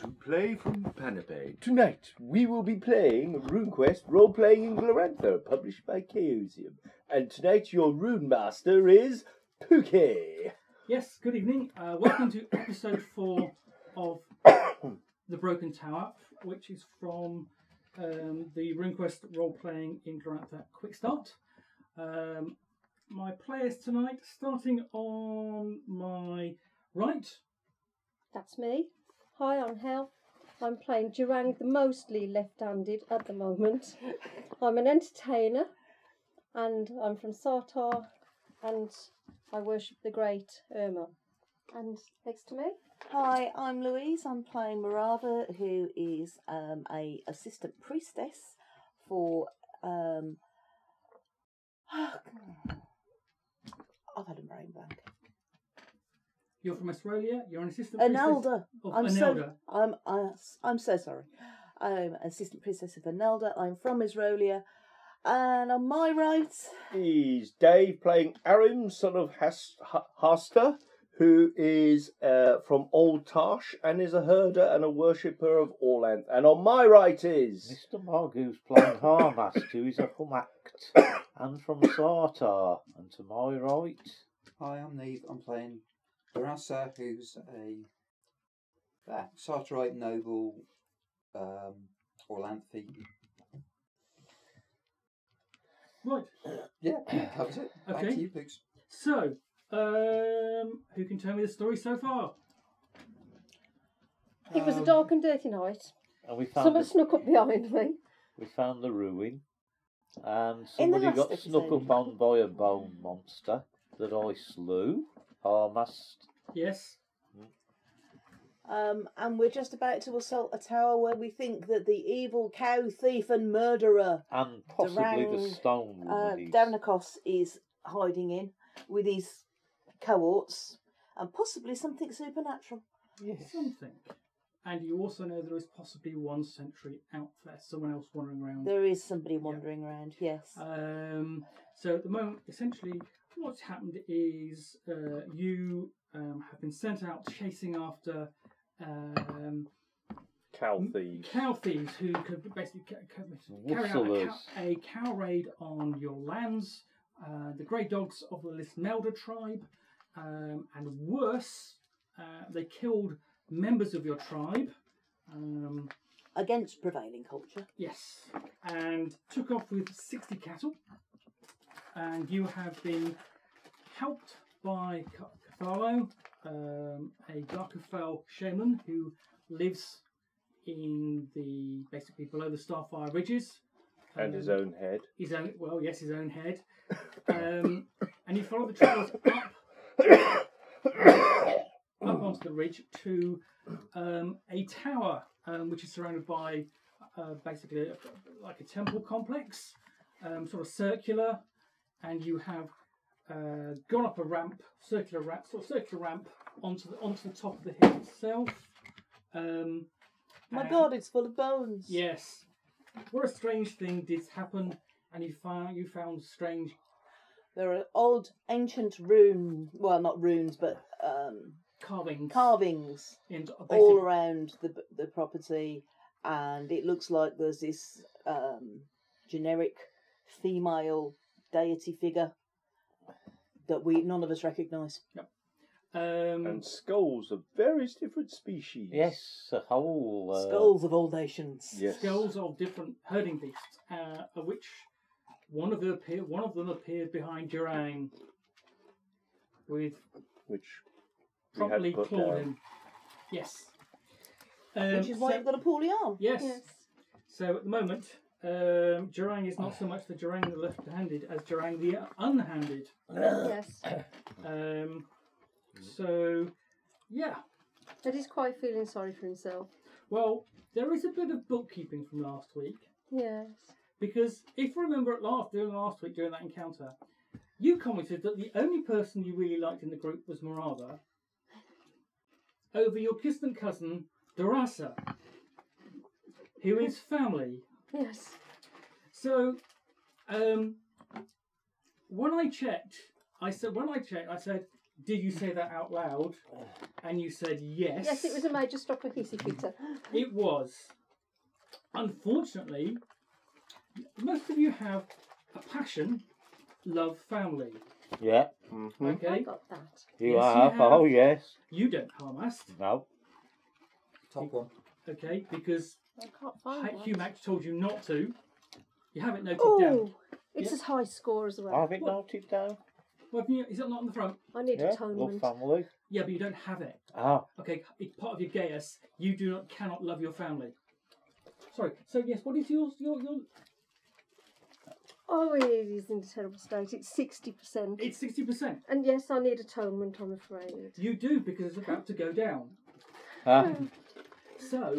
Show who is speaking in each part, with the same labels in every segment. Speaker 1: to play from Panape. Tonight, we will be playing RuneQuest Role Playing in Glorantha, published by Chaosium. And tonight, your rune master is Pookie.
Speaker 2: Yes, good evening. Uh, welcome to episode four of The Broken Tower, which is from um, the RuneQuest role playing in Glorantha Quick Start. Um, my players tonight, starting on my right,
Speaker 3: That's me. Hi, I'm Hal. I'm playing Durang the mostly left handed at the moment. I'm an entertainer and I'm from Sartar and I worship the great Irma. And next to me,
Speaker 4: Hi, I'm Louise. I'm playing Marava, who is um, a assistant priestess for. Um, I've had a brain blank.
Speaker 2: you're from Australia, you're an assistant
Speaker 4: An
Speaker 2: priestess
Speaker 4: elder.
Speaker 2: of
Speaker 4: I'm
Speaker 2: an
Speaker 4: so.
Speaker 2: elder.
Speaker 4: I'm. I, I'm so sorry. I'm assistant priestess of Anelda. I'm from Israelia, and on my right,
Speaker 1: Is Dave playing Arim, son of Has- Ha- Hasta, who is uh, from Old Tash and is a herder and a worshipper of Orlanth. And on my right is.
Speaker 5: Mr. Margu's playing Harmast, who is a Humact, and from Sartar, and to my right,
Speaker 6: Hi, I'm Neve. I'm playing Barassa, who's a ah, Sartorite noble, um, Orlanthe.
Speaker 2: Right,
Speaker 6: Yeah, that covers it. Back
Speaker 2: Okay.
Speaker 6: to you, Pooks.
Speaker 2: so um, who can tell me the story so far?
Speaker 3: it was a
Speaker 2: Um,
Speaker 3: dark and dirty night.
Speaker 5: and we found
Speaker 3: Someone
Speaker 5: the,
Speaker 3: snuck up behind me.
Speaker 5: we found the ruin, and
Speaker 4: In the
Speaker 5: somebody
Speaker 4: last
Speaker 5: got snuck
Speaker 4: episode.
Speaker 5: up on by a bone monster that I slew. Harmast,
Speaker 2: Yes,
Speaker 4: um, and we're just about to assault a tower where we think that the evil cow thief and murderer
Speaker 5: and possibly the
Speaker 4: Derang,
Speaker 5: stone
Speaker 4: uh,
Speaker 5: woman. is-
Speaker 4: Damnakos is hiding in with his cohorts and possibly something supernatural.
Speaker 5: Yes.
Speaker 2: something. And you also know there is possibly one sentry out there, someone else wandering around.
Speaker 4: There is somebody wandering around, yes.
Speaker 2: Um, so at the moment, essentially, what's happened is uh, you um, have been sent out chasing after um,
Speaker 5: Hmm?
Speaker 1: Cow Thieves.
Speaker 2: cow thieves who could basically ca- ca- carry out a cow,
Speaker 5: Rustlers.
Speaker 2: a cow raid on your lands. Uh, the grey dogs of the Lismelda tribe, um, and worse, uh, they killed members of your tribe. Um,
Speaker 4: Against prevailing culture.
Speaker 2: Yes, and took off with 60 cattle. And you have been helped by Ca- Cathalo, um, a Darkafell shaman who lives in the basically below the Starfire Ridges.
Speaker 1: And his
Speaker 2: Um,
Speaker 1: own head.
Speaker 2: his own well yes his own head um, and you follow the trails up up onto the ridge to um, a tower um, which is surrounded by uh, basically a, like a temple complex um, sort of circular and you have uh, gone up a ramp circular ramp sort of circular ramp onto the onto the top of the hill itself um,
Speaker 4: My
Speaker 2: and-
Speaker 4: god, it's full of bones.
Speaker 2: Yes. What a strange thing did happen, and you found you found strange.
Speaker 4: There are old ancient rune well not runes but um,
Speaker 2: carvings.
Speaker 4: carvings
Speaker 2: in a
Speaker 4: all
Speaker 2: basic-
Speaker 4: around the the property and it looks like there's this um, generic female deity figure that we none of us recognise.
Speaker 2: um,
Speaker 1: And skulls of various different species.
Speaker 5: Yes, a whole. Uh,
Speaker 4: Skulls of all nations.
Speaker 1: Yes.
Speaker 2: skulls of different herding beasts, uh, of which one of them appeared. One of them appeared behind Durang, with
Speaker 1: Which we had
Speaker 2: properly
Speaker 1: put
Speaker 2: clawed
Speaker 1: down.
Speaker 2: him. Yes. Um,
Speaker 4: Which is why
Speaker 2: so-
Speaker 4: you've got a poorly arm.
Speaker 2: yes.
Speaker 3: Yes.
Speaker 2: So at the moment, um, Durang is not so much the Durang the left-handed as Durang the unhanded.
Speaker 3: yes.
Speaker 2: Um,
Speaker 1: Mm-hmm.
Speaker 2: so, yeah.
Speaker 3: But he's quite feeling sorry for himself.
Speaker 2: Well, there is a bit of bookkeeping from last week
Speaker 3: Yes.
Speaker 2: because if you remember at last during last week during that encounter, you commented that the only person you really liked in the group was Morava over your distant cousin Dorasa, who is family.
Speaker 3: Yes.
Speaker 2: So, um, when I checked, I said when I checked, I said Did you say that out loud? And you said yes.
Speaker 3: Yes, it was a major stop of hissy fitter.
Speaker 2: It was. Unfortunately, most of you have a passion, love, family.
Speaker 5: Yeah,
Speaker 1: Mhm.
Speaker 3: I
Speaker 2: Okay,
Speaker 3: got that.
Speaker 5: you
Speaker 2: Yes, you
Speaker 5: have. Oh
Speaker 2: have.
Speaker 5: yes.
Speaker 2: you don't harmast.
Speaker 5: No.
Speaker 6: Top one.
Speaker 2: Okay, because
Speaker 3: I can't find
Speaker 2: H-
Speaker 3: one.
Speaker 2: Humac told you not to. You have it noted down.
Speaker 3: Oh, it's
Speaker 2: Yeah.
Speaker 3: a high score as well.
Speaker 5: Have it
Speaker 2: What?
Speaker 5: noted down.
Speaker 2: Well, can you- is it not on the front?
Speaker 3: I need
Speaker 5: Yeah. Love
Speaker 3: atonement.
Speaker 5: family.
Speaker 2: Yeah, but you don't have it.
Speaker 5: Oh,
Speaker 2: Okay, it's part of your gaius. You do not cannot love your family. Sorry. So yes, what is yours? Your your
Speaker 3: Oh, it is in a terrible state. It's sixty percent.
Speaker 2: it's sixty percent.
Speaker 3: And yes, I need atonement. I'm afraid.
Speaker 2: You do because it's about to go down.
Speaker 5: ah,
Speaker 2: So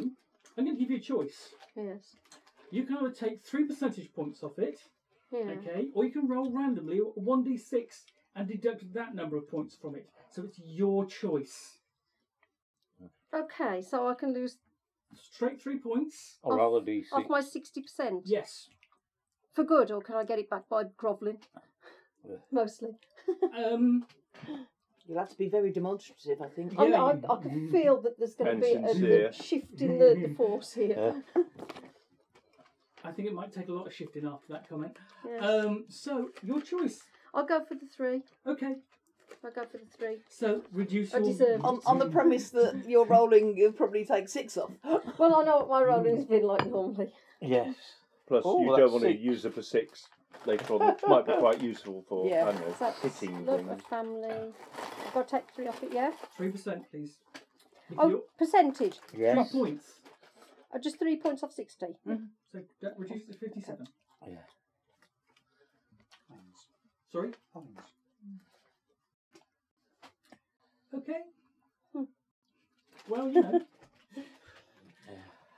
Speaker 2: I'm going to give you a choice.
Speaker 3: Yes.
Speaker 2: You can either take three percentage points off it,
Speaker 3: Yeah.
Speaker 2: okay, or you can roll randomly one d six and deduct that number of points from it. So it's your choice.
Speaker 3: Okay, so I can lose
Speaker 2: Straight three points.
Speaker 5: or all of these.
Speaker 3: off my sixty percent
Speaker 2: Yes.
Speaker 3: for good, or can I get it back by grovelling?
Speaker 5: Yeah.
Speaker 3: Mostly.
Speaker 2: Um.
Speaker 4: You'll have to be very demonstrative, I think.
Speaker 3: I'm-
Speaker 2: Yeah,
Speaker 3: I,
Speaker 2: you-
Speaker 3: I can feel that there's going to
Speaker 1: And
Speaker 3: be a,
Speaker 1: sincere.
Speaker 3: a shift in the, the force here.
Speaker 5: Yeah.
Speaker 2: I think it might take a lot of shifting after that comment.
Speaker 3: Yes.
Speaker 2: Um. So your choice.
Speaker 3: I'll go for the three.
Speaker 2: Okay.
Speaker 3: I'll go for the three.
Speaker 2: So reduce
Speaker 3: I
Speaker 2: your.
Speaker 3: deserve it.
Speaker 4: On, on the premise that you're rolling, you'll probably take six off.
Speaker 3: Well, I know what my rolling has been like normally.
Speaker 5: Yes.
Speaker 1: Plus,
Speaker 5: Oh,
Speaker 1: you
Speaker 5: well,
Speaker 1: don't
Speaker 5: that's
Speaker 1: want to
Speaker 5: six.
Speaker 1: use it for six later on, which might be quite useful for
Speaker 4: Yeah.
Speaker 1: I don't know,
Speaker 3: That's
Speaker 1: hitting
Speaker 3: love of
Speaker 1: things.
Speaker 3: family. I've got to take three off it, yeah?
Speaker 2: Three percent, please. If
Speaker 3: Oh,
Speaker 2: you're-
Speaker 3: percentage.
Speaker 5: Yes.
Speaker 2: Three points.
Speaker 3: Oh, just three points off 60.
Speaker 6: Mm.
Speaker 2: So that reduces to fifty-seven.
Speaker 5: Yeah.
Speaker 6: Thanks.
Speaker 2: Sorry.
Speaker 6: Thanks.
Speaker 2: Okay.
Speaker 3: Hmm.
Speaker 2: Well, you know.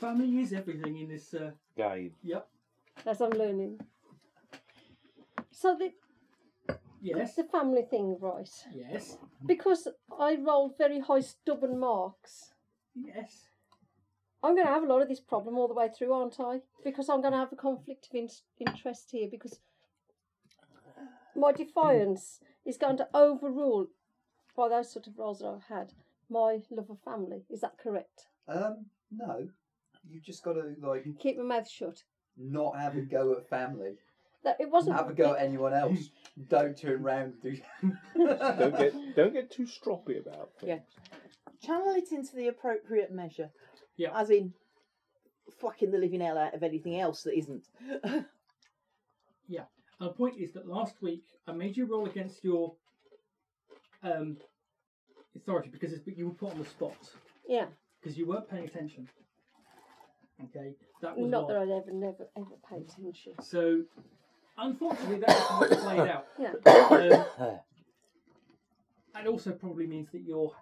Speaker 2: Family is everything in this. Uh,
Speaker 5: Game.
Speaker 2: yep.
Speaker 3: As I'm learning. So the,
Speaker 2: Yes.
Speaker 3: the family thing, right?
Speaker 2: Yes.
Speaker 3: Because I rolled very high stubborn marks.
Speaker 2: Yes.
Speaker 3: I'm going to have a lot of this problem all the way through, aren't I? Because I'm going to have a conflict of in- interest here because my defiance is going to overrule, by those sort of roles that I've had, my love of family. Is that correct?
Speaker 6: Um, no. You've just got to, like,
Speaker 3: Keep my mouth shut.
Speaker 6: not have a go at family.
Speaker 3: That it wasn't.
Speaker 6: Have a go at anyone else. Don't turn round. Do
Speaker 1: Don't get don't get too stroppy about things.
Speaker 4: Yeah. Channel it into the appropriate measure.
Speaker 2: Yeah.
Speaker 4: As in, fucking the living hell out of anything else that isn't.
Speaker 2: And the point is that last week I made you roll against your um, authority because it's, you were put on the spot
Speaker 3: Yeah,
Speaker 2: because you weren't paying attention. Okay, that was
Speaker 3: not
Speaker 2: why.
Speaker 3: that I'd ever, never, ever pay attention.
Speaker 2: So, unfortunately, that's how it played out.
Speaker 3: Yeah.
Speaker 2: Um, that also probably means that your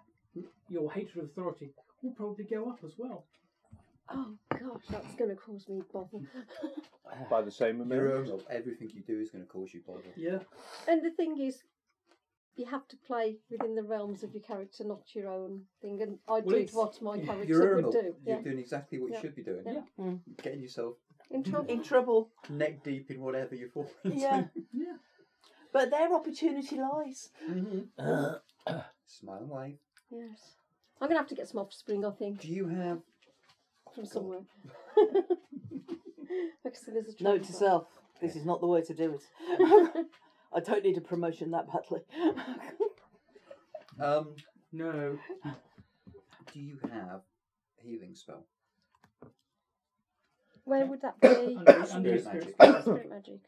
Speaker 2: your hatred of authority will probably go up as well.
Speaker 3: Oh gosh, that's going to cause me bother.
Speaker 1: By the same
Speaker 6: Your
Speaker 1: amount.
Speaker 6: own of everything you do is going to cause you bother.
Speaker 2: Yeah.
Speaker 3: and the thing is, you have to play within the realms of your character, not your own thing. And I
Speaker 2: Well,
Speaker 3: did
Speaker 2: it's-
Speaker 3: what my
Speaker 2: yeah,
Speaker 3: character
Speaker 6: You're
Speaker 3: would
Speaker 6: urinal.
Speaker 3: do.
Speaker 6: You're
Speaker 3: Yeah,
Speaker 6: doing exactly what you
Speaker 3: Yeah.
Speaker 6: should be doing.
Speaker 3: Yeah.
Speaker 4: Mm.
Speaker 6: Getting yourself
Speaker 3: in trouble.
Speaker 4: In trouble.
Speaker 6: neck deep in whatever you fall into.
Speaker 4: Yeah.
Speaker 2: Yeah.
Speaker 4: But their opportunity lies.
Speaker 6: Mhm.
Speaker 5: Mm-hmm.
Speaker 6: Smile and wave.
Speaker 4: Mm-hmm.
Speaker 3: Yes. I'm gonna have to get some offspring, I think,
Speaker 6: Do you have?
Speaker 3: from somewhere. Because there's a
Speaker 4: Note to
Speaker 3: trouble.
Speaker 4: self. This is not the way to do it. I don't need a promotion that badly.
Speaker 6: Um,
Speaker 2: No.
Speaker 6: do you have healing spell?
Speaker 3: Where would that be?
Speaker 2: Under, under your
Speaker 6: Spirit
Speaker 2: spirit.
Speaker 3: Spirit magic.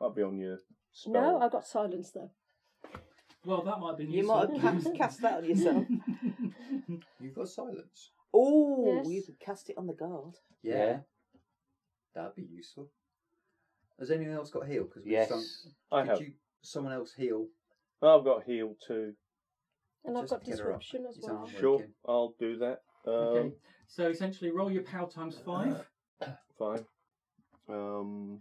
Speaker 1: Might be on your spell.
Speaker 3: No, I've got silence though.
Speaker 2: Well, that might have been
Speaker 4: you
Speaker 2: useful.
Speaker 4: might have cast, cast that on yourself.
Speaker 6: You've got silence.
Speaker 4: Oh,
Speaker 3: Yes.
Speaker 4: you could cast it on the guard.
Speaker 6: Yeah.
Speaker 5: Yeah.
Speaker 6: That'd be useful. Has anyone else got heal? Because
Speaker 5: Yes.
Speaker 1: I
Speaker 6: could
Speaker 1: have.
Speaker 6: you someone else heal?
Speaker 1: I've got heal too.
Speaker 3: And I've
Speaker 6: Just
Speaker 3: got
Speaker 6: get her up.
Speaker 3: disruption as
Speaker 6: It's
Speaker 3: well.
Speaker 6: arm.
Speaker 1: Sure,
Speaker 6: Working.
Speaker 1: I'll do that. Um, uh,
Speaker 2: okay. So essentially, roll your pow times five.
Speaker 1: Fine. Um,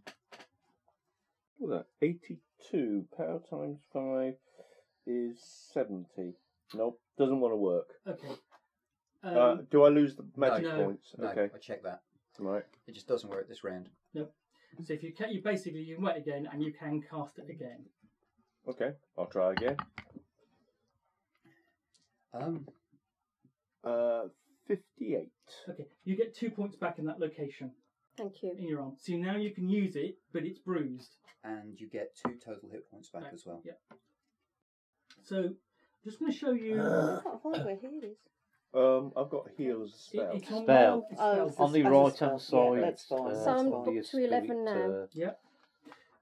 Speaker 1: what was that? 82. Power times 5 is 70. Nope, doesn't want to work.
Speaker 2: Okay. Um,
Speaker 1: uh, do I lose the magic
Speaker 2: No.
Speaker 1: points?
Speaker 6: No,
Speaker 1: Okay,
Speaker 6: I checked that.
Speaker 1: right.
Speaker 6: It just doesn't work this round.
Speaker 2: so if you ca- you basically you can wait again and you can cast it again.
Speaker 1: Okay, I'll try again.
Speaker 6: Um,
Speaker 1: Uh, 58.
Speaker 2: Okay, you get two points back in that location
Speaker 3: Thank you.
Speaker 2: in your arm. So now you can use it, but it's bruised.
Speaker 6: and you get two total hit points back
Speaker 2: Right,
Speaker 6: as well.
Speaker 2: Yeah. So I'm just going to show you.
Speaker 3: I can't find where he is.
Speaker 1: Um, I've got heals
Speaker 2: it-
Speaker 1: spell.
Speaker 2: it's on
Speaker 5: Spell.
Speaker 2: It's
Speaker 4: Oh,
Speaker 2: spells.
Speaker 5: On the
Speaker 4: As a
Speaker 5: right
Speaker 4: spell,
Speaker 5: hand
Speaker 4: yeah,
Speaker 5: side,
Speaker 4: that's fine,
Speaker 5: uh,
Speaker 4: that's
Speaker 3: Sam,
Speaker 5: on
Speaker 4: fine.
Speaker 5: the
Speaker 3: up to 11
Speaker 5: spirit,
Speaker 3: now.
Speaker 5: uh,
Speaker 2: Yep.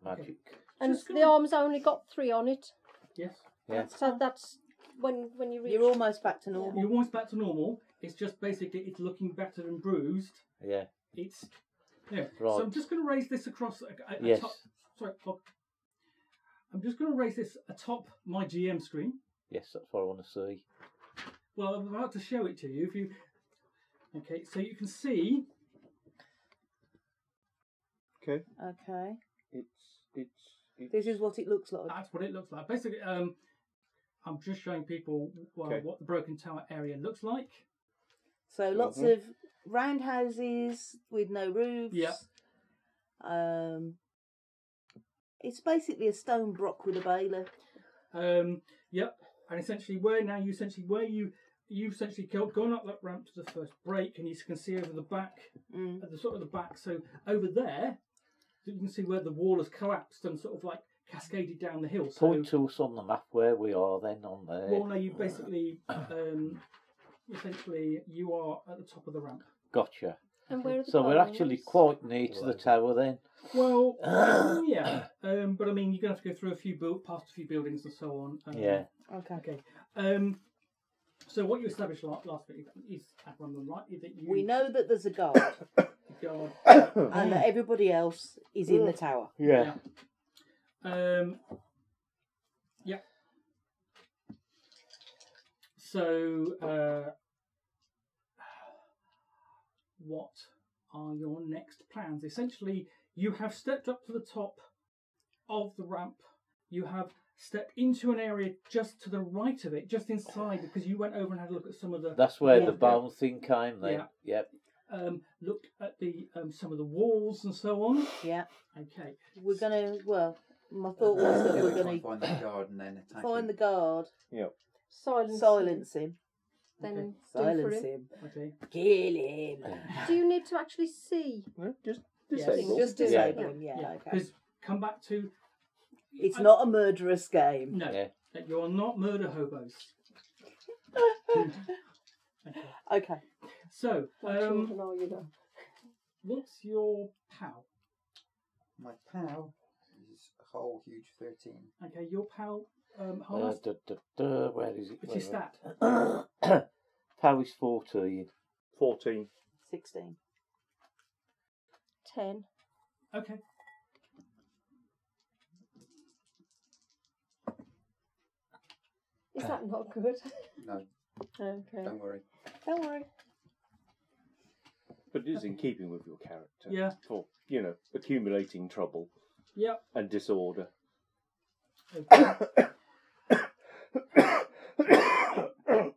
Speaker 5: magic.
Speaker 3: And
Speaker 2: Just
Speaker 3: the
Speaker 2: gonna-
Speaker 3: arm's only got three on it,
Speaker 2: Yes.
Speaker 5: Yeah.
Speaker 3: so that's when when you reach.
Speaker 4: You're almost back to normal.
Speaker 2: You're almost back to normal. It's just basically it's looking better and bruised.
Speaker 5: Yeah.
Speaker 2: It's yeah.
Speaker 5: Right.
Speaker 2: So I'm just going to raise this across. A, a,
Speaker 5: Yes.
Speaker 2: atop, sorry, Bob. I'm just going to raise this atop my GM screen.
Speaker 5: Yes, that's what I want to see.
Speaker 2: Well, I'm about to show it to you. If you okay, so you can see
Speaker 1: Okay,
Speaker 4: Okay.
Speaker 1: it's, it's, it's.
Speaker 4: This is what it looks like.
Speaker 2: that's what it looks like. Basically, um, I'm just showing people well,
Speaker 1: Okay.
Speaker 2: what the broken tower area looks like.
Speaker 4: So lots
Speaker 1: Mhm.
Speaker 4: of roundhouses with no roofs.
Speaker 2: Yep.
Speaker 4: Um, it's basically a stone block with a baler.
Speaker 2: Um, yep. And essentially, where now you essentially where you you essentially go- gone up that ramp to the first break, and you can see over the back
Speaker 4: Mm.
Speaker 2: at the sort of the back. So over there, you can see where the wall has collapsed and sort of like cascaded down the hill. So
Speaker 5: Point to us on the map where we are, then on there.
Speaker 2: well, now you basically um, essentially you are at the top of the ramp.
Speaker 5: Gotcha.
Speaker 3: And where are the
Speaker 5: So we're
Speaker 3: bones?
Speaker 5: actually quite near to the tower then.
Speaker 2: Well, yeah, um, but I mean, you're gonna have to go through a few build, past a few buildings and so on. Um,
Speaker 5: Yeah.
Speaker 4: Okay.
Speaker 2: Okay. Um, so what you established la- last week is at one of them, right? Is that you
Speaker 4: We know that there's a guard
Speaker 2: go
Speaker 4: and that everybody else is in the tower.
Speaker 5: Yeah.
Speaker 2: on- Um, yeah. So, uh, what are your next plans? Essentially, you have stepped up to the top of the ramp. You have stepped into an area just to the right of it, just inside, because you went over and had a look at some of the
Speaker 5: That's where
Speaker 4: Yeah.
Speaker 5: the bone thing came then.
Speaker 2: Yeah.
Speaker 5: Yep.
Speaker 2: um, looked at the um, some of the walls and so on.
Speaker 4: Yeah.
Speaker 2: Okay.
Speaker 4: We're gonna. Well, my thought was that
Speaker 6: Yeah,
Speaker 4: we're
Speaker 6: we try
Speaker 4: gonna
Speaker 6: and find that guard and then attack
Speaker 4: find the
Speaker 6: him.
Speaker 4: guard,
Speaker 3: silence.
Speaker 4: silence him,
Speaker 3: Then do for
Speaker 4: silence
Speaker 3: him.
Speaker 4: him,
Speaker 2: Okay.
Speaker 4: kill him.
Speaker 3: Do you need to actually see?
Speaker 1: No, just
Speaker 4: Yes,
Speaker 1: disable.
Speaker 4: just
Speaker 3: Yeah.
Speaker 4: disable
Speaker 3: Yeah.
Speaker 4: him. Yeah.
Speaker 2: Yeah,
Speaker 4: Okay.
Speaker 2: because come back to.
Speaker 4: It's
Speaker 2: I-
Speaker 4: not a murderous game.
Speaker 2: No,
Speaker 5: Yeah.
Speaker 2: that you are not murder hobos.
Speaker 4: Okay.
Speaker 2: So,
Speaker 3: What
Speaker 2: um,
Speaker 3: children are you know?
Speaker 2: what's your pal?
Speaker 6: My pal is a whole huge 13.
Speaker 2: Okay, your pal, um,
Speaker 5: Uh,
Speaker 2: Harness.
Speaker 5: duh, duh, duh, where is it?
Speaker 2: What's his stat?
Speaker 5: stat. Paris 14.
Speaker 1: 14.
Speaker 4: Sixteen.
Speaker 3: Ten.
Speaker 2: Okay.
Speaker 3: Is that not good?
Speaker 6: No,
Speaker 3: Okay.
Speaker 6: don't worry.
Speaker 4: Don't worry.
Speaker 1: But it is in keeping with your character.
Speaker 2: Yeah.
Speaker 1: For, you know, accumulating trouble
Speaker 2: Yep.
Speaker 1: and disorder.
Speaker 2: Okay.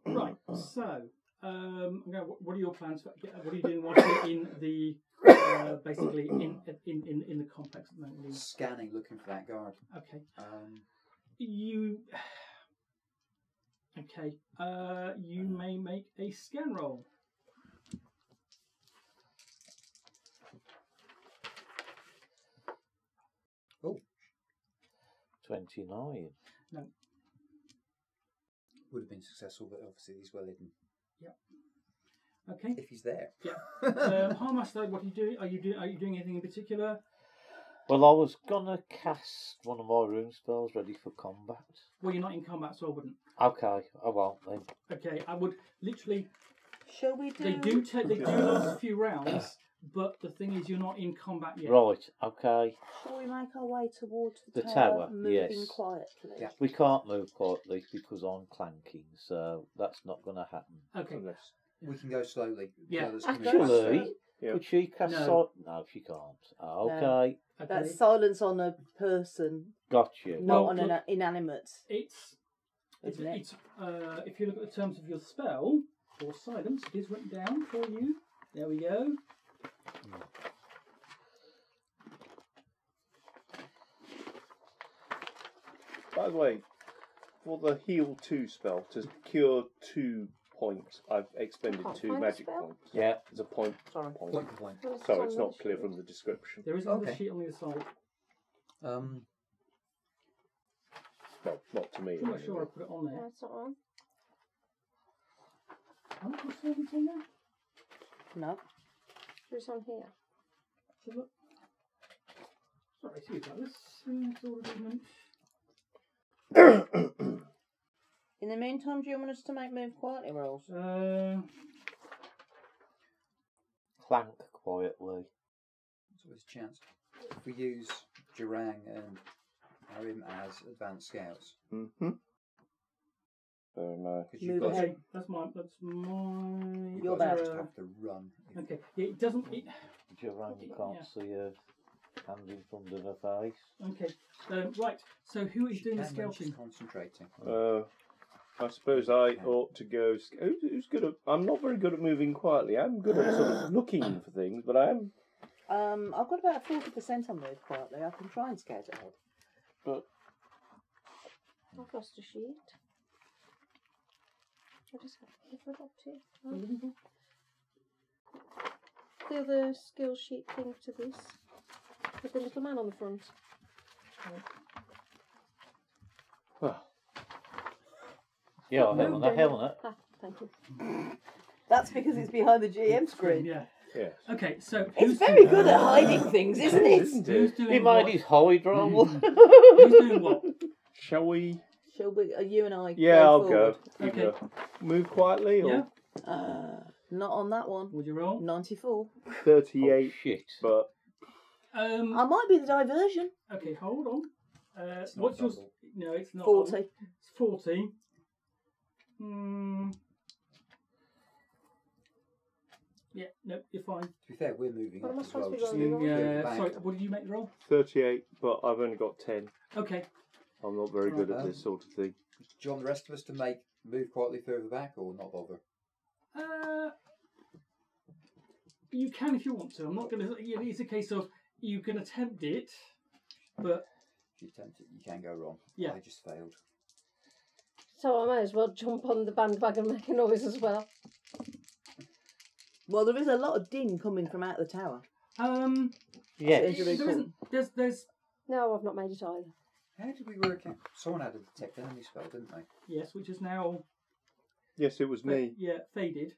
Speaker 2: right. So, um, okay, what, what are your plans? For, yeah, what are you doing while you're in the uh, basically in in, in in the complex? at the moment?
Speaker 6: Scanning, looking for that guard.
Speaker 2: Okay.
Speaker 6: Um,
Speaker 2: You. Okay. Uh, you may make a scan roll.
Speaker 6: oh,
Speaker 5: 29.
Speaker 6: would have been successful, but obviously he's well hidden.
Speaker 2: Okay.
Speaker 6: If he's there.
Speaker 2: Yeah. um, Harmas, though, what are you doing? Are you doing? Are you doing anything in particular?
Speaker 5: Well, I was gonna cast one of my rune spells ready for combat.
Speaker 2: Well, you're not in combat, so I wouldn't.
Speaker 5: Okay, I won't then.
Speaker 2: Okay, I would literally.
Speaker 4: Shall we do?
Speaker 2: They do. T- they do last a few rounds, but the thing is, you're not in combat yet.
Speaker 5: Right, okay.
Speaker 4: Shall we make our way towards the,
Speaker 5: The
Speaker 4: tower,
Speaker 5: tower,
Speaker 4: moving
Speaker 5: yes.
Speaker 4: quietly?
Speaker 6: Yeah.
Speaker 5: We can't move quietly because I'm clanking, so that's not gonna happen.
Speaker 2: Okay.
Speaker 1: Unless-
Speaker 6: We can go slowly. The
Speaker 2: Yeah.
Speaker 6: others can move faster.
Speaker 5: Actually,
Speaker 1: Yeah.
Speaker 5: could she cast
Speaker 2: No.
Speaker 5: no. No, she can't. Oh, okay,
Speaker 2: Okay.
Speaker 4: That's silence on a person,
Speaker 5: got you.
Speaker 4: not
Speaker 2: Well,
Speaker 4: on an
Speaker 2: look-
Speaker 4: inanimate.
Speaker 2: It's. It's,
Speaker 4: Isn't it?
Speaker 2: it's uh, if you look at the terms of your spell or silence, it is written down for you. There we go.
Speaker 1: By by the way, for the heal two spell to cure two points, I've expended
Speaker 3: Can't
Speaker 1: two
Speaker 3: find the
Speaker 1: magic
Speaker 3: spell.
Speaker 1: points.
Speaker 5: Yeah.
Speaker 1: It's a point.
Speaker 4: Sorry.
Speaker 1: point.
Speaker 6: Point blank.
Speaker 3: Well,
Speaker 1: So
Speaker 3: on
Speaker 1: it's
Speaker 3: the
Speaker 1: not clear
Speaker 3: sheet.
Speaker 1: from the description.
Speaker 2: There is another
Speaker 6: Okay.
Speaker 2: sheet on the other side.
Speaker 6: Um,
Speaker 1: Well, not to me.
Speaker 2: I'm not
Speaker 1: anyway.
Speaker 2: sure I put it on there.
Speaker 3: No, it's not on.
Speaker 2: How much was servants on there?
Speaker 4: No.
Speaker 3: It's on here.
Speaker 2: Should look. Sorry, excuse me. uh, This is ordinance.
Speaker 4: In the meantime, do you want us to make move quietly rolls?
Speaker 2: Uh,
Speaker 5: Clank quietly.
Speaker 6: it's always a chance. If we use Durang and Arim as advanced scouts,
Speaker 1: Mm-hmm. Very nice.
Speaker 6: because you've
Speaker 4: Move
Speaker 6: got
Speaker 2: okay, that's my that's my.
Speaker 6: you
Speaker 4: You're
Speaker 6: guys
Speaker 4: back.
Speaker 6: just
Speaker 2: uh,
Speaker 6: have to run. if-
Speaker 2: Okay, yeah, it doesn't. It,
Speaker 5: Jerang can't
Speaker 2: Yeah.
Speaker 5: see her hand in front of her face.
Speaker 2: okay, um, right. So who is
Speaker 6: She
Speaker 2: doing the
Speaker 6: can when she's
Speaker 2: scouting?
Speaker 6: Concentrating.
Speaker 1: Uh, I suppose I ought to go. sc- Who's, who's good at? I'm not very good at moving quietly. I'm good at sort of looking for things, but I'm.
Speaker 4: Um, I've got about forty percent on move quietly. I can try and scout ahead.
Speaker 3: I've lost a sheet. I just have to give it up to you.
Speaker 2: What are you looking for?
Speaker 3: The other skill sheet thing to this with the little man on the front.
Speaker 5: Yeah,
Speaker 2: No,
Speaker 5: Helena, Helena.
Speaker 3: Ah, thank you.
Speaker 4: That's because it's behind the GM screen.
Speaker 2: Yeah.
Speaker 1: Yes.
Speaker 2: Okay, so
Speaker 4: It's
Speaker 2: who's
Speaker 4: very
Speaker 2: doing-
Speaker 4: good at hiding things, isn't it?
Speaker 1: Isn't
Speaker 2: Who's
Speaker 1: it?
Speaker 2: doing
Speaker 5: He
Speaker 2: what?
Speaker 5: made his Oh, hide roll.
Speaker 2: Who's doing what?
Speaker 1: Shall we?
Speaker 4: Shall we? Uh, you and I.
Speaker 1: Yeah, I'll
Speaker 4: forward?
Speaker 1: go. You
Speaker 2: Okay.
Speaker 1: go. Move quietly or
Speaker 2: Yeah.
Speaker 4: Uh, not on that one.
Speaker 2: Would you roll?
Speaker 4: Ninety-four.
Speaker 5: oh,
Speaker 1: thirty-eight,
Speaker 5: shit.
Speaker 1: but
Speaker 2: Um.
Speaker 4: I might be the diversion.
Speaker 2: Okay, hold on. Uh,
Speaker 6: It's not
Speaker 2: what's your?
Speaker 6: double.
Speaker 2: No, it's not.
Speaker 4: Forty.
Speaker 2: It's forty. Hmm. Yeah. No, you're fine.
Speaker 6: To be fair, we're moving
Speaker 3: Well,
Speaker 6: up
Speaker 3: am I
Speaker 6: as
Speaker 3: supposed
Speaker 6: well.
Speaker 3: to be
Speaker 6: just
Speaker 3: rolling
Speaker 6: to
Speaker 3: off?
Speaker 6: clear the
Speaker 2: Yeah.
Speaker 6: back.
Speaker 2: Sorry. What did you make the roll?
Speaker 1: thirty-eight, but I've only got ten.
Speaker 2: Okay.
Speaker 1: I'm not very good at
Speaker 6: Right.
Speaker 1: this sort of thing.
Speaker 6: Do you want the rest of us to make move quietly further back or not bother?
Speaker 2: Uh, you can if you want to. I'm not going to. It's a case of you can attempt it, but
Speaker 6: If you attempt it, you can go wrong.
Speaker 2: Yeah.
Speaker 6: I just failed.
Speaker 3: So I may as well jump on the bandwagon and make a noise as well.
Speaker 4: Well, there is a lot of din coming from out the tower.
Speaker 2: um,
Speaker 5: Yes.
Speaker 4: Injury
Speaker 2: there isn't. There's there's
Speaker 3: No, I've not made it either.
Speaker 6: How did we work it? Someone had a detect enemy spell, didn't they?
Speaker 2: yes, which is now
Speaker 1: Yes, it was
Speaker 2: fa-
Speaker 1: me.
Speaker 2: yeah faded.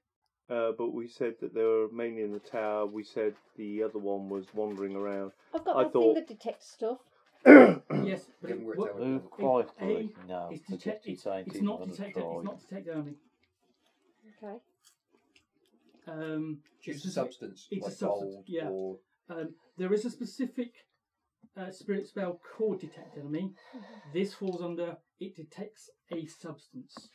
Speaker 1: Uh, but we said that they were mainly in the tower. We said the other one was wandering around.
Speaker 3: I've got
Speaker 1: I
Speaker 3: that
Speaker 1: thought-
Speaker 3: thing that detects stuff.
Speaker 2: yes, but it,
Speaker 6: Didn't work
Speaker 2: what-
Speaker 6: that way.
Speaker 5: Move quietly.
Speaker 2: It-
Speaker 5: No,
Speaker 2: it's,
Speaker 5: the
Speaker 2: detect,
Speaker 5: deputy
Speaker 2: it's,
Speaker 5: ain't
Speaker 2: it's
Speaker 5: even
Speaker 2: not
Speaker 5: gonna
Speaker 2: detected. It's
Speaker 5: try.
Speaker 2: not detected only.
Speaker 3: Okay.
Speaker 2: Um,
Speaker 6: Choose a
Speaker 2: It's-
Speaker 6: substance,
Speaker 2: it's a
Speaker 6: like
Speaker 2: substance,
Speaker 6: gold
Speaker 2: yeah.
Speaker 6: or
Speaker 2: um, there is a specific uh, spirit spell called detect enemy. This falls under it detects a substance.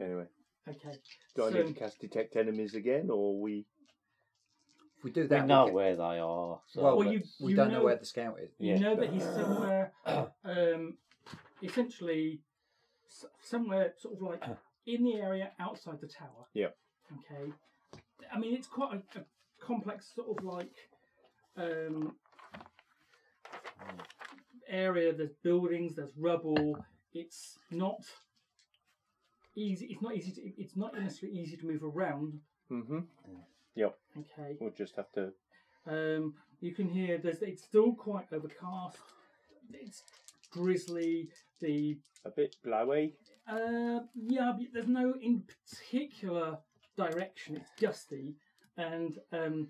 Speaker 1: Anyway,
Speaker 2: Okay.
Speaker 1: do I
Speaker 2: so,
Speaker 1: need to cast detect enemies again, or we?
Speaker 6: If we do
Speaker 5: We
Speaker 6: that, we
Speaker 5: know
Speaker 6: can-
Speaker 5: where they are. So
Speaker 6: Well,
Speaker 2: well, you,
Speaker 6: we
Speaker 2: you
Speaker 6: don't know
Speaker 2: know
Speaker 6: where the scout is.
Speaker 2: You
Speaker 5: Yeah.
Speaker 2: know that he's somewhere, um, essentially, s- somewhere sort of like in the area outside the tower.
Speaker 1: Yeah.
Speaker 2: Okay. I mean, it's quite a, a complex sort of like um, area. There's buildings. There's rubble. It's not easy. It's not easy. To, it's not necessarily easy to move around.
Speaker 1: Mm-hmm.
Speaker 2: Okay.
Speaker 1: We'll just have to.
Speaker 2: Um, you can hear there's it's still quite overcast. It's drizzly. The
Speaker 1: A bit blowy.
Speaker 2: uh, yeah, but there's no in particular direction. It's dusty, and um,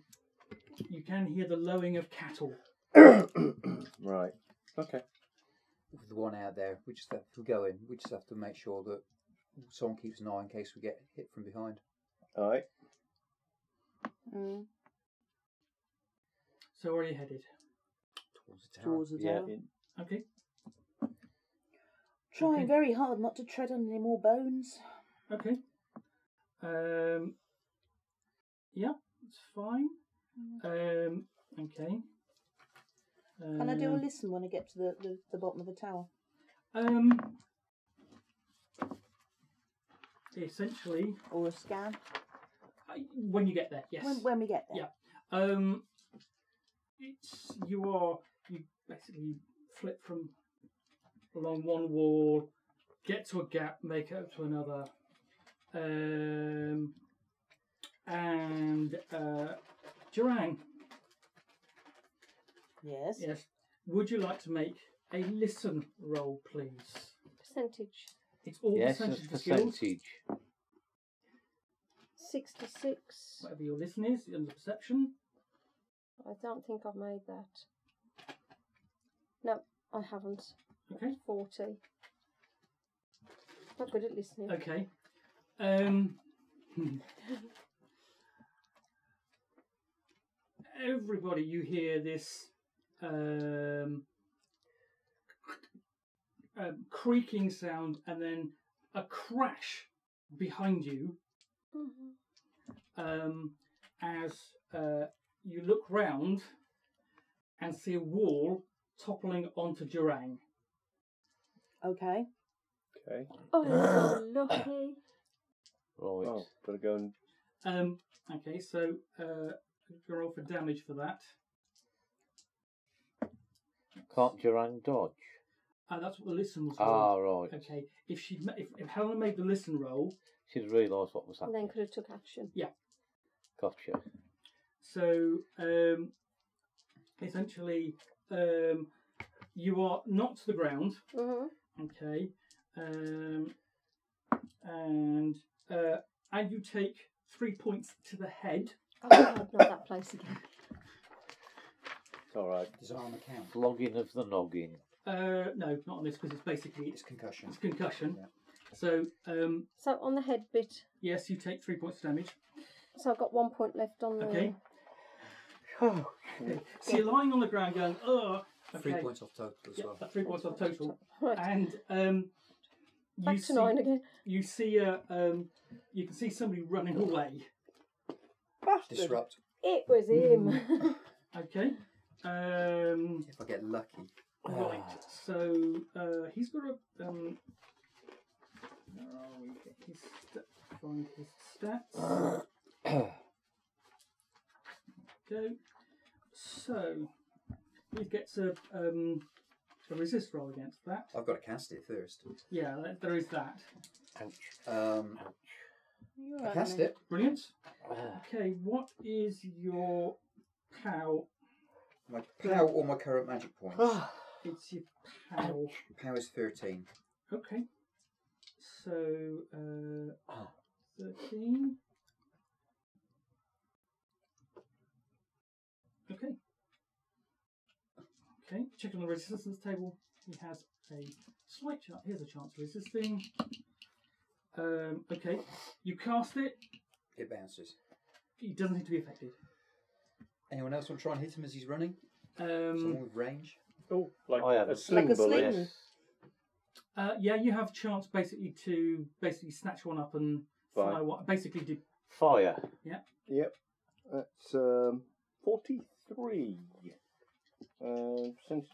Speaker 2: you can hear the lowing of cattle.
Speaker 1: Right. Okay.
Speaker 6: With the one out there, we just have to go in. We just have to make sure that someone keeps an eye in case we get hit from behind.
Speaker 1: All right.
Speaker 4: Mm.
Speaker 2: So where are you headed?
Speaker 6: Towards the tower.
Speaker 4: Towards the
Speaker 1: Yeah.
Speaker 4: tower.
Speaker 1: in-
Speaker 2: Okay.
Speaker 4: Trying very hard not to tread on any more bones.
Speaker 2: Okay. Um, yeah, it's fine. Um, okay. Um,
Speaker 4: Mm. Can I do a listen when I get to the, the, the bottom of the tower?
Speaker 2: Um, essentially,
Speaker 4: Or a scan?
Speaker 2: I- when you get there, yes.
Speaker 4: When, when we get there.
Speaker 2: Yeah. Um, it's you are you basically flip from along one wall, get to a gap, make it up to another, um, and uh, Durang,
Speaker 4: Yes.
Speaker 2: yes, would you like to make a listen roll, please?
Speaker 3: Percentage
Speaker 2: It's all
Speaker 5: yes,
Speaker 2: percentage
Speaker 5: that's
Speaker 2: for skills.
Speaker 5: percentage.
Speaker 3: 66.
Speaker 2: Whatever your listen is, under perception.
Speaker 3: I don't think I've made that. No, I haven't.
Speaker 2: Okay.
Speaker 3: 40. Not good at listening.
Speaker 2: Okay. Um, everybody, you hear this um, um, creaking sound and then a crash behind you
Speaker 3: Mhm.
Speaker 2: um, as uh, you look round and see a wall toppling onto Durang.
Speaker 4: Okay.
Speaker 1: Okay.
Speaker 3: Oh, you're so lucky.
Speaker 5: Right.
Speaker 1: Oh, gotta go and
Speaker 2: Um, okay, so uh, you're all for damage for that.
Speaker 5: Can't Durang dodge?
Speaker 2: Uh, that's what the listen was. for.
Speaker 5: Ah, right.
Speaker 2: Okay. If she would if, if Helen made the listen roll,
Speaker 5: She'd realised what was
Speaker 3: And then
Speaker 5: happening.
Speaker 3: could have took action.
Speaker 5: Gotcha.
Speaker 2: so um, essentially um, you are knocked to the ground.
Speaker 3: hmm
Speaker 2: Okay. Um, and uh, and you take three points to the head.
Speaker 3: Oh, God, not that place again.
Speaker 1: it's alright.
Speaker 6: Does armor count?
Speaker 5: Flogging of the noggin.
Speaker 2: Uh, no, not on this because it's basically
Speaker 6: It's
Speaker 2: it's,
Speaker 6: concussion.
Speaker 2: it's concussion.
Speaker 6: Yeah.
Speaker 2: So um,
Speaker 3: So, on the head bit,
Speaker 2: yes, you take three points of damage.
Speaker 3: so I've got one point left on the.
Speaker 2: Okay. So you're lying on the ground going, oh.
Speaker 6: Three
Speaker 2: okay.
Speaker 6: points off total as
Speaker 2: Yeah,
Speaker 6: well.
Speaker 2: that's three points off total.
Speaker 3: Right.
Speaker 2: and um,
Speaker 3: Back
Speaker 2: you
Speaker 3: to
Speaker 2: see,
Speaker 3: nine again.
Speaker 2: you see a, um, you can see somebody running away.
Speaker 4: Bastard.
Speaker 6: Disrupt.
Speaker 3: It was
Speaker 4: Mm.
Speaker 3: him.
Speaker 2: Okay. Um,
Speaker 6: If I get lucky. Um,
Speaker 2: right. So uh, he's got a. Um, where are we? Get His sta find his stats. Go. So he gets a um, a resist roll against that.
Speaker 6: I've got to cast it first.
Speaker 2: Yeah, there- there is that.
Speaker 5: Ouch.
Speaker 6: Um,
Speaker 4: You're
Speaker 6: I
Speaker 4: right,
Speaker 6: cast
Speaker 4: mate.
Speaker 6: it.
Speaker 2: Brilliant.
Speaker 5: Ah,
Speaker 2: Okay, what is your pow?
Speaker 6: My power or my current magic points.
Speaker 1: Ah!
Speaker 2: It's your pow.
Speaker 6: power is 13.
Speaker 2: Okay. So, uh, 13. Okay. Okay, check on the resistance table. He has a slight chance. Here's a chance of resisting. Um, okay, you cast it.
Speaker 6: It bounces.
Speaker 2: He doesn't seem to be affected.
Speaker 6: Anyone else want to try and hit him as he's running? Someone
Speaker 2: Um,
Speaker 6: with range?
Speaker 1: Oh, like
Speaker 5: I
Speaker 1: a
Speaker 5: haven't.
Speaker 1: sling
Speaker 4: Like a
Speaker 1: bullet.
Speaker 4: sling.
Speaker 5: Yes.
Speaker 2: uh, yeah, you have chance basically to basically snatch one up and
Speaker 1: Fine.
Speaker 2: fire one. Basically, do
Speaker 5: Fire.
Speaker 1: Yep. That's um, 43. Um, since,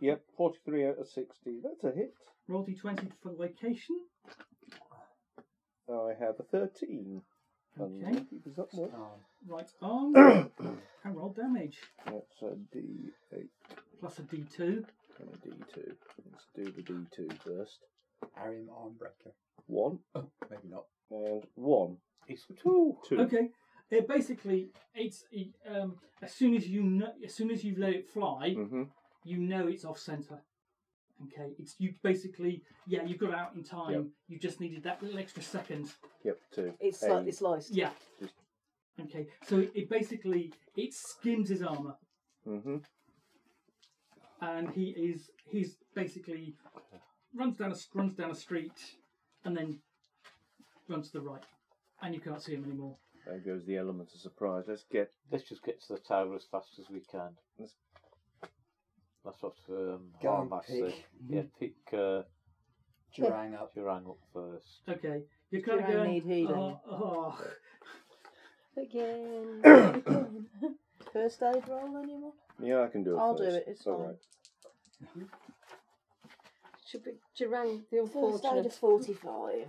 Speaker 1: yep, 43 out of 60. That's a hit.
Speaker 2: roll d20 for location.
Speaker 1: I have a 13.
Speaker 2: Okay,
Speaker 1: Does that work?
Speaker 6: Oh,
Speaker 2: right arm and roll damage
Speaker 1: That's a D8
Speaker 2: plus a d2.
Speaker 1: and a D2. Let's do the D2 first.
Speaker 6: Arim Armbreaker.
Speaker 1: One
Speaker 6: Oh, maybe not.
Speaker 1: and one.
Speaker 5: It's
Speaker 1: Two. Two.
Speaker 2: Okay, it basically it's it, um, as soon as you know, as soon as you let it fly,
Speaker 1: Mm-hmm.
Speaker 2: you know it's off center. Okay, it's you basically yeah you got out in time.
Speaker 1: Yep.
Speaker 2: You just needed that little extra second.
Speaker 1: Yep, two.
Speaker 4: It's slightly sliced.
Speaker 2: Yeah. Okay, so it, it basically it skims his armor,
Speaker 1: Mm-hmm.
Speaker 2: and he is he's basically runs down a s- runs down a street, and then runs to the right, and you can't see him anymore.
Speaker 1: There goes the element of surprise. Let's get
Speaker 5: Let's just get to the tower as fast as we can.
Speaker 1: Let's-
Speaker 5: That's what um,
Speaker 6: Go
Speaker 5: our
Speaker 6: and
Speaker 5: master.
Speaker 6: pick.
Speaker 5: Yeah, pick uh,
Speaker 6: Durang up.
Speaker 5: Durang up first.
Speaker 2: Okay, you're
Speaker 4: Do
Speaker 2: kind of
Speaker 4: I
Speaker 2: going.
Speaker 4: need healing?
Speaker 2: Oh, oh.
Speaker 3: again. again.
Speaker 4: First aid roll, anyone?
Speaker 1: Yeah, I can do it.
Speaker 4: I'll do
Speaker 1: first.
Speaker 4: it, it's
Speaker 1: all
Speaker 4: fine.
Speaker 1: right.
Speaker 3: Should be Durang, the
Speaker 4: First aid
Speaker 3: unfortunate.
Speaker 4: of 45.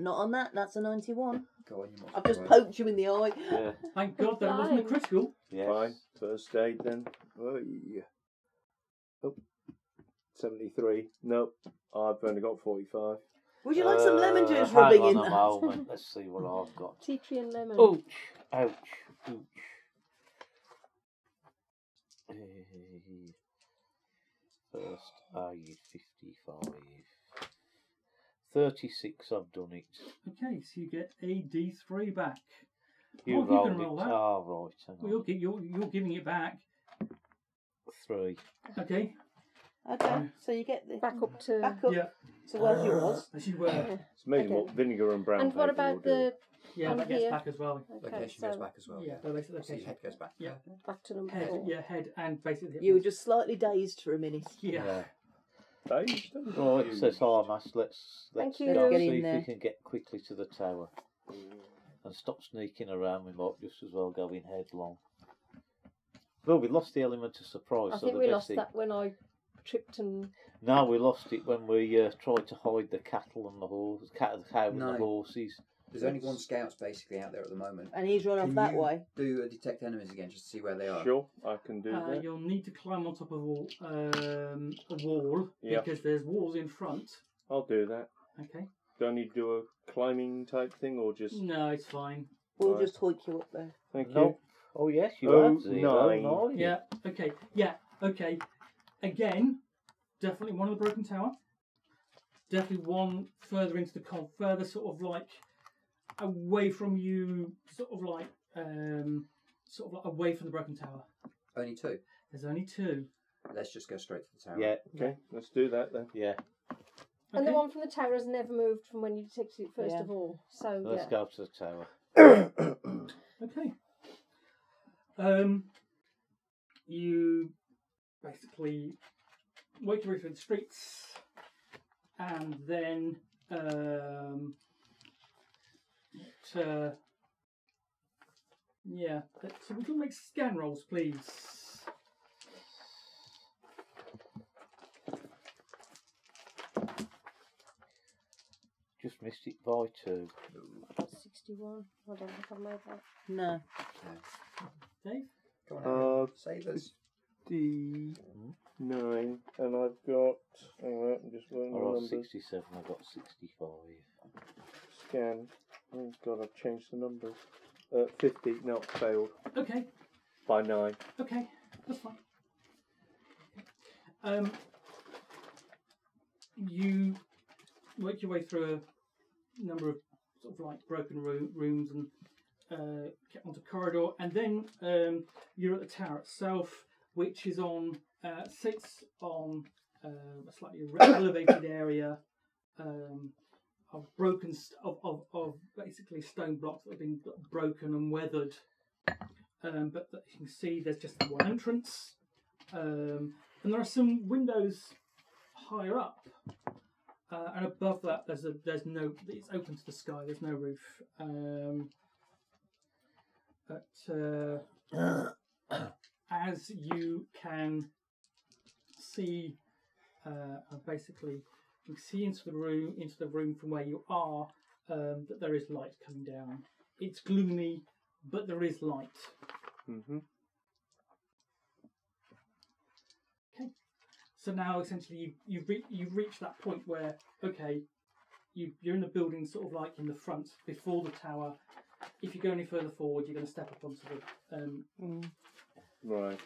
Speaker 4: Not on that, that's a 91.
Speaker 6: Go on, you must
Speaker 4: I've just
Speaker 6: try it.
Speaker 4: poked you in the eye.
Speaker 5: Yeah.
Speaker 2: Thank God that wasn't a
Speaker 3: Fine.
Speaker 2: critical.
Speaker 5: Yes.
Speaker 1: Fine. First aid then. Oy. 73. Nope. I've only got 45.
Speaker 4: Would you like some lemon
Speaker 5: Uh,
Speaker 4: juice
Speaker 5: hang
Speaker 4: rubbing
Speaker 5: on
Speaker 4: in
Speaker 5: a
Speaker 4: that?
Speaker 5: moment. Let's see what I've got.
Speaker 3: Tea tree and lemon.
Speaker 5: Ouch, ouch, ouch. Eh, First aid 55. 36, I've done it.
Speaker 2: Okay, so you get a D3 back.
Speaker 5: You
Speaker 2: Oh, you can
Speaker 5: rolled it.
Speaker 2: roll that.
Speaker 5: Ah, right. hang
Speaker 2: Well, you're,
Speaker 5: on.
Speaker 2: gi- you're, you're giving it back.
Speaker 5: Three.
Speaker 2: Okay,
Speaker 4: Okay, so you get the
Speaker 3: Back up to.
Speaker 4: back up
Speaker 2: yeah,
Speaker 4: to where you was.
Speaker 2: as you were.
Speaker 1: It's amazing
Speaker 3: Okay.
Speaker 1: what vinegar and brown
Speaker 3: and what
Speaker 1: paper
Speaker 3: about
Speaker 1: will do.
Speaker 3: the?
Speaker 2: Yeah,
Speaker 3: I'm
Speaker 2: that gets
Speaker 3: here.
Speaker 2: back as well.
Speaker 3: Okay,
Speaker 6: Location
Speaker 3: so
Speaker 6: goes back as well.
Speaker 2: Yeah,
Speaker 6: Yeah.
Speaker 2: the basic
Speaker 6: So your head
Speaker 2: location.
Speaker 6: goes back.
Speaker 2: Yeah.
Speaker 3: back to number
Speaker 2: Head,
Speaker 3: four.
Speaker 2: yeah, head and basically.
Speaker 4: You were just slightly dazed for a minute.
Speaker 2: Yeah.
Speaker 1: Dazed and
Speaker 5: Right, so
Speaker 1: confused.
Speaker 5: Thomas, let's let's
Speaker 3: Thank you.
Speaker 5: go
Speaker 4: Get in
Speaker 5: see if
Speaker 4: there.
Speaker 5: we can get quickly to the tower. And stop sneaking around, we might just as well go in headlong. Well, we lost the element of surprise.
Speaker 3: I
Speaker 5: Oh, so
Speaker 3: think
Speaker 5: the
Speaker 3: we
Speaker 5: best
Speaker 3: lost
Speaker 5: thing-
Speaker 3: that when I tripped and
Speaker 5: No, we lost it when we uh, tried to hide the cattle and the horse, cat, the cow and
Speaker 6: No.
Speaker 5: the horses.
Speaker 6: There's only one scouts basically out there at the moment.
Speaker 4: And he's run off
Speaker 6: Can
Speaker 4: that
Speaker 6: you
Speaker 4: way.
Speaker 6: Do a detect enemies again just to see where they are.
Speaker 1: Sure, I can do
Speaker 2: Uh,
Speaker 1: that.
Speaker 2: you'll need to climb on top of a wall, um, a wall
Speaker 1: Yeah.
Speaker 2: because there's walls in front.
Speaker 1: I'll do that.
Speaker 2: Okay.
Speaker 1: Do I need to do a climbing type thing or just.
Speaker 2: No, it's fine.
Speaker 4: We'll
Speaker 1: Right.
Speaker 4: just hoik you up there.
Speaker 1: Thank you.
Speaker 5: Nope. Oh yes, you
Speaker 1: Oh,
Speaker 5: have zero.
Speaker 1: nine.
Speaker 5: nine.
Speaker 2: Yeah. Okay. Yeah. Okay. Again, definitely one of the broken tower. Definitely one further into the con, further sort of like away from you, sort of like um, sort of like away from the broken tower.
Speaker 6: Only two.
Speaker 2: There's only two.
Speaker 6: Let's just go straight to the tower.
Speaker 5: Yeah,
Speaker 1: Okay, let's do that then.
Speaker 5: yeah.
Speaker 2: Okay.
Speaker 3: and the one from the tower has never moved from when you detected it first
Speaker 4: Yeah.
Speaker 3: of all. So
Speaker 5: Let's
Speaker 3: yeah.
Speaker 5: go to the tower.
Speaker 2: Okay. Um, you basically work your way through the streets, and then um, it, uh, yeah. But, so we can make scan rolls, please.
Speaker 5: Just missed it by two.
Speaker 3: I got sixty-one. I don't think I made that.
Speaker 4: No.
Speaker 2: Dave.
Speaker 6: Come on, Aaron.
Speaker 1: Uh,
Speaker 6: save us.
Speaker 1: D nine, and I've got. Hang on, I'm just learning
Speaker 5: I
Speaker 1: the
Speaker 5: rolled
Speaker 1: numbers.
Speaker 5: sixty-seven. I got sixty-five.
Speaker 1: Scan. Oh god, I've changed the numbers. Uh, Fifty. No, failed
Speaker 2: Okay.
Speaker 1: by nine.
Speaker 2: Okay, that's fine. Um, you work your way through a number of sort of like broken roo- rooms and uh, get onto corridor, and then um, you're at the tower itself, which is on uh, sits on uh, a slightly re- elevated area um, of broken st- of, of of basically stone blocks that have been broken and weathered um, but th- you can see there's just one entrance, um, and there are some windows higher up, uh, and above that there's a there's no it's open to the sky. There's no roof, um, but uh, as you can see, uh, and basically you can see into the room into the room from where you are um, that there is light coming down. It's gloomy, but there is light.
Speaker 1: Mm-hmm.
Speaker 2: So now essentially you you re- you reach that point where okay, you you're in the building sort of like in the front before the tower. If you go any further forward, you're going to step up onto the um,
Speaker 4: Mm.
Speaker 1: Right.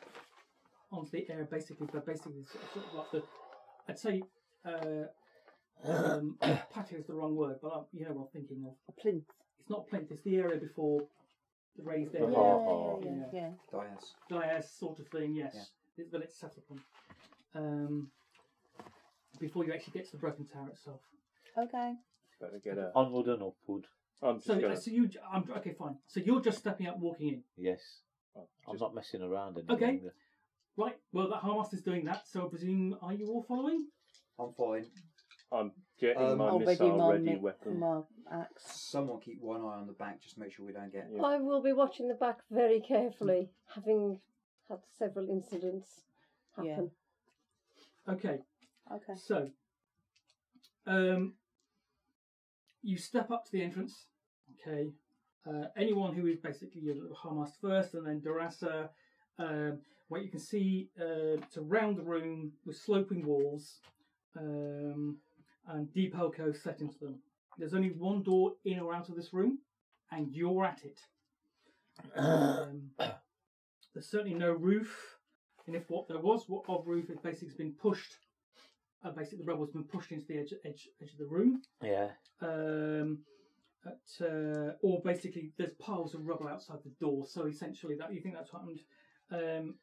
Speaker 2: onto the air basically, but basically sort of, sort of like the I'd say uh, um, patio is the wrong word, but I, you know what I'm thinking of.
Speaker 4: A plinth.
Speaker 2: It's not plinth. It's the area before the raised
Speaker 5: The
Speaker 2: area.
Speaker 5: hall.
Speaker 2: yeah.
Speaker 3: yeah, yeah.
Speaker 4: Yeah.
Speaker 6: Dias.
Speaker 2: Dias sort of thing, yes. It- But it's set upon um, before you actually get to the broken tower itself.
Speaker 4: Okay.
Speaker 1: Better get out.
Speaker 5: Onward and upward.
Speaker 1: I'm just
Speaker 2: So,
Speaker 1: gonna.
Speaker 2: uh, so you, I'm okay, fine. So you're just stepping out, walking in,
Speaker 5: Yes.
Speaker 1: I'm
Speaker 5: I'm
Speaker 1: just-
Speaker 5: not messing around any
Speaker 2: Okay.
Speaker 5: longer.
Speaker 2: right? Well, that Harmas is doing that, so I presume are you all following?
Speaker 6: I'm following.
Speaker 1: I'm getting
Speaker 6: Um,
Speaker 1: my
Speaker 4: Already
Speaker 1: missile
Speaker 4: my
Speaker 1: ready
Speaker 4: mi-
Speaker 1: weapon.
Speaker 4: My axe.
Speaker 6: Someone keep one eye on the back, just make sure we don't get.
Speaker 1: Yeah.
Speaker 3: I will be watching the back very carefully, having had several incidents happen.
Speaker 4: Yeah.
Speaker 2: Okay,
Speaker 4: Okay.
Speaker 2: so um, you step up to the entrance. Okay, uh, anyone who is basically your Hamas first, and then Durasa, um, where you can see uh, it's a round room with sloping walls um, and deep alcoves set into them. There's only one door in or out of this room, and you're at it. Um, there's certainly no roof, and if what there was what of roof, it basically has been pushed. Uh, basically, the rubble has been pushed into the edge, edge, edge of the room
Speaker 5: Yeah.
Speaker 2: um, at, uh, or basically there's piles of rubble outside the door. So essentially, that you think that's happened. Um,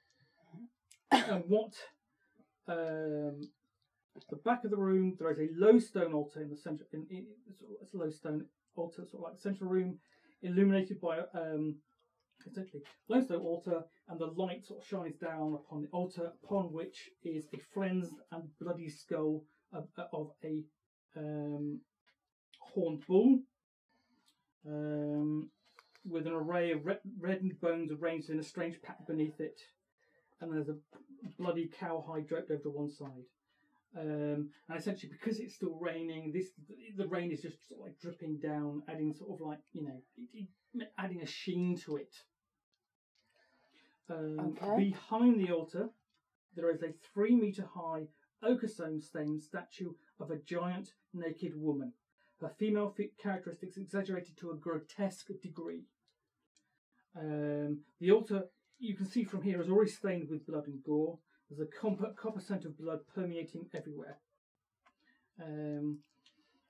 Speaker 2: and what um, at the back of the room there is a low stone altar in the center. In, in, it's a- it's a low stone altar, sort of like the central room, illuminated by um, essentially low stone altar, and the light sort of shines down upon the altar, upon which is a flensed and bloody skull of, of a um, horned bull um, with an array of red, reddened bones arranged in a strange pattern beneath it. And there's a bloody cowhide draped over to one side. Um, and essentially, because it's still raining, this the rain is just sort of like dripping down, adding sort of like you know, it- it- adding a sheen to it. Um,
Speaker 4: Okay.
Speaker 2: Behind the altar, there is a three meter high ochre stone stained statue of a giant naked woman her female fe- characteristics exaggerated to a grotesque degree. Um, the altar, you can see from here, is already stained with blood and gore. There's a comp- copper scent of blood permeating everywhere. Um,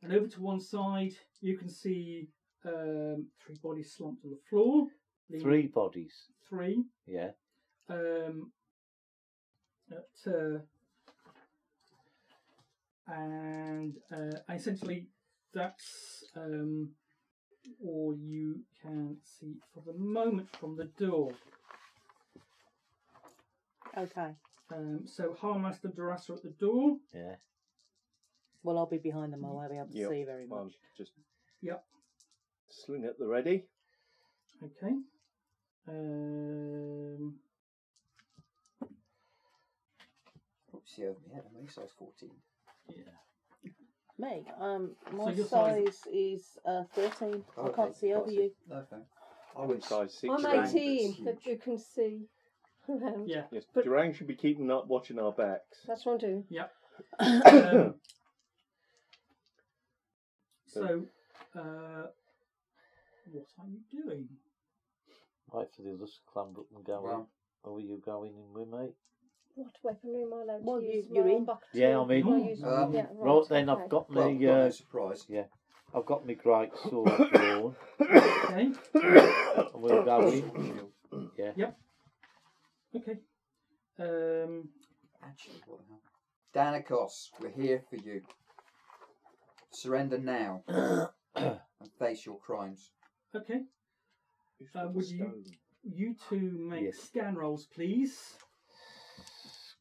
Speaker 2: and over to one side, you can see um, three bodies slumped on the floor. leaning-
Speaker 5: Three bodies.
Speaker 2: Three.
Speaker 5: Yeah.
Speaker 2: Um, at, uh, and uh, essentially, that's um, all you can see for the moment from the door.
Speaker 4: Okay.
Speaker 2: Um, so, Harmaster Durasa at the door.
Speaker 5: Yeah.
Speaker 4: Well, I'll be behind them. I won't be able to
Speaker 1: Yep.
Speaker 4: see very much.
Speaker 1: Well, just
Speaker 2: Yep.
Speaker 1: sling at the ready.
Speaker 2: Okay. Um,
Speaker 6: Probably Oh, see uh, over my head. I'm only size 14.
Speaker 4: Me, um, my
Speaker 2: your size-
Speaker 4: size is uh, thirteen. I can't see over you.
Speaker 6: Okay. I went
Speaker 1: size six.
Speaker 3: I'm
Speaker 6: Durang,
Speaker 1: Durang.
Speaker 6: that's
Speaker 3: 18, but
Speaker 6: huge.
Speaker 3: you can see around.
Speaker 2: Yeah.
Speaker 1: Yes,
Speaker 3: But-
Speaker 1: Durang should be keeping up, watching our backs.
Speaker 3: That's what I'm doing.
Speaker 2: um, so, uh, what are you doing?
Speaker 5: Right for the others to clamber up and go in.
Speaker 6: Well,
Speaker 5: Oh, are you going in with me?
Speaker 3: What weaponry am I allowed to
Speaker 4: Well, you-
Speaker 3: use?
Speaker 4: you're
Speaker 3: My
Speaker 4: in.
Speaker 3: Ombak
Speaker 5: Yeah,
Speaker 3: tool.
Speaker 5: I'm in.
Speaker 3: Can I use-
Speaker 6: Um,
Speaker 3: yeah, right,
Speaker 5: Right then,
Speaker 3: okay.
Speaker 5: I've got
Speaker 6: well,
Speaker 5: me.
Speaker 6: got no
Speaker 5: Uh,
Speaker 6: surprise.
Speaker 5: I've got my great sword drawn,
Speaker 2: Okay.
Speaker 5: and we're going. Yeah.
Speaker 2: Okay. Um,
Speaker 6: Actually, what the hell? Danikos, we're here for you. Surrender now and face your crimes.
Speaker 2: okay. Uh, would you- You two make
Speaker 5: Yes.
Speaker 2: scan rolls, please.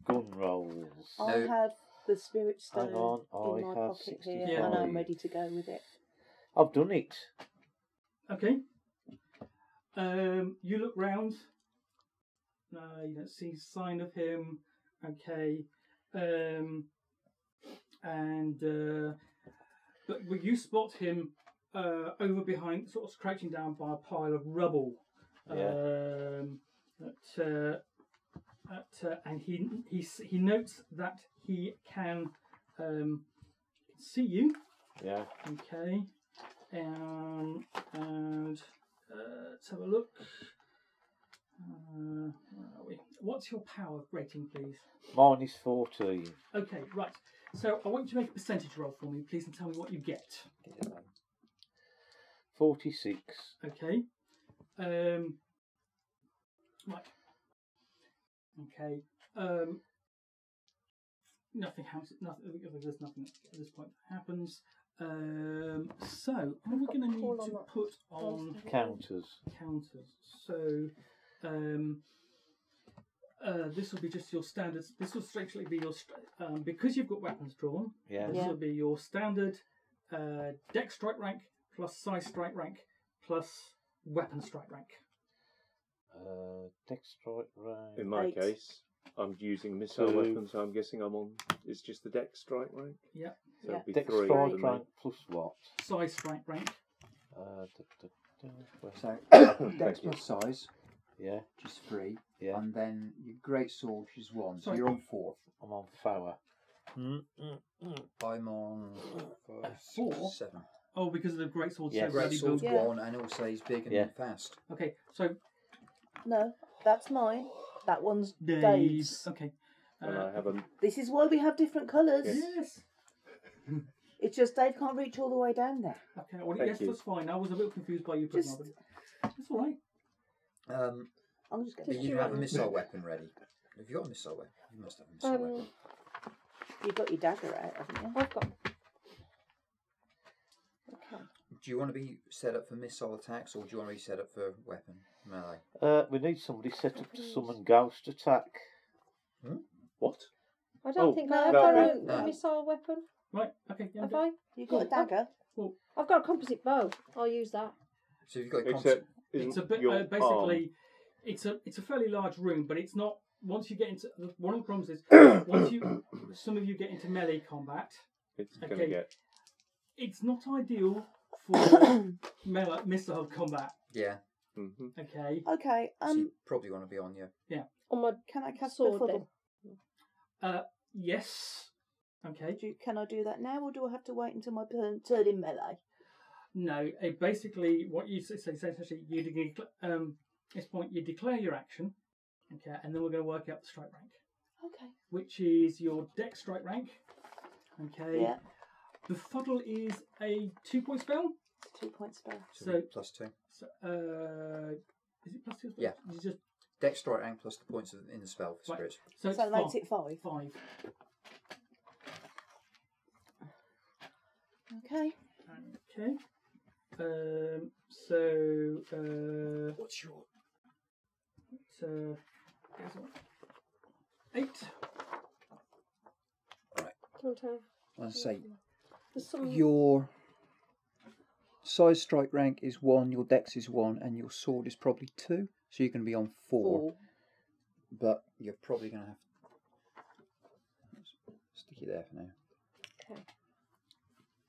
Speaker 5: Gun rolls.
Speaker 4: I
Speaker 6: No.
Speaker 4: have the spirit stone
Speaker 5: Hang on,
Speaker 4: in my
Speaker 5: I have
Speaker 4: pocket here,
Speaker 5: sixty-five.
Speaker 2: Yeah.
Speaker 4: and I'm ready to go with it.
Speaker 5: I've done it.
Speaker 2: Okay. Um, you look round. No, you don't see sign of him. Okay. Um, and uh, but well, you spot him uh, over behind, sort of crouching down by a pile of rubble. Um, at, uh, at, uh, and he he s- he notes that he can um, see you.
Speaker 5: Yeah.
Speaker 2: Okay. Um, and uh, let's have a look. Uh, where are we? What's your power rating, please?
Speaker 5: Mine is fourteen.
Speaker 2: Okay, right. So I want you to make a percentage roll for me, please, and tell me what you get.
Speaker 6: Get it done.
Speaker 5: Forty-six.
Speaker 2: Okay. Um, right. Okay. Um, nothing happens. Nothing. There's nothing at this point that happens. Um, so are we going to need
Speaker 3: Call on
Speaker 2: to
Speaker 3: that
Speaker 2: put on?
Speaker 5: Counters.
Speaker 2: counters. So um, uh, this will be just your standard. This will strictly be your st- um, because you've got weapons drawn.
Speaker 5: Yeah.
Speaker 2: This will be your standard uh, deck strike rank plus size strike rank plus weapon strike rank.
Speaker 5: Uh, deck strike
Speaker 1: In
Speaker 5: range.
Speaker 1: my
Speaker 4: Eight.
Speaker 1: case, I'm using missile
Speaker 5: Two.
Speaker 1: weapons, so I'm guessing I'm on. It's just the deck strike, right?
Speaker 2: Yeah.
Speaker 1: So it'd be
Speaker 5: Deck
Speaker 1: three.
Speaker 5: strike
Speaker 1: wouldn't it?
Speaker 5: rank plus what?
Speaker 2: Size strike rank.
Speaker 5: Uh, da, da, da, where's-
Speaker 6: So,
Speaker 1: Thank
Speaker 6: dex
Speaker 1: you.
Speaker 6: plus size.
Speaker 5: Yeah,
Speaker 6: which is three,
Speaker 5: yeah.
Speaker 6: and then your great sword, which is one. So
Speaker 2: Sorry.
Speaker 6: you're on four.
Speaker 5: I'm on Fower. Mm, mm, mm.
Speaker 6: I'm on five, six,
Speaker 2: Four?
Speaker 6: seven.
Speaker 2: Oh, because of the great sword.
Speaker 5: Yeah,
Speaker 2: so
Speaker 6: Great
Speaker 2: really
Speaker 6: sword's
Speaker 2: built-
Speaker 3: Yeah.
Speaker 6: one, and also he's big and
Speaker 5: Yeah.
Speaker 6: fast.
Speaker 2: Okay, so
Speaker 4: No, that's mine. That one's
Speaker 2: Dave.
Speaker 4: Dave's.
Speaker 2: Okay. Uh,
Speaker 1: And I haven't.
Speaker 4: This is why we have different colours.
Speaker 2: Yes.
Speaker 4: It's just Dave can't reach all the way down there.
Speaker 2: Okay. Well,
Speaker 1: Thank
Speaker 2: yes,
Speaker 1: you.
Speaker 2: that's fine. I was a bit confused by you putting
Speaker 4: Just-
Speaker 2: up. It's all right.
Speaker 6: Um,
Speaker 4: I'm just going
Speaker 6: do
Speaker 3: Did
Speaker 4: to.
Speaker 6: you
Speaker 3: you
Speaker 6: have a
Speaker 3: want-
Speaker 6: missile weapon ready? Have you got a missile weapon? You must have a missile
Speaker 3: Um,
Speaker 6: weapon.
Speaker 4: You've got your dagger out, haven't you?
Speaker 3: I've got. Okay.
Speaker 6: Do you want to be set up for missile attacks, or do you want to be set up for weapon melee?
Speaker 5: Uh, we need somebody set up to summon Ghost Attack.
Speaker 1: What?
Speaker 3: I don't
Speaker 5: Oh,
Speaker 3: think
Speaker 4: no,
Speaker 3: I have
Speaker 1: no,
Speaker 3: got
Speaker 1: no,
Speaker 3: a
Speaker 6: no.
Speaker 3: missile weapon.
Speaker 2: Right. Okay. Yeah,
Speaker 3: Have I?
Speaker 4: You've got a dagger.
Speaker 3: I've got a composite bow. I'll use that.
Speaker 6: So you've got a
Speaker 1: Except
Speaker 2: it's a
Speaker 1: isn't
Speaker 2: bit
Speaker 1: your
Speaker 2: uh,
Speaker 1: arm-
Speaker 2: basically it's a it's a fairly large room but it's not once you get into one of the problems is once you some of you get into melee combat
Speaker 1: It's going to
Speaker 2: okay.
Speaker 1: get.
Speaker 2: it's not ideal for melee missile combat
Speaker 6: yeah.
Speaker 1: Mhm.
Speaker 2: okay
Speaker 4: Okay.
Speaker 6: so
Speaker 4: Um.
Speaker 6: you probably want to be on your
Speaker 3: On my
Speaker 4: Can I cast
Speaker 3: sword
Speaker 4: befuddle?
Speaker 3: then.
Speaker 2: yes okay
Speaker 4: Do you, can I do that now, or do I have to wait until my turn, turn in melee?
Speaker 2: no it basically what you say so essentially you de- um at this point you declare your action okay and then we're going to work out the strike rank
Speaker 4: Okay.
Speaker 2: which is your deck strike rank okay
Speaker 4: Yeah.
Speaker 2: the fuddle is a two point spell
Speaker 4: It's a two point spell.
Speaker 6: so
Speaker 2: So-
Speaker 6: plus two.
Speaker 2: So, uh, is it plus two?
Speaker 6: Yeah.
Speaker 2: It's just
Speaker 6: Dex, strike, and plus the points of, in the spell for
Speaker 2: Right.
Speaker 6: spirits.
Speaker 2: so, it's
Speaker 4: So that makes
Speaker 2: five.
Speaker 4: it five.
Speaker 2: five.
Speaker 4: Okay.
Speaker 2: Okay. Um. So. Uh.
Speaker 6: What's your
Speaker 2: So. guess what? Eight.
Speaker 3: Don't have.
Speaker 6: I say
Speaker 3: There's
Speaker 6: Mm.
Speaker 3: some.
Speaker 6: your size strike rank is one, your dex is one, and your sword is probably two. So you're going to be on four,
Speaker 4: Four.
Speaker 6: but you're probably going to have stick it there for now.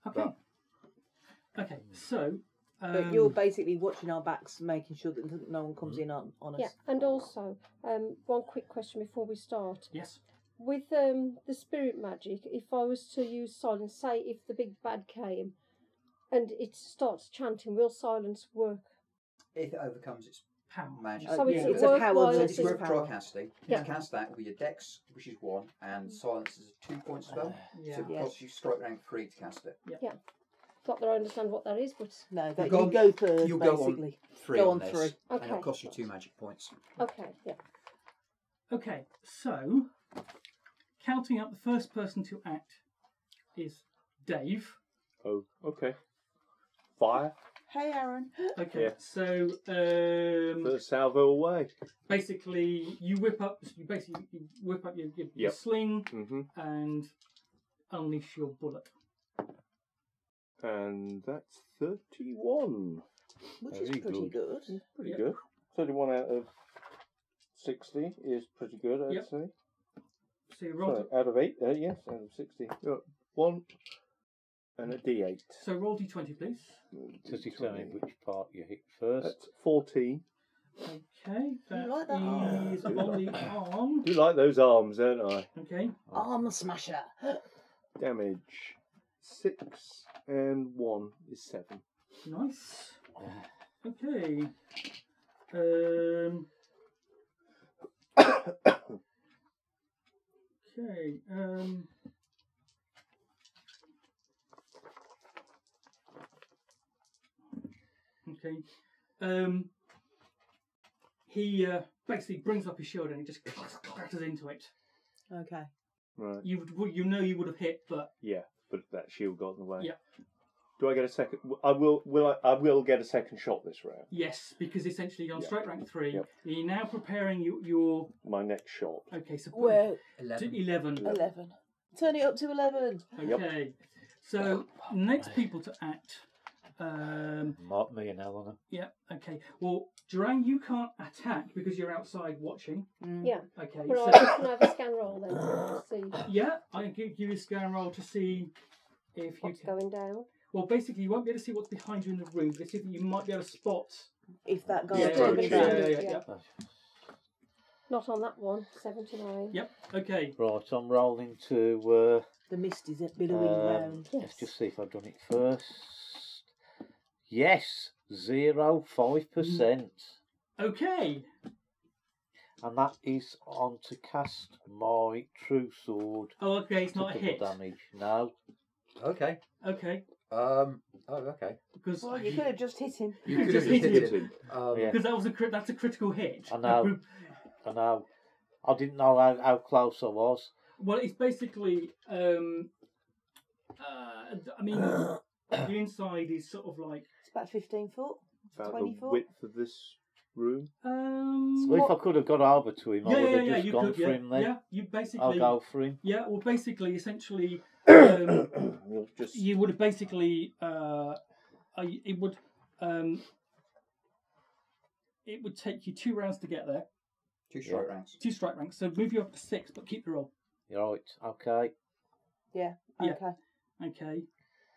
Speaker 2: Okay. Okay. So. Um,
Speaker 4: But you're basically watching our backs, making sure that no one comes
Speaker 6: Mm-hmm.
Speaker 4: in on, on us.
Speaker 3: Yeah, and also, um, one quick question before we start.
Speaker 2: Yes.
Speaker 3: With um, the spirit magic, if I was to use silence, say if the big bad came and it starts chanting, will silence work?
Speaker 6: If it overcomes its
Speaker 2: How?
Speaker 6: Magic.
Speaker 4: Uh,
Speaker 3: So
Speaker 4: yeah,
Speaker 3: it's
Speaker 4: it's a power
Speaker 3: worthwhile
Speaker 6: so
Speaker 3: Well,
Speaker 6: it's
Speaker 3: it's-
Speaker 6: worth
Speaker 4: versus power.
Speaker 6: broadcasting.
Speaker 3: Yeah.
Speaker 6: You cast that with your dex, which is one, and silence is a two point spell.
Speaker 2: Yeah.
Speaker 6: So it
Speaker 4: Yeah.
Speaker 6: costs you strike rank three to cast it.
Speaker 3: Not that I understand what that is, but
Speaker 4: No, but
Speaker 6: You go
Speaker 4: you
Speaker 6: on-
Speaker 4: go third,
Speaker 6: you'll go on.
Speaker 4: basically.
Speaker 6: Three
Speaker 4: Go on on this, three.
Speaker 6: And it'll
Speaker 3: Okay.
Speaker 6: cost you two magic points.
Speaker 3: okay, yeah.
Speaker 2: Okay. So. Counting up the first person to act is Dave.
Speaker 1: Oh, okay. Fire
Speaker 4: Hey, Aaron.
Speaker 2: Okay.
Speaker 1: Yeah.
Speaker 2: So. Um,
Speaker 1: the salvo away.
Speaker 2: basically you whip up you basically you whip up your, your, your
Speaker 1: Yep.
Speaker 2: sling
Speaker 1: Mm-hmm.
Speaker 2: and unleash your bullet
Speaker 1: And that's 31.
Speaker 4: Which
Speaker 5: Very
Speaker 4: is pretty
Speaker 5: good.
Speaker 4: good.
Speaker 1: Pretty
Speaker 2: Yep.
Speaker 1: good. 31 out of 60 is pretty good, I'd
Speaker 2: Yep.
Speaker 1: say.
Speaker 2: so you roll
Speaker 1: Sorry, out of 8, uh, yes, out of 60. Uh, 1 and a d8.
Speaker 2: so roll d20 please
Speaker 5: To determine which part you hit first.
Speaker 1: That's 14.
Speaker 2: okay that
Speaker 4: like that arm?
Speaker 2: is on the arm
Speaker 1: Do like those arms, don't I?
Speaker 2: okay
Speaker 6: Ah.
Speaker 4: Arm smasher.
Speaker 1: Damage 6 and 1 is 7.
Speaker 2: nice
Speaker 1: Oh.
Speaker 2: okay um okay um Okay. Um, he uh, basically brings up his shield and he just clatters into it.
Speaker 4: Okay.
Speaker 1: Right.
Speaker 2: You would- would, you know you would have hit, but
Speaker 1: Yeah, but that shield got in the way.
Speaker 2: Yeah.
Speaker 1: Do I get a second? I will. Will I? I will get a second shot this round.
Speaker 2: yes, because essentially you're on
Speaker 1: Yeah.
Speaker 2: strike rank three.
Speaker 1: Yep.
Speaker 2: You're now preparing your, your
Speaker 1: My next shot.
Speaker 2: okay, so put
Speaker 4: Well,
Speaker 2: to
Speaker 6: Eleven.
Speaker 2: eleven.
Speaker 4: 11. Turn it up to 11.
Speaker 1: Yep.
Speaker 2: Okay. So next people to act. Um,
Speaker 5: Mark me and Eleanor.
Speaker 2: yeah. Okay. Well, Durang, you can't attack because you're outside watching.
Speaker 4: Mm.
Speaker 3: Yeah.
Speaker 2: Okay.
Speaker 3: Well,
Speaker 2: so-
Speaker 3: I can have a scan roll then to see
Speaker 2: yeah, I can give you a scan roll to see if you
Speaker 3: what's
Speaker 2: can.
Speaker 3: going down.
Speaker 2: Well, basically, you won't be able to see what's behind you in the room, but it's either you might be able to spot.
Speaker 4: If that
Speaker 3: Oh,
Speaker 4: guy
Speaker 1: Yeah,
Speaker 4: had taken
Speaker 1: approach
Speaker 4: it
Speaker 1: it.
Speaker 4: down,
Speaker 2: yeah, yeah,
Speaker 3: yeah.
Speaker 2: yeah.
Speaker 5: That's
Speaker 3: Not on that one. 79.
Speaker 2: Yep. Okay.
Speaker 5: Right, I'm rolling to.
Speaker 4: the mist is
Speaker 5: Uh,
Speaker 4: billowing
Speaker 5: um,
Speaker 4: round.
Speaker 5: let's just see if I've done it first. Yes, zero
Speaker 2: Mm.
Speaker 5: five percent,
Speaker 2: Okay.
Speaker 5: and that is on to cast my true sword.
Speaker 2: Oh, okay. It's
Speaker 5: to
Speaker 2: not a
Speaker 5: double
Speaker 2: hit.
Speaker 5: damage. No,
Speaker 6: Okay.
Speaker 2: Okay.
Speaker 6: Um. Oh, okay.
Speaker 2: Because
Speaker 4: Well, you could have just hit him.
Speaker 6: You
Speaker 2: You
Speaker 6: could have
Speaker 2: just
Speaker 6: just
Speaker 2: hit
Speaker 6: hit him. Um,
Speaker 5: Yeah.
Speaker 2: because that was a crit. That's a critical hit.
Speaker 5: I know. I know. I didn't know how, how close I was.
Speaker 2: Well, it's basically. Um, uh, I mean, the inside is sort of like.
Speaker 4: It's about 15 foot.
Speaker 1: About
Speaker 4: 20
Speaker 1: the
Speaker 4: foot?
Speaker 1: width of this room.
Speaker 2: Um,
Speaker 5: Well, if I could have got over to him,
Speaker 2: yeah,
Speaker 5: I would
Speaker 2: yeah,
Speaker 5: have
Speaker 2: yeah,
Speaker 5: just
Speaker 2: you
Speaker 5: gone
Speaker 2: could,
Speaker 5: for
Speaker 2: yeah,
Speaker 5: him then.
Speaker 2: Yeah, you basically.
Speaker 5: I'll go for him.
Speaker 2: Yeah, well, basically, essentially, um,
Speaker 1: You'll just
Speaker 2: you would have basically uh, uh, it would um, it would take you two rounds to get there,
Speaker 6: two short rounds.
Speaker 2: two strike ranks. So move you up to six, but keep the roll.
Speaker 5: You're right. Okay.
Speaker 2: Yeah.
Speaker 4: Okay.
Speaker 2: Okay.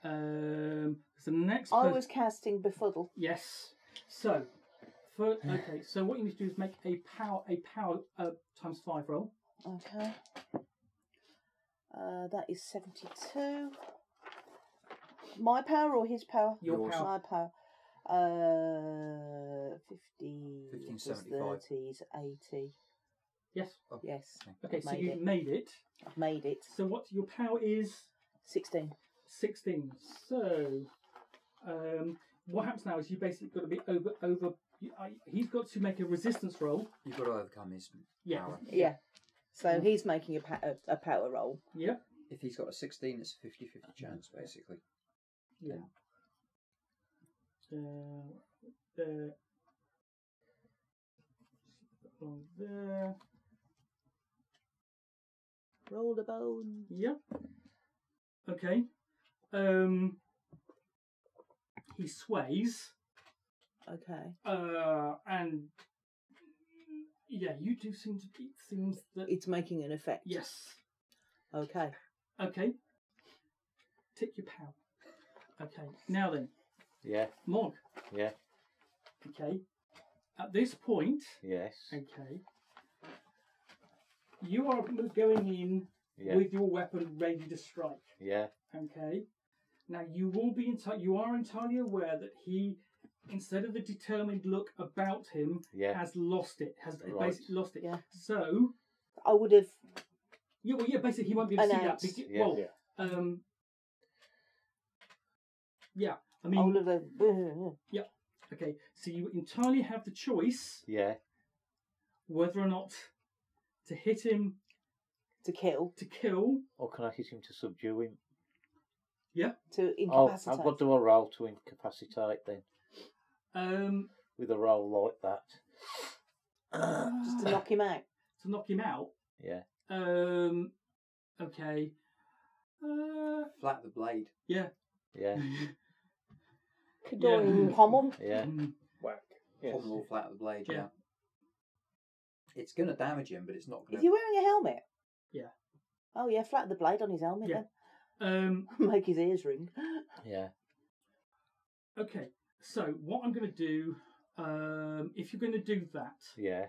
Speaker 2: Um, so the next.
Speaker 4: I
Speaker 2: pers-
Speaker 4: was casting befuddle.
Speaker 2: Yes. So, for, okay. So what you need to do is make a power a power uh, times five roll.
Speaker 4: Okay. Uh, that is 72. My power or his power?
Speaker 2: Your
Speaker 6: Yours.
Speaker 2: power.
Speaker 4: My power. Uh, 50.
Speaker 6: 1575.
Speaker 4: 30s, 80.
Speaker 2: Yes.
Speaker 4: Yes.
Speaker 2: Okay.
Speaker 4: I've
Speaker 2: So
Speaker 4: made
Speaker 2: you
Speaker 4: it.
Speaker 2: made it.
Speaker 4: I've made it.
Speaker 2: So what your power is?
Speaker 4: 16.
Speaker 2: 16. So, um, what happens now is you basically got to be over over. you- I, he's got to make a resistance roll.
Speaker 6: You've got to overcome his
Speaker 2: Yeah.
Speaker 6: power.
Speaker 4: Yeah. So he's making a, pa- a- a power roll.
Speaker 2: Yeah.
Speaker 6: If he's got a 16, it's a 50 50 chance, basically.
Speaker 2: Yeah. Uh, uh, along there.
Speaker 4: Roll the bone.
Speaker 2: Yeah. Okay. Um. He sways.
Speaker 4: Okay.
Speaker 2: Uh, and yeah, you do seem to be seems that
Speaker 4: It's making an effect.
Speaker 2: yes.
Speaker 4: Okay.
Speaker 2: Okay. Tick your power. Okay. Now then,
Speaker 5: Yeah.
Speaker 2: Mog.
Speaker 5: Yeah.
Speaker 2: Okay. At this point,
Speaker 5: Yes.
Speaker 2: okay, you are mo- going in
Speaker 5: Yeah.
Speaker 2: with your weapon ready to strike.
Speaker 5: Yeah.
Speaker 2: Okay. Now you will be enti- you are entirely aware that he, instead of the determined look about him,
Speaker 5: Yeah.
Speaker 2: has lost it. Has
Speaker 5: Right.
Speaker 2: basically lost it.
Speaker 4: Yeah.
Speaker 2: So
Speaker 4: I would have.
Speaker 2: yeah, well, yeah, basically he won't be able to see
Speaker 4: Announced.
Speaker 2: that. Because,
Speaker 5: Yeah.
Speaker 2: well, um, yeah. I
Speaker 4: I would
Speaker 2: mean,
Speaker 4: have. uh,
Speaker 2: okay. So you entirely have the choice
Speaker 5: Yeah.
Speaker 2: whether or not to hit him
Speaker 4: to kill,
Speaker 2: to kill.
Speaker 5: Or can I hit him to subdue him?
Speaker 4: to
Speaker 5: Oh,
Speaker 4: incapacitate.
Speaker 5: I've got to do a roll to incapacitate then.
Speaker 2: Um,
Speaker 5: With a roll like that.
Speaker 4: Just to knock him out.
Speaker 2: to knock him out.
Speaker 5: Yeah.
Speaker 2: Um, okay. Uh, hmm.
Speaker 6: Flat the blade.
Speaker 5: Yeah.
Speaker 3: Kadoing.
Speaker 2: Mm.
Speaker 4: Pommel.
Speaker 5: Yeah.
Speaker 1: whack.
Speaker 6: Yes.
Speaker 1: Yes.
Speaker 6: flat the blade, yeah.
Speaker 2: Yeah.
Speaker 6: It's going to damage him, but it's not
Speaker 4: Is
Speaker 6: going
Speaker 4: he
Speaker 6: to.
Speaker 4: wearing a helmet?
Speaker 2: Yeah.
Speaker 4: Oh yeah, flat the blade on his helmet.
Speaker 2: Yeah. Um,
Speaker 4: Then. Make his ears ring.
Speaker 5: Yeah.
Speaker 2: okay. So what I'm going to do, um, if you're going to do that,
Speaker 5: Yeah.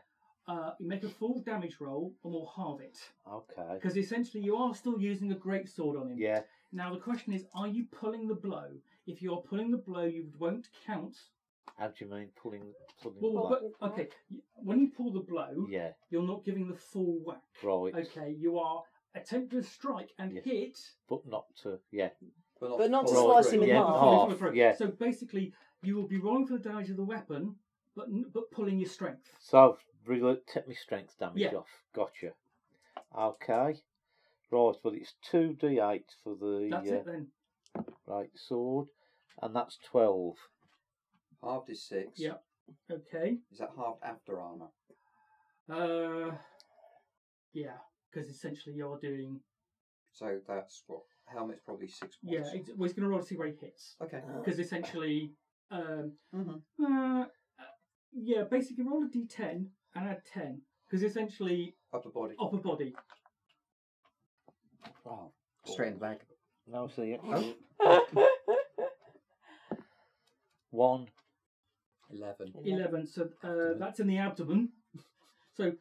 Speaker 2: uh, you make a full damage roll and we'll halve it
Speaker 5: Okay.
Speaker 2: because essentially you are still using a great sword on him.
Speaker 5: Yeah.
Speaker 2: Now the question is, are you pulling the blow? If you are pulling the blow, you won't count.
Speaker 5: How do you mean pulling pulling
Speaker 2: Well,
Speaker 5: blood?
Speaker 2: but okay. y- When you pull the blow,
Speaker 5: Yeah.
Speaker 2: you're not giving the full whack.
Speaker 5: Right.
Speaker 2: Okay, you are attempting to strike and
Speaker 5: Yes.
Speaker 2: hit.
Speaker 5: But not to yeah.
Speaker 4: But not to
Speaker 5: Right,
Speaker 4: slice him in
Speaker 5: yeah,
Speaker 4: half.
Speaker 5: half.
Speaker 2: Through.
Speaker 5: yeah.
Speaker 2: So basically, you will be rolling for the damage of the weapon, but n- but pulling your strength.
Speaker 5: So really take my strength damage
Speaker 2: Yeah.
Speaker 5: off. Gotcha. Okay. Right, well it's two D eight for the
Speaker 2: That's
Speaker 5: uh,
Speaker 2: it then.
Speaker 5: right sword. And that's twelve.
Speaker 6: Halved is six.
Speaker 2: Yeah. Okay.
Speaker 6: Is that halved after armour?
Speaker 2: Uh, yeah, because essentially you're doing.
Speaker 6: So that's what? Helmet's probably six
Speaker 2: Yeah,
Speaker 6: points.
Speaker 2: it's, well, it's going to roll to see where he hits.
Speaker 6: Okay.
Speaker 4: Uh,
Speaker 2: Because essentially, um,
Speaker 6: Mm-hmm.
Speaker 2: uh, yeah, basically roll a d10 and add 10. Because essentially,
Speaker 6: Upper body.
Speaker 2: upper body.
Speaker 4: oh.
Speaker 5: Oh.
Speaker 6: Straight in the back.
Speaker 5: No see it. One.
Speaker 6: Eleven.
Speaker 2: Eleven. So uh, that's in the abdomen. So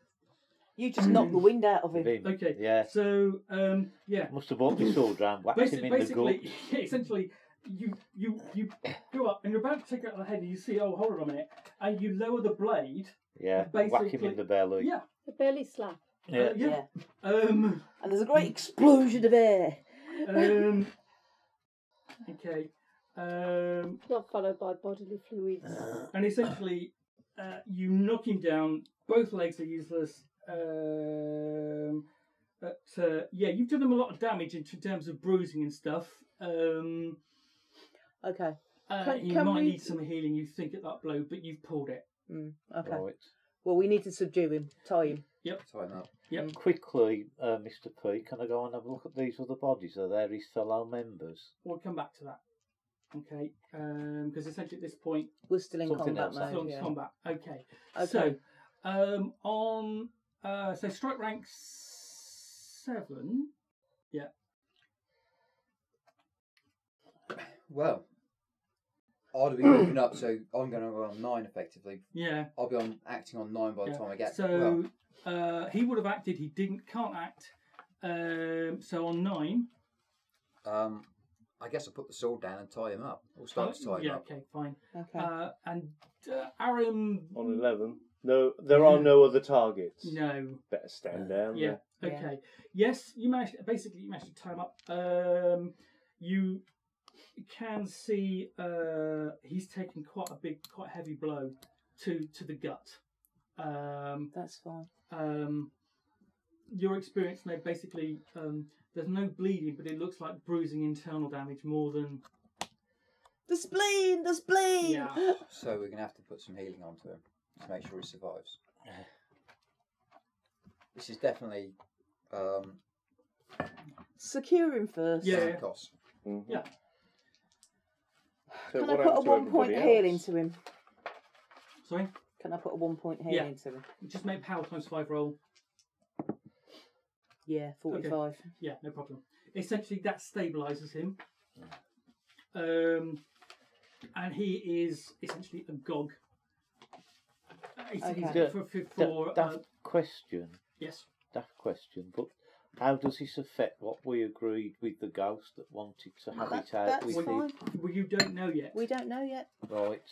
Speaker 4: You just knocked the wind out of him.
Speaker 5: Vim.
Speaker 2: okay.
Speaker 5: Yeah.
Speaker 2: So um, yeah.
Speaker 5: Must have walked his sword round, whacked
Speaker 2: Basi-
Speaker 5: him in the gut.
Speaker 2: basically, essentially, you you you go up and you're about to take out the head, and you see, oh, hold on a minute, and you lower the blade.
Speaker 5: Yeah. Whack him
Speaker 2: basically-
Speaker 5: in the belly.
Speaker 2: Yeah,
Speaker 3: The belly slap.
Speaker 5: Yeah.
Speaker 2: uh, yeah. Um,
Speaker 4: And there's a great explosion of air.
Speaker 2: um, okay. Um,
Speaker 3: Not followed by bodily fluids.
Speaker 2: and essentially, uh, you knock him down. Both legs are useless. Um, but uh, yeah, you've done him a lot of damage in t- terms of bruising and stuff. Um,
Speaker 4: Okay.
Speaker 2: uh,
Speaker 4: Can-
Speaker 2: he
Speaker 4: can
Speaker 2: might
Speaker 4: we-
Speaker 2: need some healing, you think, at that blow, but you've pulled it.
Speaker 4: Mm, okay.
Speaker 5: Right.
Speaker 4: Well, we need to subdue him, tie him.
Speaker 6: Time up.
Speaker 5: Quickly, uh, Mr. P, can I go and have a look at these other bodies? Are they his fellow members?
Speaker 2: We'll come back to that. Okay, because essentially at this point,
Speaker 4: We're still in
Speaker 5: Something
Speaker 4: combat
Speaker 5: else, I
Speaker 2: it's
Speaker 4: mode.
Speaker 2: on
Speaker 5: think.
Speaker 4: yeah.
Speaker 2: combat. Okay.
Speaker 4: Okay.
Speaker 2: So, um, on uh, so strike rank seven.
Speaker 6: Well, I'd have been moving up, so I'm going to go on nine effectively.
Speaker 2: Yeah.
Speaker 6: I'll be on acting on nine by the
Speaker 2: Yeah.
Speaker 6: time I get.
Speaker 2: So
Speaker 6: well,
Speaker 2: uh, he would have acted. He didn't. Can't act. Um, so on nine.
Speaker 6: um, I guess I'll put the sword down and tie him up. Or start to tie him
Speaker 2: yeah.
Speaker 6: up.
Speaker 2: Okay. Fine.
Speaker 4: Okay.
Speaker 2: Uh, and uh, Aram.
Speaker 1: On 11. No, there are no other targets.
Speaker 2: No.
Speaker 1: Better stand down.
Speaker 2: Yeah.
Speaker 4: Yeah.
Speaker 2: Okay. Yes, you managed. Basically, you managed to tie him up. Um, you can see uh, he's taken quite a big, quite heavy blow to to the gut. Um,
Speaker 4: That's fine.
Speaker 2: um, your experience may basically um, there's no bleeding, but it looks like bruising internal damage more than
Speaker 4: The spleen, the spleen.
Speaker 2: Yeah.
Speaker 6: So we're going to have to put some healing onto him to make sure he survives. This is definitely um,
Speaker 4: Secure him first.
Speaker 2: Yeah.
Speaker 6: Santos.
Speaker 1: Mhm.
Speaker 2: Yeah.
Speaker 1: So
Speaker 4: Can I
Speaker 1: what
Speaker 4: put a
Speaker 1: happened to
Speaker 4: one point
Speaker 1: everybody
Speaker 4: healing
Speaker 1: else?
Speaker 4: to him?
Speaker 2: sorry.
Speaker 4: Can I put a one point healing
Speaker 2: Yeah.
Speaker 4: to him?
Speaker 2: Just make power times five roll.
Speaker 4: Yeah, forty-five.
Speaker 2: Yeah, no problem. Essentially, that stabilizes him, um, and he is essentially a gog. Uh, he's- he's
Speaker 4: Okay.
Speaker 2: got for, for,
Speaker 5: Da-
Speaker 2: for, uh,
Speaker 5: daft question.
Speaker 2: yes.
Speaker 5: Daft question. But how does this affect what we agreed with the ghost that wanted to have
Speaker 4: That-
Speaker 5: it out
Speaker 4: that's
Speaker 5: with
Speaker 4: fine.
Speaker 5: him?
Speaker 2: Well, you don't know yet.
Speaker 4: We don't know yet.
Speaker 5: Right.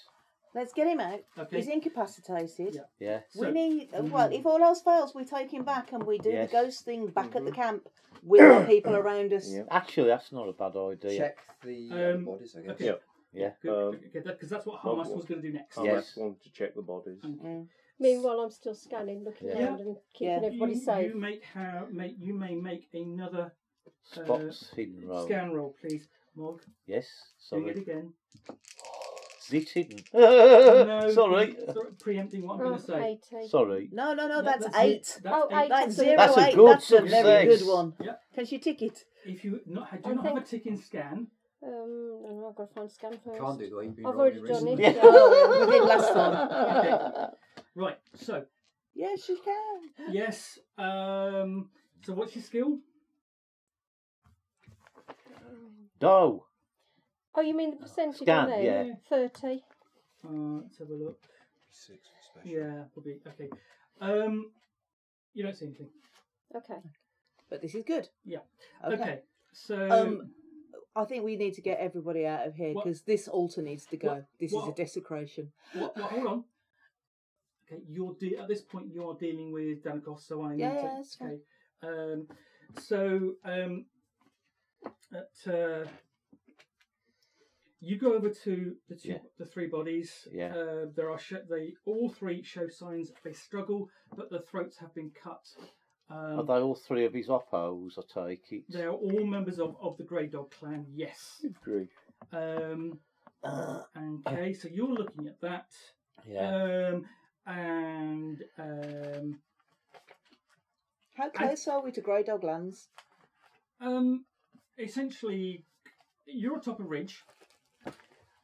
Speaker 4: Let's get him out.
Speaker 2: Okay.
Speaker 4: He's incapacitated.
Speaker 2: Yeah.
Speaker 5: Yeah.
Speaker 2: So-
Speaker 4: we need. uh, Well, if all else fails, we take him back and we do
Speaker 5: Yes.
Speaker 4: the ghost thing back at the camp with our people around us.
Speaker 1: Mm-hmm. Yeah.
Speaker 5: Actually, that's not a bad idea.
Speaker 6: Check the other
Speaker 2: Um,
Speaker 6: bodies, I guess.
Speaker 2: okay.
Speaker 1: Yeah.
Speaker 5: Yeah.
Speaker 2: Because
Speaker 1: Um,
Speaker 2: that's what Hamas
Speaker 1: Mogwai.
Speaker 2: was going to do next.
Speaker 1: I
Speaker 6: Yes.
Speaker 1: just wanted to check the bodies.
Speaker 4: Mm.
Speaker 3: Meanwhile, I'm still scanning, looking
Speaker 5: Yeah.
Speaker 3: around and keeping
Speaker 4: Yeah.
Speaker 3: everybody
Speaker 2: you,
Speaker 3: safe.
Speaker 2: you make how make you may make another
Speaker 5: Spots hidden roll.
Speaker 2: uh, scan roll, please, Mog.
Speaker 5: Yes.
Speaker 2: Do it
Speaker 5: Sorry.
Speaker 2: again.
Speaker 5: It's hidden.
Speaker 2: No,
Speaker 5: sorry.
Speaker 2: pre- sorry, preempting what I'm
Speaker 3: Oh,
Speaker 2: going to say.
Speaker 3: 80.
Speaker 5: Sorry.
Speaker 4: No, no, no.
Speaker 2: No,
Speaker 4: that's,
Speaker 2: it.
Speaker 4: eight.
Speaker 2: That's
Speaker 3: Oh,
Speaker 2: eight.
Speaker 3: eight.
Speaker 4: That's
Speaker 3: That's a-
Speaker 4: zero
Speaker 5: That's a
Speaker 4: eight.
Speaker 5: good
Speaker 4: that's a very
Speaker 5: success.
Speaker 4: good one.
Speaker 2: Yeah.
Speaker 4: Can she tick it?
Speaker 2: If you not had
Speaker 3: I
Speaker 2: you not have a
Speaker 3: think-
Speaker 2: ticking scan,
Speaker 3: Um, and I've got to find scan first.
Speaker 6: Can't do the way you've been
Speaker 3: I've
Speaker 6: rolling
Speaker 3: already done it.
Speaker 6: recently.
Speaker 5: Yeah.
Speaker 4: Oh, we did last time.
Speaker 2: right? So
Speaker 4: Yeah, she can.
Speaker 2: yes. Um. So what's your skill?
Speaker 5: No.
Speaker 3: Oh, you mean the percentage
Speaker 5: Scan,
Speaker 3: on there?
Speaker 5: yeah.
Speaker 3: 30.
Speaker 2: Uh, let's have a look.
Speaker 6: Six for special.
Speaker 2: Yeah, probably okay. Um. You don't see anything.
Speaker 3: Okay.
Speaker 4: But this is good.
Speaker 2: Yeah.
Speaker 4: Okay.
Speaker 2: Okay. So
Speaker 4: Um, I think we need to get everybody out of here
Speaker 2: What-
Speaker 4: because this altar needs to go.
Speaker 2: what-
Speaker 4: this is a
Speaker 2: what-
Speaker 4: desecration.
Speaker 2: Well, well, hold on. Okay, you're de- at this point you are dealing with Danikos, so I need
Speaker 4: Yeah,
Speaker 2: to.
Speaker 4: yeah, that's
Speaker 2: okay.
Speaker 4: fine.
Speaker 2: Um, so um, at, uh, you go over to the two,
Speaker 5: Yeah.
Speaker 2: the three bodies.
Speaker 5: Yeah.
Speaker 2: Uh, there are sh- they all three show signs they struggle, but the throats have been cut.
Speaker 5: Are
Speaker 2: Um,
Speaker 5: they all three of his oppos? I take it.
Speaker 2: they are all members of, of the Grey Dog clan. Yes.
Speaker 1: Good grief.
Speaker 2: Um, okay, so you're looking at that.
Speaker 5: yeah.
Speaker 2: Um, and um,
Speaker 4: How close are we to Grey Dog Lands?
Speaker 2: um, essentially, you're atop a ridge,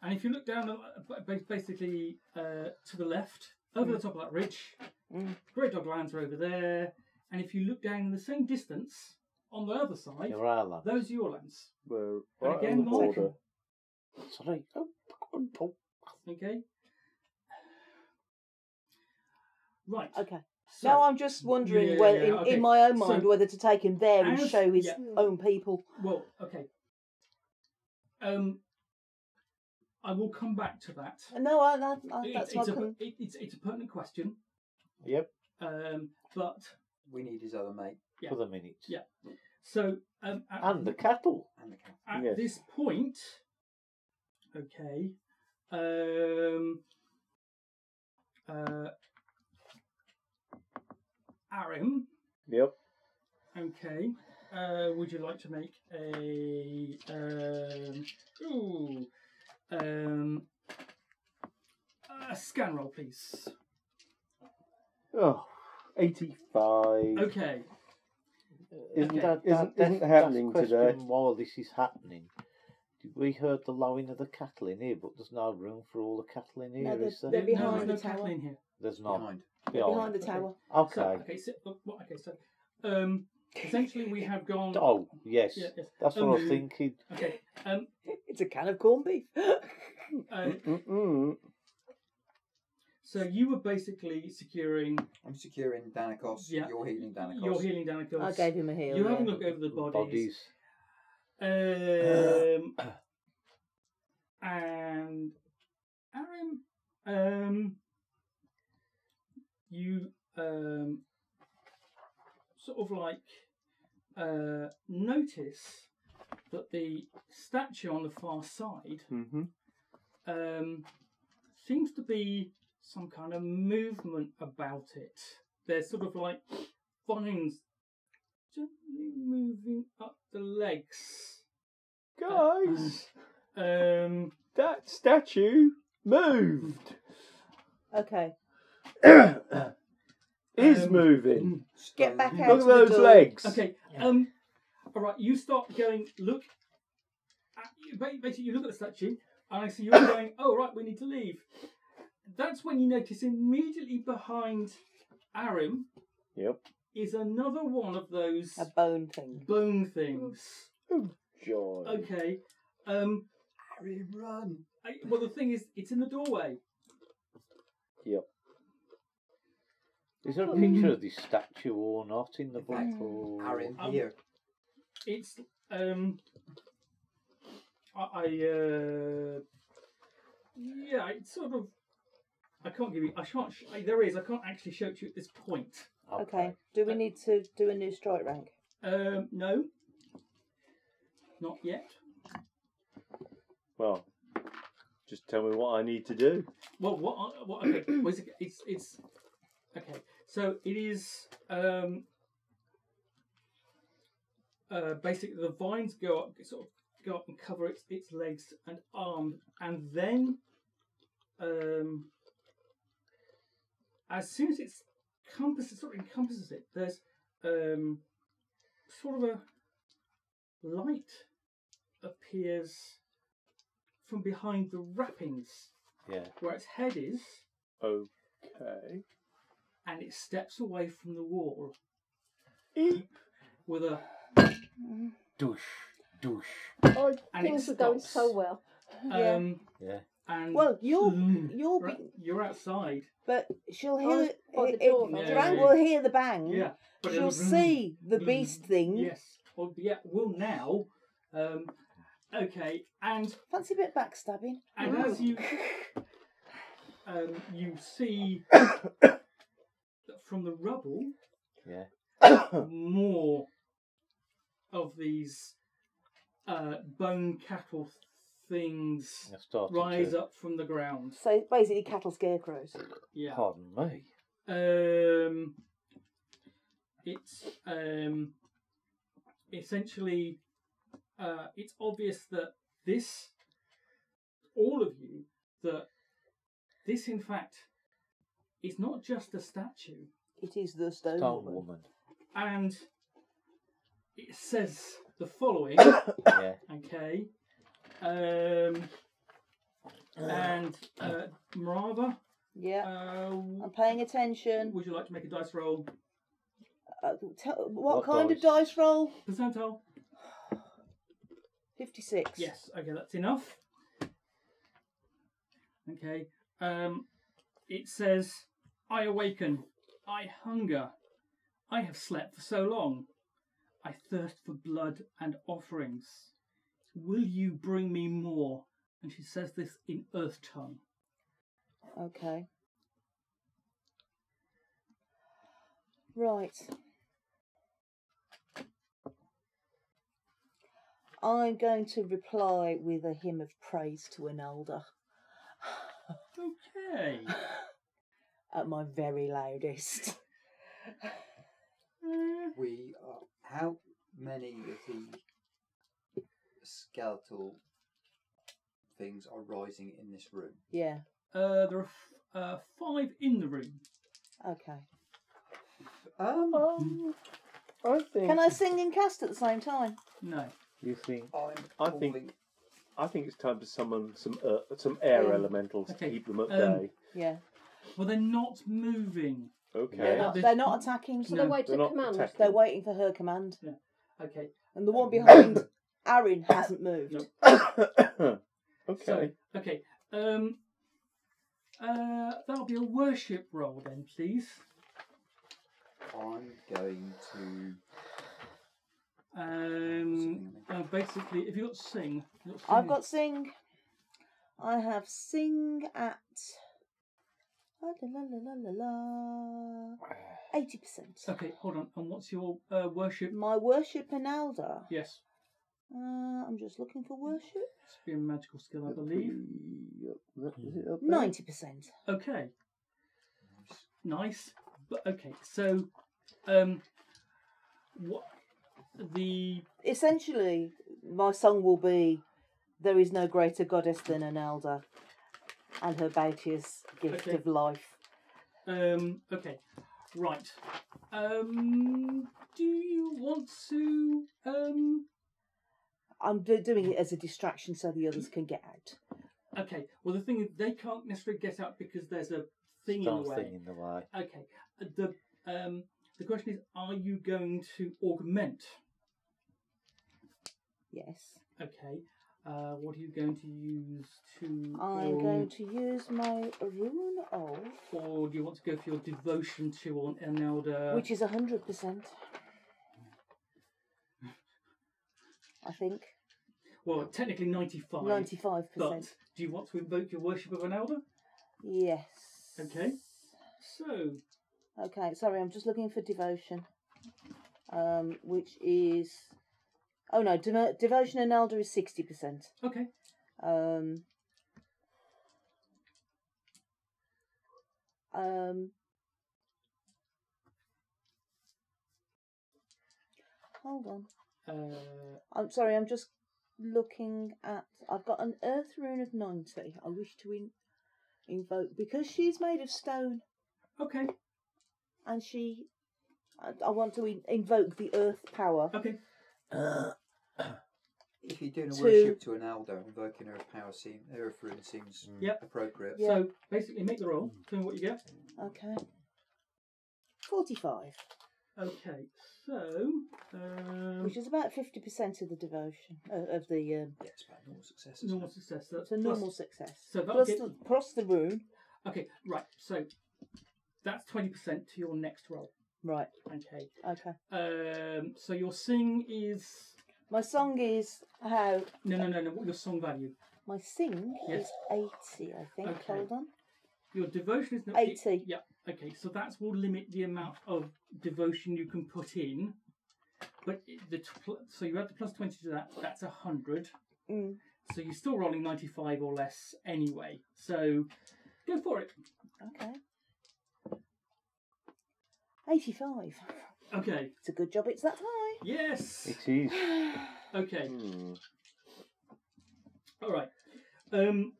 Speaker 2: and if you look down, uh, ba- ba- basically uh, to the left, over the top of that ridge,
Speaker 4: Mm.
Speaker 2: Great Dog Lands are over there, and if you look down the same distance on the other side,
Speaker 5: There are lands.
Speaker 2: uh, those are your lands.
Speaker 1: We're
Speaker 2: And
Speaker 1: right
Speaker 2: again,
Speaker 1: on the
Speaker 2: Mark.
Speaker 1: border.
Speaker 5: Sorry. Oh,
Speaker 2: Okay. Right.
Speaker 4: Okay.
Speaker 2: So,
Speaker 4: Uh, now I'm just wondering,
Speaker 2: Yeah, yeah,
Speaker 4: whether,
Speaker 2: yeah,
Speaker 4: in,
Speaker 2: okay.
Speaker 4: in my own mind,
Speaker 2: So-
Speaker 4: whether to take him there and
Speaker 2: As-
Speaker 4: show his
Speaker 2: yeah.
Speaker 4: own people.
Speaker 2: well, okay. Um, I will come back to that.
Speaker 4: No, I, that, I,
Speaker 2: It-
Speaker 4: Oh, that's my
Speaker 2: it's, a,
Speaker 4: con-
Speaker 2: it, it's, it's a pertinent question.
Speaker 5: Yep.
Speaker 2: Um, but
Speaker 6: We need his other mate
Speaker 2: Yeah.
Speaker 5: For the minute.
Speaker 2: Yeah. so um, at,
Speaker 5: And the cattle.
Speaker 6: and the cat.
Speaker 2: at
Speaker 5: Yes.
Speaker 2: this point, okay, um, uh, Arim,
Speaker 1: Yep.
Speaker 2: okay, uh, would you like to make a um, ooh, um, a scan roll, please?
Speaker 1: Oh, 85.
Speaker 2: Okay,
Speaker 5: Isn't
Speaker 2: Okay.
Speaker 5: that, that
Speaker 1: Isn't-
Speaker 5: that's-
Speaker 1: isn't
Speaker 5: that's
Speaker 1: happening
Speaker 5: question
Speaker 1: today.
Speaker 5: While this is happening, we heard the lowing of the cattle in here, but there's no room for all the cattle in here,
Speaker 4: No,
Speaker 5: is there?
Speaker 4: They're
Speaker 2: No, there's
Speaker 4: behind
Speaker 2: no
Speaker 4: the
Speaker 2: cattle
Speaker 4: tower.
Speaker 2: in here.
Speaker 5: There's not.
Speaker 6: Behind.
Speaker 5: Behind.
Speaker 4: behind the tower.
Speaker 5: Okay.
Speaker 2: So, okay, so, oh, well, okay, so um, essentially we have gone.
Speaker 5: Oh yes,
Speaker 2: Yeah, yes.
Speaker 5: that's what I was
Speaker 2: Um,
Speaker 5: thinking.
Speaker 2: Okay. Um,
Speaker 4: It's a can of corned beef.
Speaker 2: uh,
Speaker 1: Mm-mm-mm.
Speaker 2: so you were basically securing
Speaker 6: I'm securing Danikos.
Speaker 2: Yeah.
Speaker 6: You're healing Danikos.
Speaker 2: your healing Danikos.
Speaker 4: I gave him a heel.
Speaker 2: You're
Speaker 4: yeah.
Speaker 2: having a look over the bodies.
Speaker 5: Bodies.
Speaker 2: Um, and Arim, um, you um, sort of like uh, notice that the statue on the far side
Speaker 1: Mm-hmm.
Speaker 2: um, seems to be some kind of movement about it. There's sort of like vines gently moving up the legs.
Speaker 1: Guys,
Speaker 2: Um,
Speaker 1: that statue moved.
Speaker 4: Okay.
Speaker 1: is
Speaker 2: Um,
Speaker 1: moving.
Speaker 4: Get back
Speaker 6: Slowly.
Speaker 4: out.
Speaker 1: Look
Speaker 4: to
Speaker 1: at
Speaker 4: the
Speaker 1: those
Speaker 4: door.
Speaker 1: legs.
Speaker 2: okay. Um, all right. You start going. Look. At, you- ba- basically, you look at the statue, and I see you're going. Oh, right. We need to leave. That's when you notice immediately behind Arim
Speaker 1: Yep.
Speaker 2: is another one of those
Speaker 4: A bone thing.
Speaker 2: bone things.
Speaker 1: Joy.
Speaker 2: Okay. Um.
Speaker 6: Harry, run.
Speaker 2: I- well, the thing is, it's in the doorway.
Speaker 5: Is there a picture of this statue or not in the book?
Speaker 6: fact,
Speaker 5: Or...
Speaker 6: Harry,
Speaker 2: Um,
Speaker 6: here.
Speaker 2: It's um. I, I uh. Yeah, it's sort of. I can't give you. I can't. Sh- I, there is. I can't actually show it to you at this point.
Speaker 4: Okay. Do
Speaker 2: Uh,
Speaker 4: we need to do a new strike rank?
Speaker 2: Um. No. Not yet.
Speaker 1: Well, just tell me what I need to do.
Speaker 2: Well, what? I- What? Okay. was it, it's. It's. Okay. So it is. Um. Uh, basically, the vines go up, sort of go up and cover its its legs and arms, and then, um, as soon as its compass it sort of encompasses it, there's um, sort of a light appears from behind the wrappings
Speaker 5: Yeah.
Speaker 2: where its head is,
Speaker 1: Okay.
Speaker 2: and it steps away from the wall
Speaker 1: Eep.
Speaker 2: with a.
Speaker 5: Douche. Douche.
Speaker 1: I,
Speaker 2: And
Speaker 3: Things
Speaker 2: it
Speaker 3: are going
Speaker 2: stops.
Speaker 3: so well.
Speaker 4: Yeah.
Speaker 2: Um,
Speaker 5: Yeah.
Speaker 2: And
Speaker 4: Well, you'll
Speaker 2: Mm.
Speaker 4: you'll
Speaker 2: Ra-
Speaker 4: be,
Speaker 2: you're outside.
Speaker 4: but she'll
Speaker 3: I was
Speaker 4: hear.
Speaker 3: by the
Speaker 4: it-
Speaker 3: door.
Speaker 2: Yeah.
Speaker 4: Durang will hear the bang.
Speaker 3: Mm.
Speaker 2: Yeah,
Speaker 4: she'll
Speaker 2: it'll-
Speaker 4: see the
Speaker 2: Mm.
Speaker 4: beast thing.
Speaker 2: Yes. Well, yeah. Well, now. Um, okay. And
Speaker 4: Fancy a bit backstabbing. Mm.
Speaker 2: and as you um, you see that from the rubble.
Speaker 5: Yeah.
Speaker 2: more of these uh, bone cattle things
Speaker 5: I started
Speaker 2: rise
Speaker 5: to...
Speaker 2: up from the ground.
Speaker 4: So basically, cattle scarecrows.
Speaker 2: Yeah.
Speaker 5: Pardon me.
Speaker 2: Um, it's um, essentially uh, it's obvious that this, all of you, that this in fact is not just a statue,
Speaker 4: It is the stone,
Speaker 5: Stone
Speaker 4: woman.
Speaker 5: woman.
Speaker 2: and it says the following.
Speaker 5: yeah.
Speaker 2: okay, um, and uh, Marava,
Speaker 4: Yeah.
Speaker 2: uh,
Speaker 4: I'm paying attention.
Speaker 2: would you like to make a dice roll?
Speaker 4: Uh, tell, what,
Speaker 5: What
Speaker 4: kind of
Speaker 5: dice?
Speaker 4: dice roll?
Speaker 2: Percentile.
Speaker 4: Fifty-six.
Speaker 2: Yes, okay, that's enough. Okay. Um, it says, I awaken. I hunger. I have slept for so long. I thirst for blood and offerings. Will you bring me more? And she says this in Earth tongue.
Speaker 4: Okay. Right. I'm going to reply with a hymn of praise to Enolda
Speaker 2: Okay.
Speaker 4: at my very loudest.
Speaker 6: We are. How many of the skeletal things are rising in this room?
Speaker 4: Yeah,
Speaker 2: Uh, there are f- uh, five in the room.
Speaker 4: okay.
Speaker 6: Um,
Speaker 1: Um, I think.
Speaker 4: Can I sing and cast at the same time?
Speaker 2: No.
Speaker 5: You think?
Speaker 6: I'm
Speaker 1: I think-
Speaker 6: calling-
Speaker 1: I think it's time to summon some uh, some air
Speaker 4: Yeah.
Speaker 1: elementals
Speaker 2: Um, Okay,
Speaker 1: to keep them at
Speaker 2: um,
Speaker 1: bay.
Speaker 4: Yeah.
Speaker 2: Well, they're not moving.
Speaker 1: Okay.
Speaker 4: They're
Speaker 2: Yeah.
Speaker 4: not, they're not attacking.
Speaker 3: So
Speaker 2: No,
Speaker 3: they wait
Speaker 1: They're
Speaker 3: to
Speaker 1: not
Speaker 3: command.
Speaker 1: attacking.
Speaker 4: They're waiting for her command.
Speaker 2: Okay.
Speaker 4: And the one behind Aaron hasn't moved.
Speaker 2: No.
Speaker 1: okay.
Speaker 2: So, okay. Um, uh, that'll be a worship roll then, please.
Speaker 6: I'm going to.
Speaker 2: Um, uh, basically, if you've got sing, you've got sing
Speaker 4: I've got sing. I have sing at la la la la la eighty percent.
Speaker 2: Okay, hold on. And what's your uh, worship?
Speaker 4: My worship in Alda.
Speaker 2: Yes,
Speaker 4: Uh, I'm just looking for worship.
Speaker 2: it's be a magical skill, I believe.
Speaker 4: Ninety percent.
Speaker 2: Okay, nice. But okay, so um, what the
Speaker 4: Essentially, my song will be "There is no greater goddess than an Alda, and her bounteous gift
Speaker 2: Okay.
Speaker 4: of life."
Speaker 2: um? Okay, right. Um, do you want to um?
Speaker 4: I'm do- doing it as a distraction so the others can get out.
Speaker 2: Okay. Well, the thing is, they can't necessarily get up because there's a thing in the
Speaker 5: Don't
Speaker 2: way.
Speaker 5: thing in the way.
Speaker 2: Okay. Uh, The um, the question is, are you going to augment?
Speaker 4: Yes.
Speaker 2: Okay. Uh, what are you going to use to?
Speaker 4: I'm
Speaker 2: aug-
Speaker 4: going to use my rune of,
Speaker 2: Or do you want to go for your devotion to on an elder?
Speaker 4: which is hundred percent. I think
Speaker 2: well, technically ninety-five.
Speaker 4: ninety-five
Speaker 2: But
Speaker 4: percent.
Speaker 2: do you want to invoke your worship of an elder?
Speaker 4: Yes.
Speaker 2: Okay. So
Speaker 4: Okay. Sorry, I'm just looking for devotion, um, which is oh no, de- devotion and elder is sixty percent.
Speaker 2: okay.
Speaker 4: Um, um, hold on.
Speaker 2: Uh,
Speaker 4: I'm sorry, I'm just looking at. I've got an earth rune of 90. I wish to in, invoke. Because she's made of stone
Speaker 2: okay.
Speaker 4: and she. I, I want to in, invoke the earth power.
Speaker 2: Okay.
Speaker 6: If you're doing a
Speaker 4: to-
Speaker 6: worship to an Aldo, invoking her power seem, her fruit seems
Speaker 2: Yep.
Speaker 6: appropriate.
Speaker 4: Yeah.
Speaker 2: So basically, make the roll. Tell me what you get.
Speaker 4: Okay. 45,
Speaker 2: Okay. So. Um,
Speaker 4: which is about 50% of the devotion, uh, of the. Um,
Speaker 6: Yeah, it's about normal success. isn't
Speaker 2: normal
Speaker 6: it?
Speaker 2: success. That's
Speaker 4: it's a normal
Speaker 2: plus-
Speaker 4: success.
Speaker 2: so that'll
Speaker 4: plus,
Speaker 2: get-
Speaker 4: the, plus the rune.
Speaker 2: Okay, right. So that's twenty percent to your next roll.
Speaker 4: Right,
Speaker 2: Okay.
Speaker 4: okay.
Speaker 2: Um, so your sing is
Speaker 4: My song is how.
Speaker 2: no, no, no, no. What your song value?
Speaker 4: My sing
Speaker 2: Yes.
Speaker 4: is 80, I think.
Speaker 2: Okay.
Speaker 4: Hold on.
Speaker 2: Your devotion is not
Speaker 4: 80.
Speaker 2: Yeah. Okay. So that will limit the amount of devotion you can put in. But it- the t- pl- so you add the plus twenty to that. That's a hundred.
Speaker 4: Mm,
Speaker 2: So you're still rolling ninety five or less anyway. So go for it.
Speaker 4: okay. 85.
Speaker 2: Okay.
Speaker 4: It's a good job it's that high.
Speaker 2: Yes.
Speaker 5: It is.
Speaker 2: Okay.
Speaker 1: Hmm.
Speaker 2: All right. Um.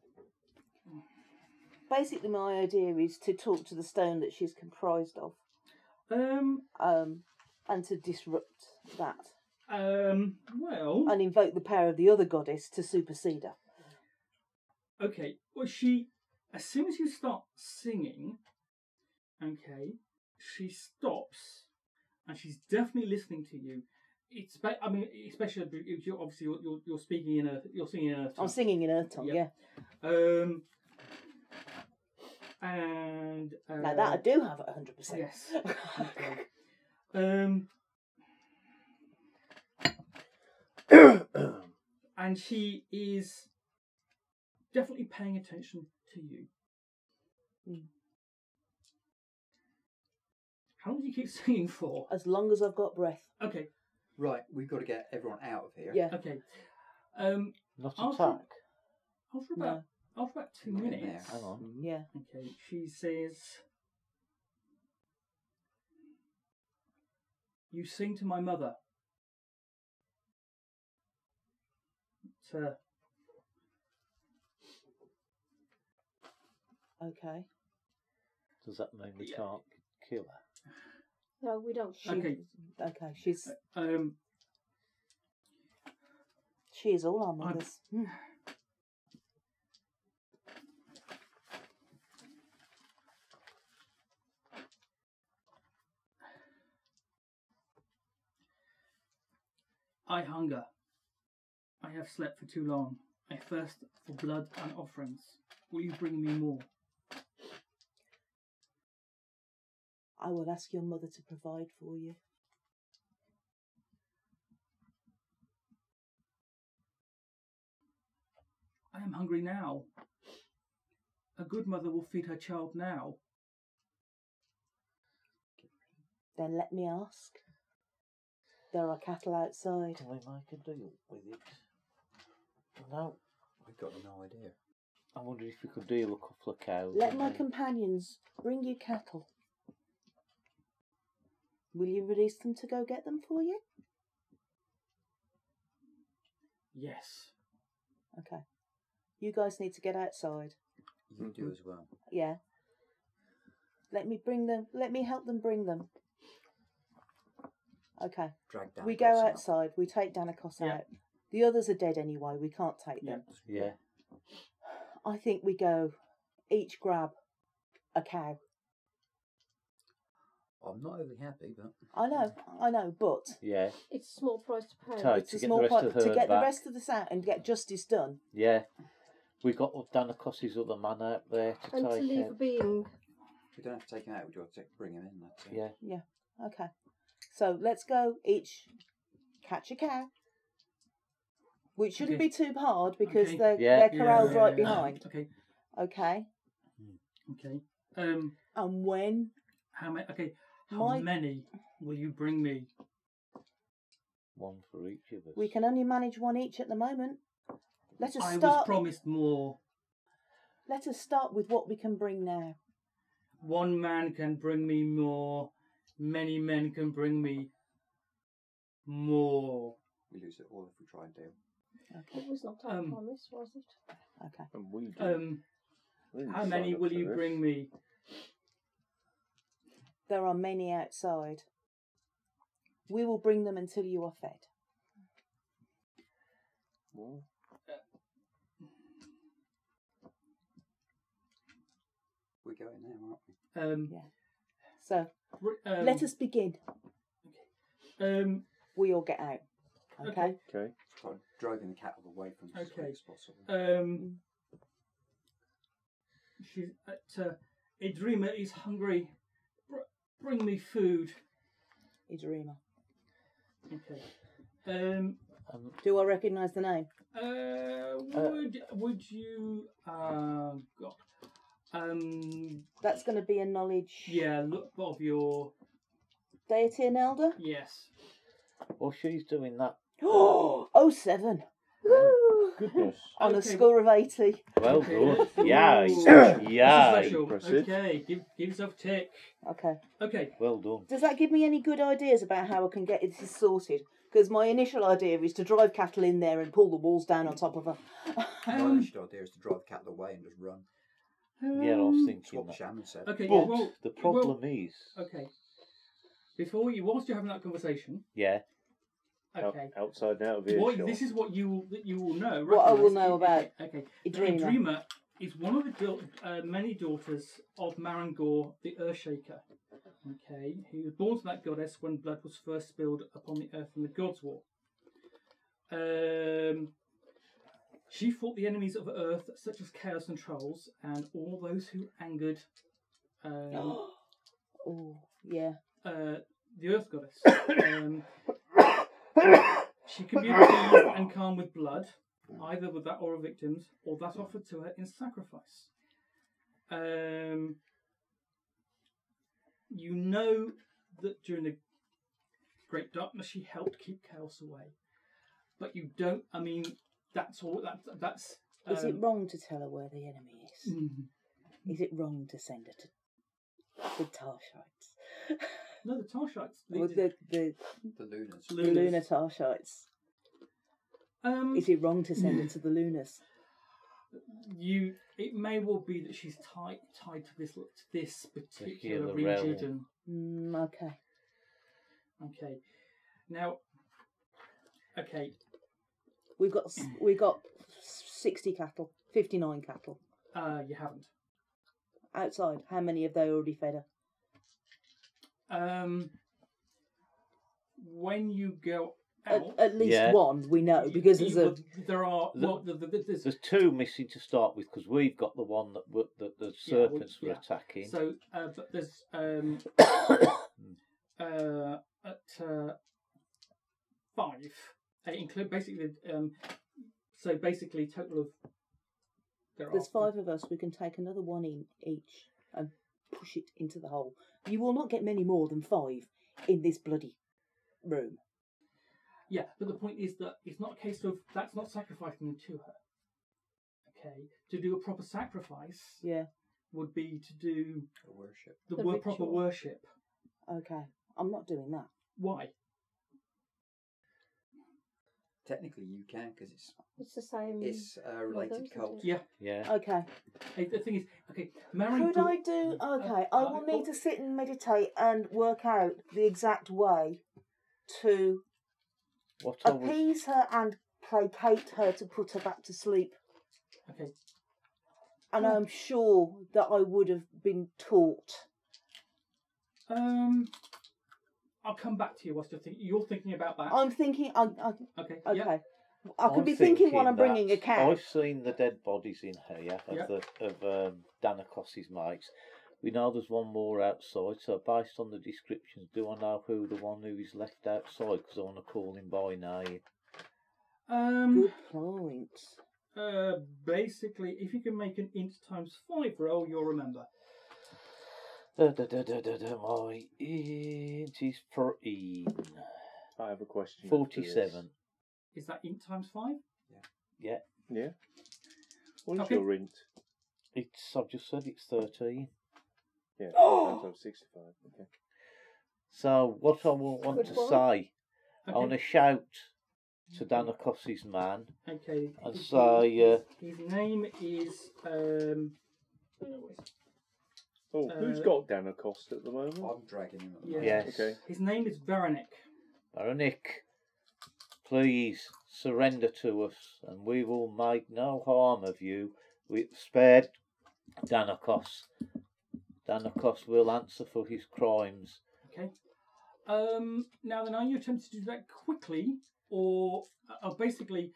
Speaker 4: Basically, my idea is to talk to the stone that she's comprised of
Speaker 2: Um.
Speaker 4: um, and to disrupt that
Speaker 2: Um. Well.
Speaker 4: and invoke the power of the other goddess to supersede her.
Speaker 2: Okay. Well, she, as soon as you start singing, okay, she stops, and she's definitely listening to you. It's, ba- I mean, especially if you're obviously you're, you're, you're speaking in a, you're singing in a.
Speaker 4: I'm singing in her tongue,
Speaker 2: Yeah. Um, and uh,
Speaker 4: Now that I do have at hundred percent.
Speaker 2: yes. Um, and he is definitely paying attention to you.
Speaker 4: Hmm.
Speaker 2: How long do you keep singing for?
Speaker 4: As long as I've got breath.
Speaker 2: Okay,
Speaker 6: Right, we've got to get everyone out of here.
Speaker 4: Yeah.
Speaker 2: okay. Um,
Speaker 5: Not
Speaker 2: I'll
Speaker 5: attack.
Speaker 2: after
Speaker 4: No.
Speaker 2: about after about two
Speaker 6: Hang on there,
Speaker 2: minutes,
Speaker 5: Hang on.
Speaker 4: Yeah.
Speaker 2: okay, she says, "You sing to my mother." It's, uh,
Speaker 4: Okay.
Speaker 5: Does that mean we
Speaker 2: Yeah.
Speaker 5: can't kill her?
Speaker 3: No, we don't.
Speaker 4: She,
Speaker 2: Okay.
Speaker 4: Okay. She's
Speaker 2: um,
Speaker 4: she is all our
Speaker 2: I'm-
Speaker 4: mothers.
Speaker 2: I hunger. I have slept for too long. I thirst for blood and offerings. Will you bring me more?
Speaker 4: I will ask your mother to provide for you.
Speaker 2: I am hungry now. A good mother will feed her child now.
Speaker 4: Then let me ask. There are cattle outside.
Speaker 5: Can we make a deal with it? No.
Speaker 6: We've got no idea.
Speaker 5: I wonder if we could deal a couple of cows.
Speaker 4: Let
Speaker 5: and
Speaker 4: my
Speaker 5: then-
Speaker 4: companions bring you cattle. Will you release them to go get them for you?
Speaker 2: Yes.
Speaker 4: Okay. You guys need to get outside.
Speaker 6: You do as well.
Speaker 4: Yeah. Let me bring them. Let me help them bring them. Okay.
Speaker 6: Drag down.
Speaker 4: we go outside. We take Danakos
Speaker 2: Yeah.
Speaker 4: out. The others are dead anyway. We can't take
Speaker 2: Yeah.
Speaker 4: them.
Speaker 5: Yeah.
Speaker 4: I think we go each grab a cow.
Speaker 6: I'm not overly happy, but
Speaker 4: I know. I know. But
Speaker 5: Yeah.
Speaker 3: It's a small price to pay.
Speaker 5: Tight.
Speaker 4: it's
Speaker 5: to
Speaker 4: a
Speaker 5: get the
Speaker 4: small
Speaker 5: rest
Speaker 4: pot
Speaker 5: of
Speaker 4: to
Speaker 5: her
Speaker 4: get the
Speaker 5: back.
Speaker 4: rest of this out and get justice done.
Speaker 5: Yeah. We got Danakos's other man out there to
Speaker 3: And to
Speaker 5: take
Speaker 3: leave a
Speaker 5: out.
Speaker 3: being.
Speaker 6: we don't have to take him out. We do have to bring him in. That's it.
Speaker 5: Yeah.
Speaker 4: Okay. So let's go each catch a cow. Which shouldn't
Speaker 2: Okay.
Speaker 4: be too hard because
Speaker 2: Okay.
Speaker 4: they're,
Speaker 5: Yeah.
Speaker 4: they're corralled
Speaker 2: Yeah,
Speaker 4: right
Speaker 2: yeah, yeah.
Speaker 4: behind.
Speaker 2: Okay.
Speaker 4: Okay.
Speaker 2: Okay. Um.
Speaker 4: And when
Speaker 2: How many? Okay. How
Speaker 4: My-
Speaker 2: many will you bring me?
Speaker 5: One for each of us.
Speaker 4: we can only manage one each at the moment. Let us
Speaker 2: I was
Speaker 4: start
Speaker 2: promised more.
Speaker 4: let us start with what we can bring now.
Speaker 2: One man can bring me more. Many men can bring me more.
Speaker 6: We lose it all if we try and deal.
Speaker 3: It was Oh, not our
Speaker 2: Um,
Speaker 3: promise, was it?
Speaker 4: Okay.
Speaker 1: And we do.
Speaker 2: Um.
Speaker 1: We didn't
Speaker 2: How
Speaker 1: sign
Speaker 2: many
Speaker 1: up
Speaker 2: will
Speaker 1: for
Speaker 2: you
Speaker 1: this.
Speaker 2: bring me?
Speaker 4: There are many outside. We will bring them until you are fed.
Speaker 1: Well,
Speaker 6: We're going now, aren't we?
Speaker 2: Um.
Speaker 4: So
Speaker 2: r- um
Speaker 4: let us begin.
Speaker 2: Um.
Speaker 4: We all get out. Okay.
Speaker 2: Okay.
Speaker 1: Okay.
Speaker 6: Try driving the cattle away from us as
Speaker 2: Okay.
Speaker 6: quick as possible.
Speaker 2: Um, she's at uh, a dreamer is hungry. Br- bring me food.
Speaker 4: Idrima.
Speaker 2: Okay. Um,
Speaker 5: Um,
Speaker 4: Do I recognise the name?
Speaker 2: uh, would would you uh, God, um
Speaker 4: That's going to be a knowledge.
Speaker 2: yeah look of your
Speaker 4: Deity and elder.
Speaker 2: yes
Speaker 5: well, she's doing that.
Speaker 4: oh seven
Speaker 1: Goodness.
Speaker 4: on a
Speaker 2: Okay.
Speaker 4: score of eighty.
Speaker 5: Well
Speaker 2: Okay.
Speaker 5: done.
Speaker 2: Ooh.
Speaker 5: Yeah.
Speaker 2: That's
Speaker 5: Yeah.
Speaker 2: That's a special.
Speaker 1: impressive.
Speaker 2: Okay, give give yourself a tick.
Speaker 4: Okay.
Speaker 2: Okay,
Speaker 5: Well done.
Speaker 4: Does that give me any good ideas about how I can get this sorted? Because my initial idea is to drive cattle in there and pull the walls down on top of her.
Speaker 6: My
Speaker 2: um,
Speaker 6: initial idea is to drive the cattle away and just run.
Speaker 5: Yeah, I was
Speaker 2: um,
Speaker 5: thinking
Speaker 6: Swap
Speaker 5: that.
Speaker 6: Shaman said.
Speaker 2: Okay,
Speaker 5: But
Speaker 2: well, uh,
Speaker 5: the
Speaker 2: well,
Speaker 5: problem is,
Speaker 2: okay. Before you, whilst you're having that conversation,
Speaker 5: yeah,
Speaker 1: Out-
Speaker 2: okay,
Speaker 1: outside and out of
Speaker 2: What,
Speaker 1: earshot.
Speaker 2: this is what you will, that you will know.
Speaker 4: What I will
Speaker 2: recognise.
Speaker 4: know about
Speaker 2: Okay.
Speaker 4: Idrima.
Speaker 2: Dreamer. Dreamer is one of the dau- uh, many daughters of Marangor, the Earthshaker. Okay, he was born to that goddess when blood was first spilled upon the earth in the Gods' War. Um, She fought the enemies of Earth, such as Chaos and Trolls, and all those who angered um,
Speaker 4: Oh, yeah.
Speaker 2: uh, the Earth Goddess. Um, she can be appeased and calmed with blood, either with that or of victims, or that offered to her in sacrifice. Um, you know that during the Great Darkness, she helped keep chaos away, but you don't. I mean, that's all. That that's.
Speaker 4: Is it
Speaker 2: um,
Speaker 4: wrong to tell her where the enemy is?
Speaker 2: mm.
Speaker 4: Is it wrong to send her to the Tarshites?
Speaker 2: No, the Tarshites.
Speaker 4: Or the, the,
Speaker 6: The Lunars.
Speaker 4: the Lunar Tarshites?
Speaker 2: Um,
Speaker 4: Is it wrong to send her to the Lunars?
Speaker 2: you it may well be that she's tied tied to this to this particular
Speaker 5: the
Speaker 2: region
Speaker 4: Mm, okay.
Speaker 2: okay now okay
Speaker 4: We've got s- we got sixty cattle, fifty nine cattle
Speaker 2: uh you haven't
Speaker 4: outside. How many have they already fed her?
Speaker 2: um when you go
Speaker 4: At,
Speaker 2: out
Speaker 4: at least
Speaker 5: Yeah.
Speaker 4: one we know Uh, because
Speaker 2: you-
Speaker 4: there's a
Speaker 2: well, there are
Speaker 5: The-
Speaker 2: well the, the, the, there's-
Speaker 5: There's two missing to start with because we've got the one that were, that the
Speaker 2: Yeah, well,
Speaker 5: serpents were
Speaker 2: yeah.
Speaker 5: attacking.
Speaker 2: so uh but there's um uh at uh five they include basically um so basically total of there
Speaker 4: there's
Speaker 2: are
Speaker 4: five of us. We can take another one in each and push it into the hole. You will not get many more than five in this bloody room.
Speaker 2: Yeah, but the point is that it's not a case of that's not sacrificing them to her. Okay, to do a proper sacrifice
Speaker 4: Yeah.
Speaker 2: would be to do
Speaker 6: The worship.
Speaker 2: the,
Speaker 3: The
Speaker 2: wor- proper
Speaker 3: ritual.
Speaker 2: worship.
Speaker 4: Okay. I'm not doing that.
Speaker 2: Why?
Speaker 6: Technically, you can because it's
Speaker 3: It's the same.
Speaker 4: Mm.
Speaker 6: it's a related
Speaker 3: isn't
Speaker 6: cult.
Speaker 2: it?
Speaker 5: yeah.
Speaker 4: Okay.
Speaker 2: Hey, The thing is, okay, Mary.
Speaker 4: Could I do? Okay, I will need to sit and meditate and work out the exact way to
Speaker 5: What I was
Speaker 4: appease her and placate her to put her back to sleep.
Speaker 2: Okay,
Speaker 4: And I'm sure that I would have been taught.
Speaker 2: um, I'll come back to you whilst you're thinking. You're thinking about that.
Speaker 4: I'm thinking. I, I,
Speaker 2: okay.
Speaker 4: okay.
Speaker 2: Yeah.
Speaker 4: I could
Speaker 5: I'm
Speaker 4: be thinking while I'm
Speaker 5: that
Speaker 4: bringing a cow.
Speaker 5: I've seen the dead bodies in here of
Speaker 2: Yeah.
Speaker 5: the of um, Danakos's mates. We know there's one more outside, so based on the descriptions, do I know who the one who is left outside? Because I want to call him by name.
Speaker 2: Um.
Speaker 4: Good point.
Speaker 2: Uh. Basically, if you can make an int times five roll, you'll remember.
Speaker 5: Da, da, da, da, da, da, my int is 14.
Speaker 1: I have a question. after this.
Speaker 5: 47.
Speaker 2: Is that int times five?
Speaker 5: Yeah,
Speaker 1: Yeah. What is
Speaker 2: Okay.
Speaker 1: your int?
Speaker 5: it's. I've just said it's 13.
Speaker 1: Yeah.
Speaker 2: Oh!
Speaker 1: Times sixty-five. Okay.
Speaker 5: So what I will want
Speaker 3: Good
Speaker 5: to
Speaker 3: one.
Speaker 5: say, I want
Speaker 2: Okay. Mm-hmm.
Speaker 5: to shout to Danakos's man.
Speaker 2: Okay.
Speaker 5: And
Speaker 2: his-
Speaker 5: so,
Speaker 2: his-
Speaker 5: uh,
Speaker 2: his name is um. oh, it's-
Speaker 1: Oh, who's
Speaker 2: Uh,
Speaker 1: got Dan Acosta at the moment?
Speaker 6: I'm dragging him at the
Speaker 2: Yeah.
Speaker 6: moment.
Speaker 5: Yes.
Speaker 1: Okay.
Speaker 2: His name is Veronic.
Speaker 5: Veronique, please surrender to us, and we will make no harm of you. We've spared Danakos. Danakos will answer for his crimes.
Speaker 2: Okay. Um, now then, are you attempting to do that quickly, or uh, basically,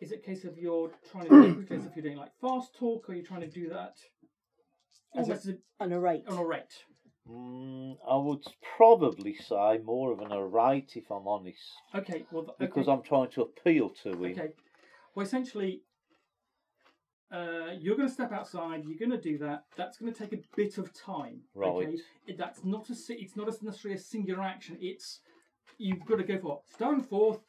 Speaker 2: is it a case of you're trying to do it quickly as if you're doing like fast talk, or are you trying to do that
Speaker 4: As a-
Speaker 2: almost as
Speaker 4: And a rate.
Speaker 2: a- on a rate?
Speaker 5: Mm, I would probably say more of an arrate if I'm honest,
Speaker 2: Okay. Well, th-
Speaker 5: because
Speaker 2: okay.
Speaker 5: I'm trying to appeal to him.
Speaker 2: okay. Well, essentially, uh, you're going to step outside. You're going to do that. That's going to take a bit of time. Okay.
Speaker 5: Right.
Speaker 2: It- That's not a. si- It's not a- necessarily a singular action. It's you've got to go for stand forth,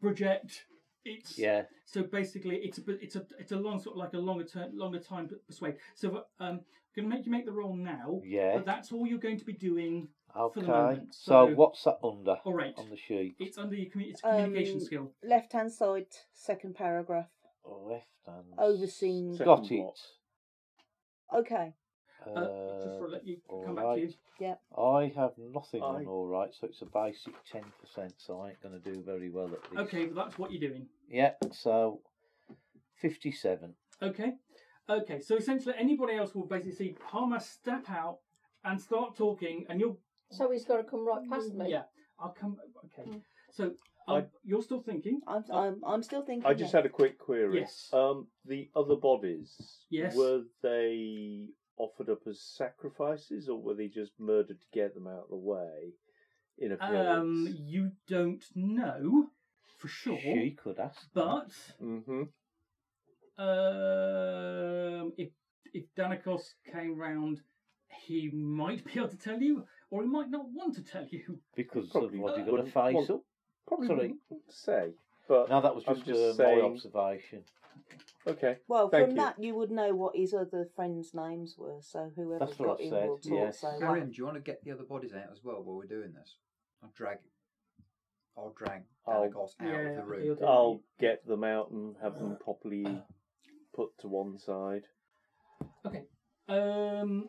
Speaker 2: project. It's
Speaker 5: Yeah,
Speaker 2: So basically, it's a bit- it's a it's a long sort of like a longer term, longer time to persuade. So um, going to make you make the roll now.
Speaker 5: Yeah.
Speaker 2: But that's all you're going to be doing.
Speaker 5: okay.
Speaker 2: moment,
Speaker 5: so,
Speaker 2: so-
Speaker 5: what's that under
Speaker 2: All right.
Speaker 5: on the sheet?
Speaker 2: It's under your commu- it's a communication
Speaker 4: Um,
Speaker 2: skill.
Speaker 4: Left hand side, second paragraph.
Speaker 5: Left hand.
Speaker 4: Overseeing.
Speaker 1: So-
Speaker 5: Got
Speaker 1: Second
Speaker 5: it.
Speaker 1: block.
Speaker 4: Okay.
Speaker 2: Uh, just for let you come back to
Speaker 5: alright.
Speaker 2: you.
Speaker 5: I have nothing
Speaker 1: I-
Speaker 5: on all right, so it's a basic ten percent, so I ain't gonna do very well at this.
Speaker 2: Okay, well that's what you're doing.
Speaker 5: Yeah, so fifty-seven.
Speaker 2: Okay, okay. So essentially, anybody else will basically see Palmer step out and start talking, and you'll
Speaker 3: So he's got to come right past me.
Speaker 2: Mm. yeah. I'll come. Okay. So Um, you're still thinking.
Speaker 4: I'm, I'm, I'm still thinking.
Speaker 1: I just
Speaker 4: yeah.
Speaker 1: had a quick query.
Speaker 2: Yes.
Speaker 1: Um, the other bodies.
Speaker 2: Yes.
Speaker 1: Were they offered up as sacrifices, or were they just murdered to get them out of the way? In appearance.
Speaker 2: Um, you don't know for sure,
Speaker 5: She could ask.
Speaker 2: but
Speaker 1: Mm-hmm.
Speaker 2: um, if if Danikos came round, he might be able to tell you, or he might not want to tell you.
Speaker 5: Because of
Speaker 1: Probably
Speaker 5: what you got to
Speaker 1: wouldn't
Speaker 5: face
Speaker 1: want-
Speaker 5: up.
Speaker 1: Probably
Speaker 5: Sorry.
Speaker 1: wouldn't say, but
Speaker 5: Now that was
Speaker 1: I'm
Speaker 5: just,
Speaker 1: just
Speaker 5: uh,
Speaker 1: saying-
Speaker 5: my observation.
Speaker 1: okay.
Speaker 4: Well,
Speaker 1: Thank
Speaker 4: from
Speaker 1: you.
Speaker 4: that you would know what his other friends' names were, so whoever
Speaker 5: That's what
Speaker 4: got
Speaker 5: I
Speaker 4: him
Speaker 5: said,
Speaker 4: will talk.
Speaker 5: yes.
Speaker 4: So
Speaker 6: Arim, do you want to get the other bodies out as well while we're doing this? I'll drag. I'll drag
Speaker 1: I'll-
Speaker 6: Danagos out of
Speaker 2: Yeah,
Speaker 6: the room.
Speaker 2: he'll do.
Speaker 1: I'll get them out and have them properly put to one side.
Speaker 2: Okay. Um,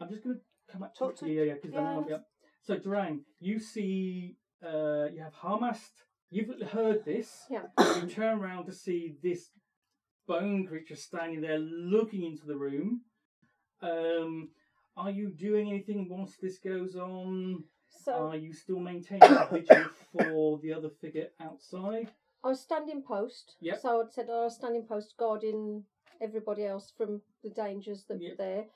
Speaker 2: I'm just going to come back to
Speaker 4: Talk to-
Speaker 2: yeah, yeah, 'cause then I'll-
Speaker 4: Yes.
Speaker 2: yep. So Durang, you see, uh, you have Harmast. You've heard this.
Speaker 3: Yeah.
Speaker 2: You turn around to see this bone creature standing there, looking into the room. Um, are you doing anything once this goes on?
Speaker 3: So
Speaker 2: Are you still maintaining a vigil for the other figure outside?
Speaker 3: I was standing post.
Speaker 2: Yep.
Speaker 3: So I said I was standing post guarding everybody else from the dangers that
Speaker 2: Yep.
Speaker 3: were there.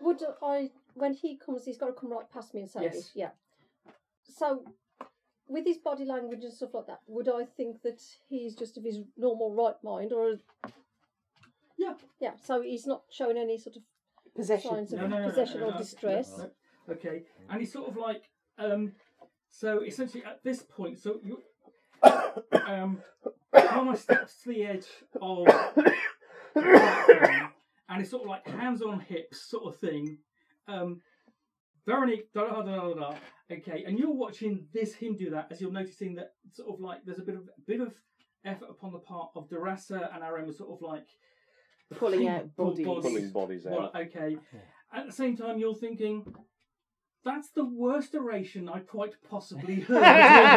Speaker 3: Would I, when he comes, he's got to come right past me and say
Speaker 2: Yes.
Speaker 3: this. Yeah. So with his body language and stuff like that, would I think that he's just of his normal right mind or?
Speaker 2: Yeah.
Speaker 3: Yeah. So he's not showing any sort of
Speaker 4: possession.
Speaker 3: signs of possession or distress.
Speaker 5: no.
Speaker 2: Okay, and he's sort of like, um, so essentially at this point, so you, um, Palmer steps to the edge of, the platform, and it's sort of like hands on hips sort of thing. Um, Veronique, da da da da da. da. Okay, and you're watching this him do that as you're noticing that sort of like there's a bit of bit of effort upon the part of Durasa and Aram, sort of like
Speaker 4: Pulling out
Speaker 2: Pull
Speaker 4: bodies.
Speaker 1: Pulling bodies
Speaker 2: well,
Speaker 1: out.
Speaker 2: okay. At the same time, you're thinking, that's the worst oration I quite possibly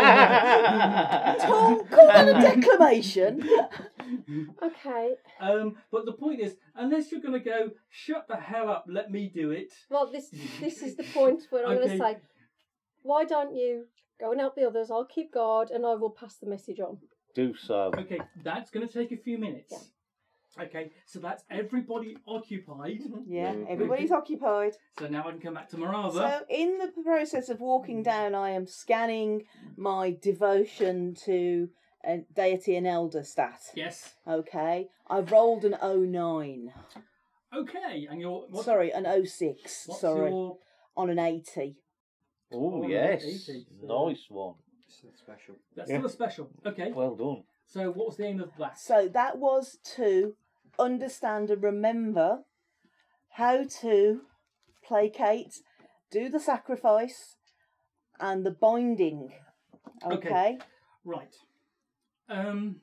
Speaker 2: heard.
Speaker 4: Tom call that a declamation.
Speaker 3: Okay.
Speaker 2: um, but the point is, unless you're going to go, shut the hell up, let me do it.
Speaker 3: Well, this this is the point where I'm
Speaker 2: Okay.
Speaker 3: going to say, why don't you go and help the others? I'll keep guard and I will pass the message on.
Speaker 5: Do so.
Speaker 2: Okay, that's going to take a few minutes. Okay, so that's everybody occupied.
Speaker 4: Yeah,
Speaker 1: Mhm.
Speaker 4: everybody's occupied.
Speaker 2: So now I can come back to Marava.
Speaker 4: So, in the process of
Speaker 2: Mm.
Speaker 4: walking down, I am scanning my devotion to a deity and elder stat.
Speaker 2: yes.
Speaker 4: Okay, I've rolled an 09.
Speaker 2: Okay, and you're. What,
Speaker 4: sorry, an 06.
Speaker 2: what's
Speaker 4: sorry,
Speaker 2: your-
Speaker 4: on an 80.
Speaker 5: Oh,
Speaker 2: Oh,
Speaker 5: yes.
Speaker 2: 80, so-
Speaker 5: Nice one.
Speaker 6: It's a special.
Speaker 2: that's
Speaker 5: Yeah.
Speaker 2: still a special. Okay,
Speaker 5: Well done.
Speaker 2: so what was the aim of that?
Speaker 4: So that was to understand and remember how to placate, do the sacrifice, and the binding.
Speaker 2: Okay.
Speaker 4: Okay.
Speaker 2: Right. Um.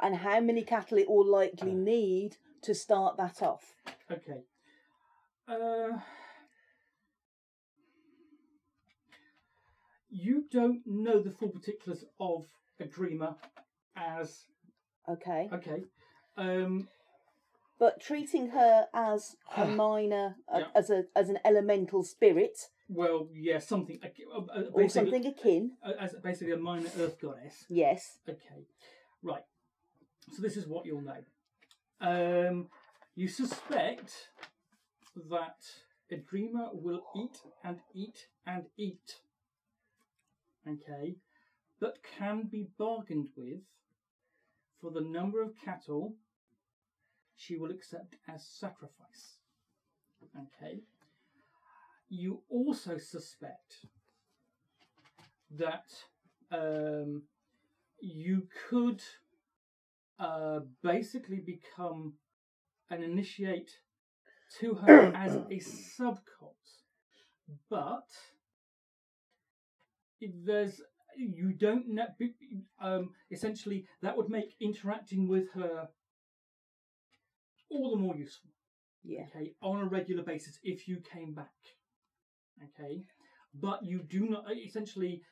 Speaker 4: And how many cattle it will likely
Speaker 2: Uh.
Speaker 4: need to start that off.
Speaker 2: Okay. Uh, you don't know the full particulars of a dreamer as
Speaker 4: Okay.
Speaker 2: okay. Um,
Speaker 4: But treating her as a minor, a-
Speaker 2: Yeah.
Speaker 4: as a as an elemental spirit
Speaker 2: well, yeah, something like- uh, uh,
Speaker 4: or
Speaker 2: basically-
Speaker 4: something akin.
Speaker 2: uh, as basically a minor earth goddess.
Speaker 4: Yes.
Speaker 2: Okay, right. So this is what you'll know. Um, you suspect that a dreamer will eat and eat and eat. Okay, but can be bargained with for the number of cattle she will accept as sacrifice. Okay. You also suspect that um, you could uh, basically become an initiate to her as a subcult, but if there's you don't know. Um, essentially, that would make interacting with her all the more useful.
Speaker 4: Yeah.
Speaker 2: Okay, on a regular basis, if you came back. Okay, but you do not uh, essentially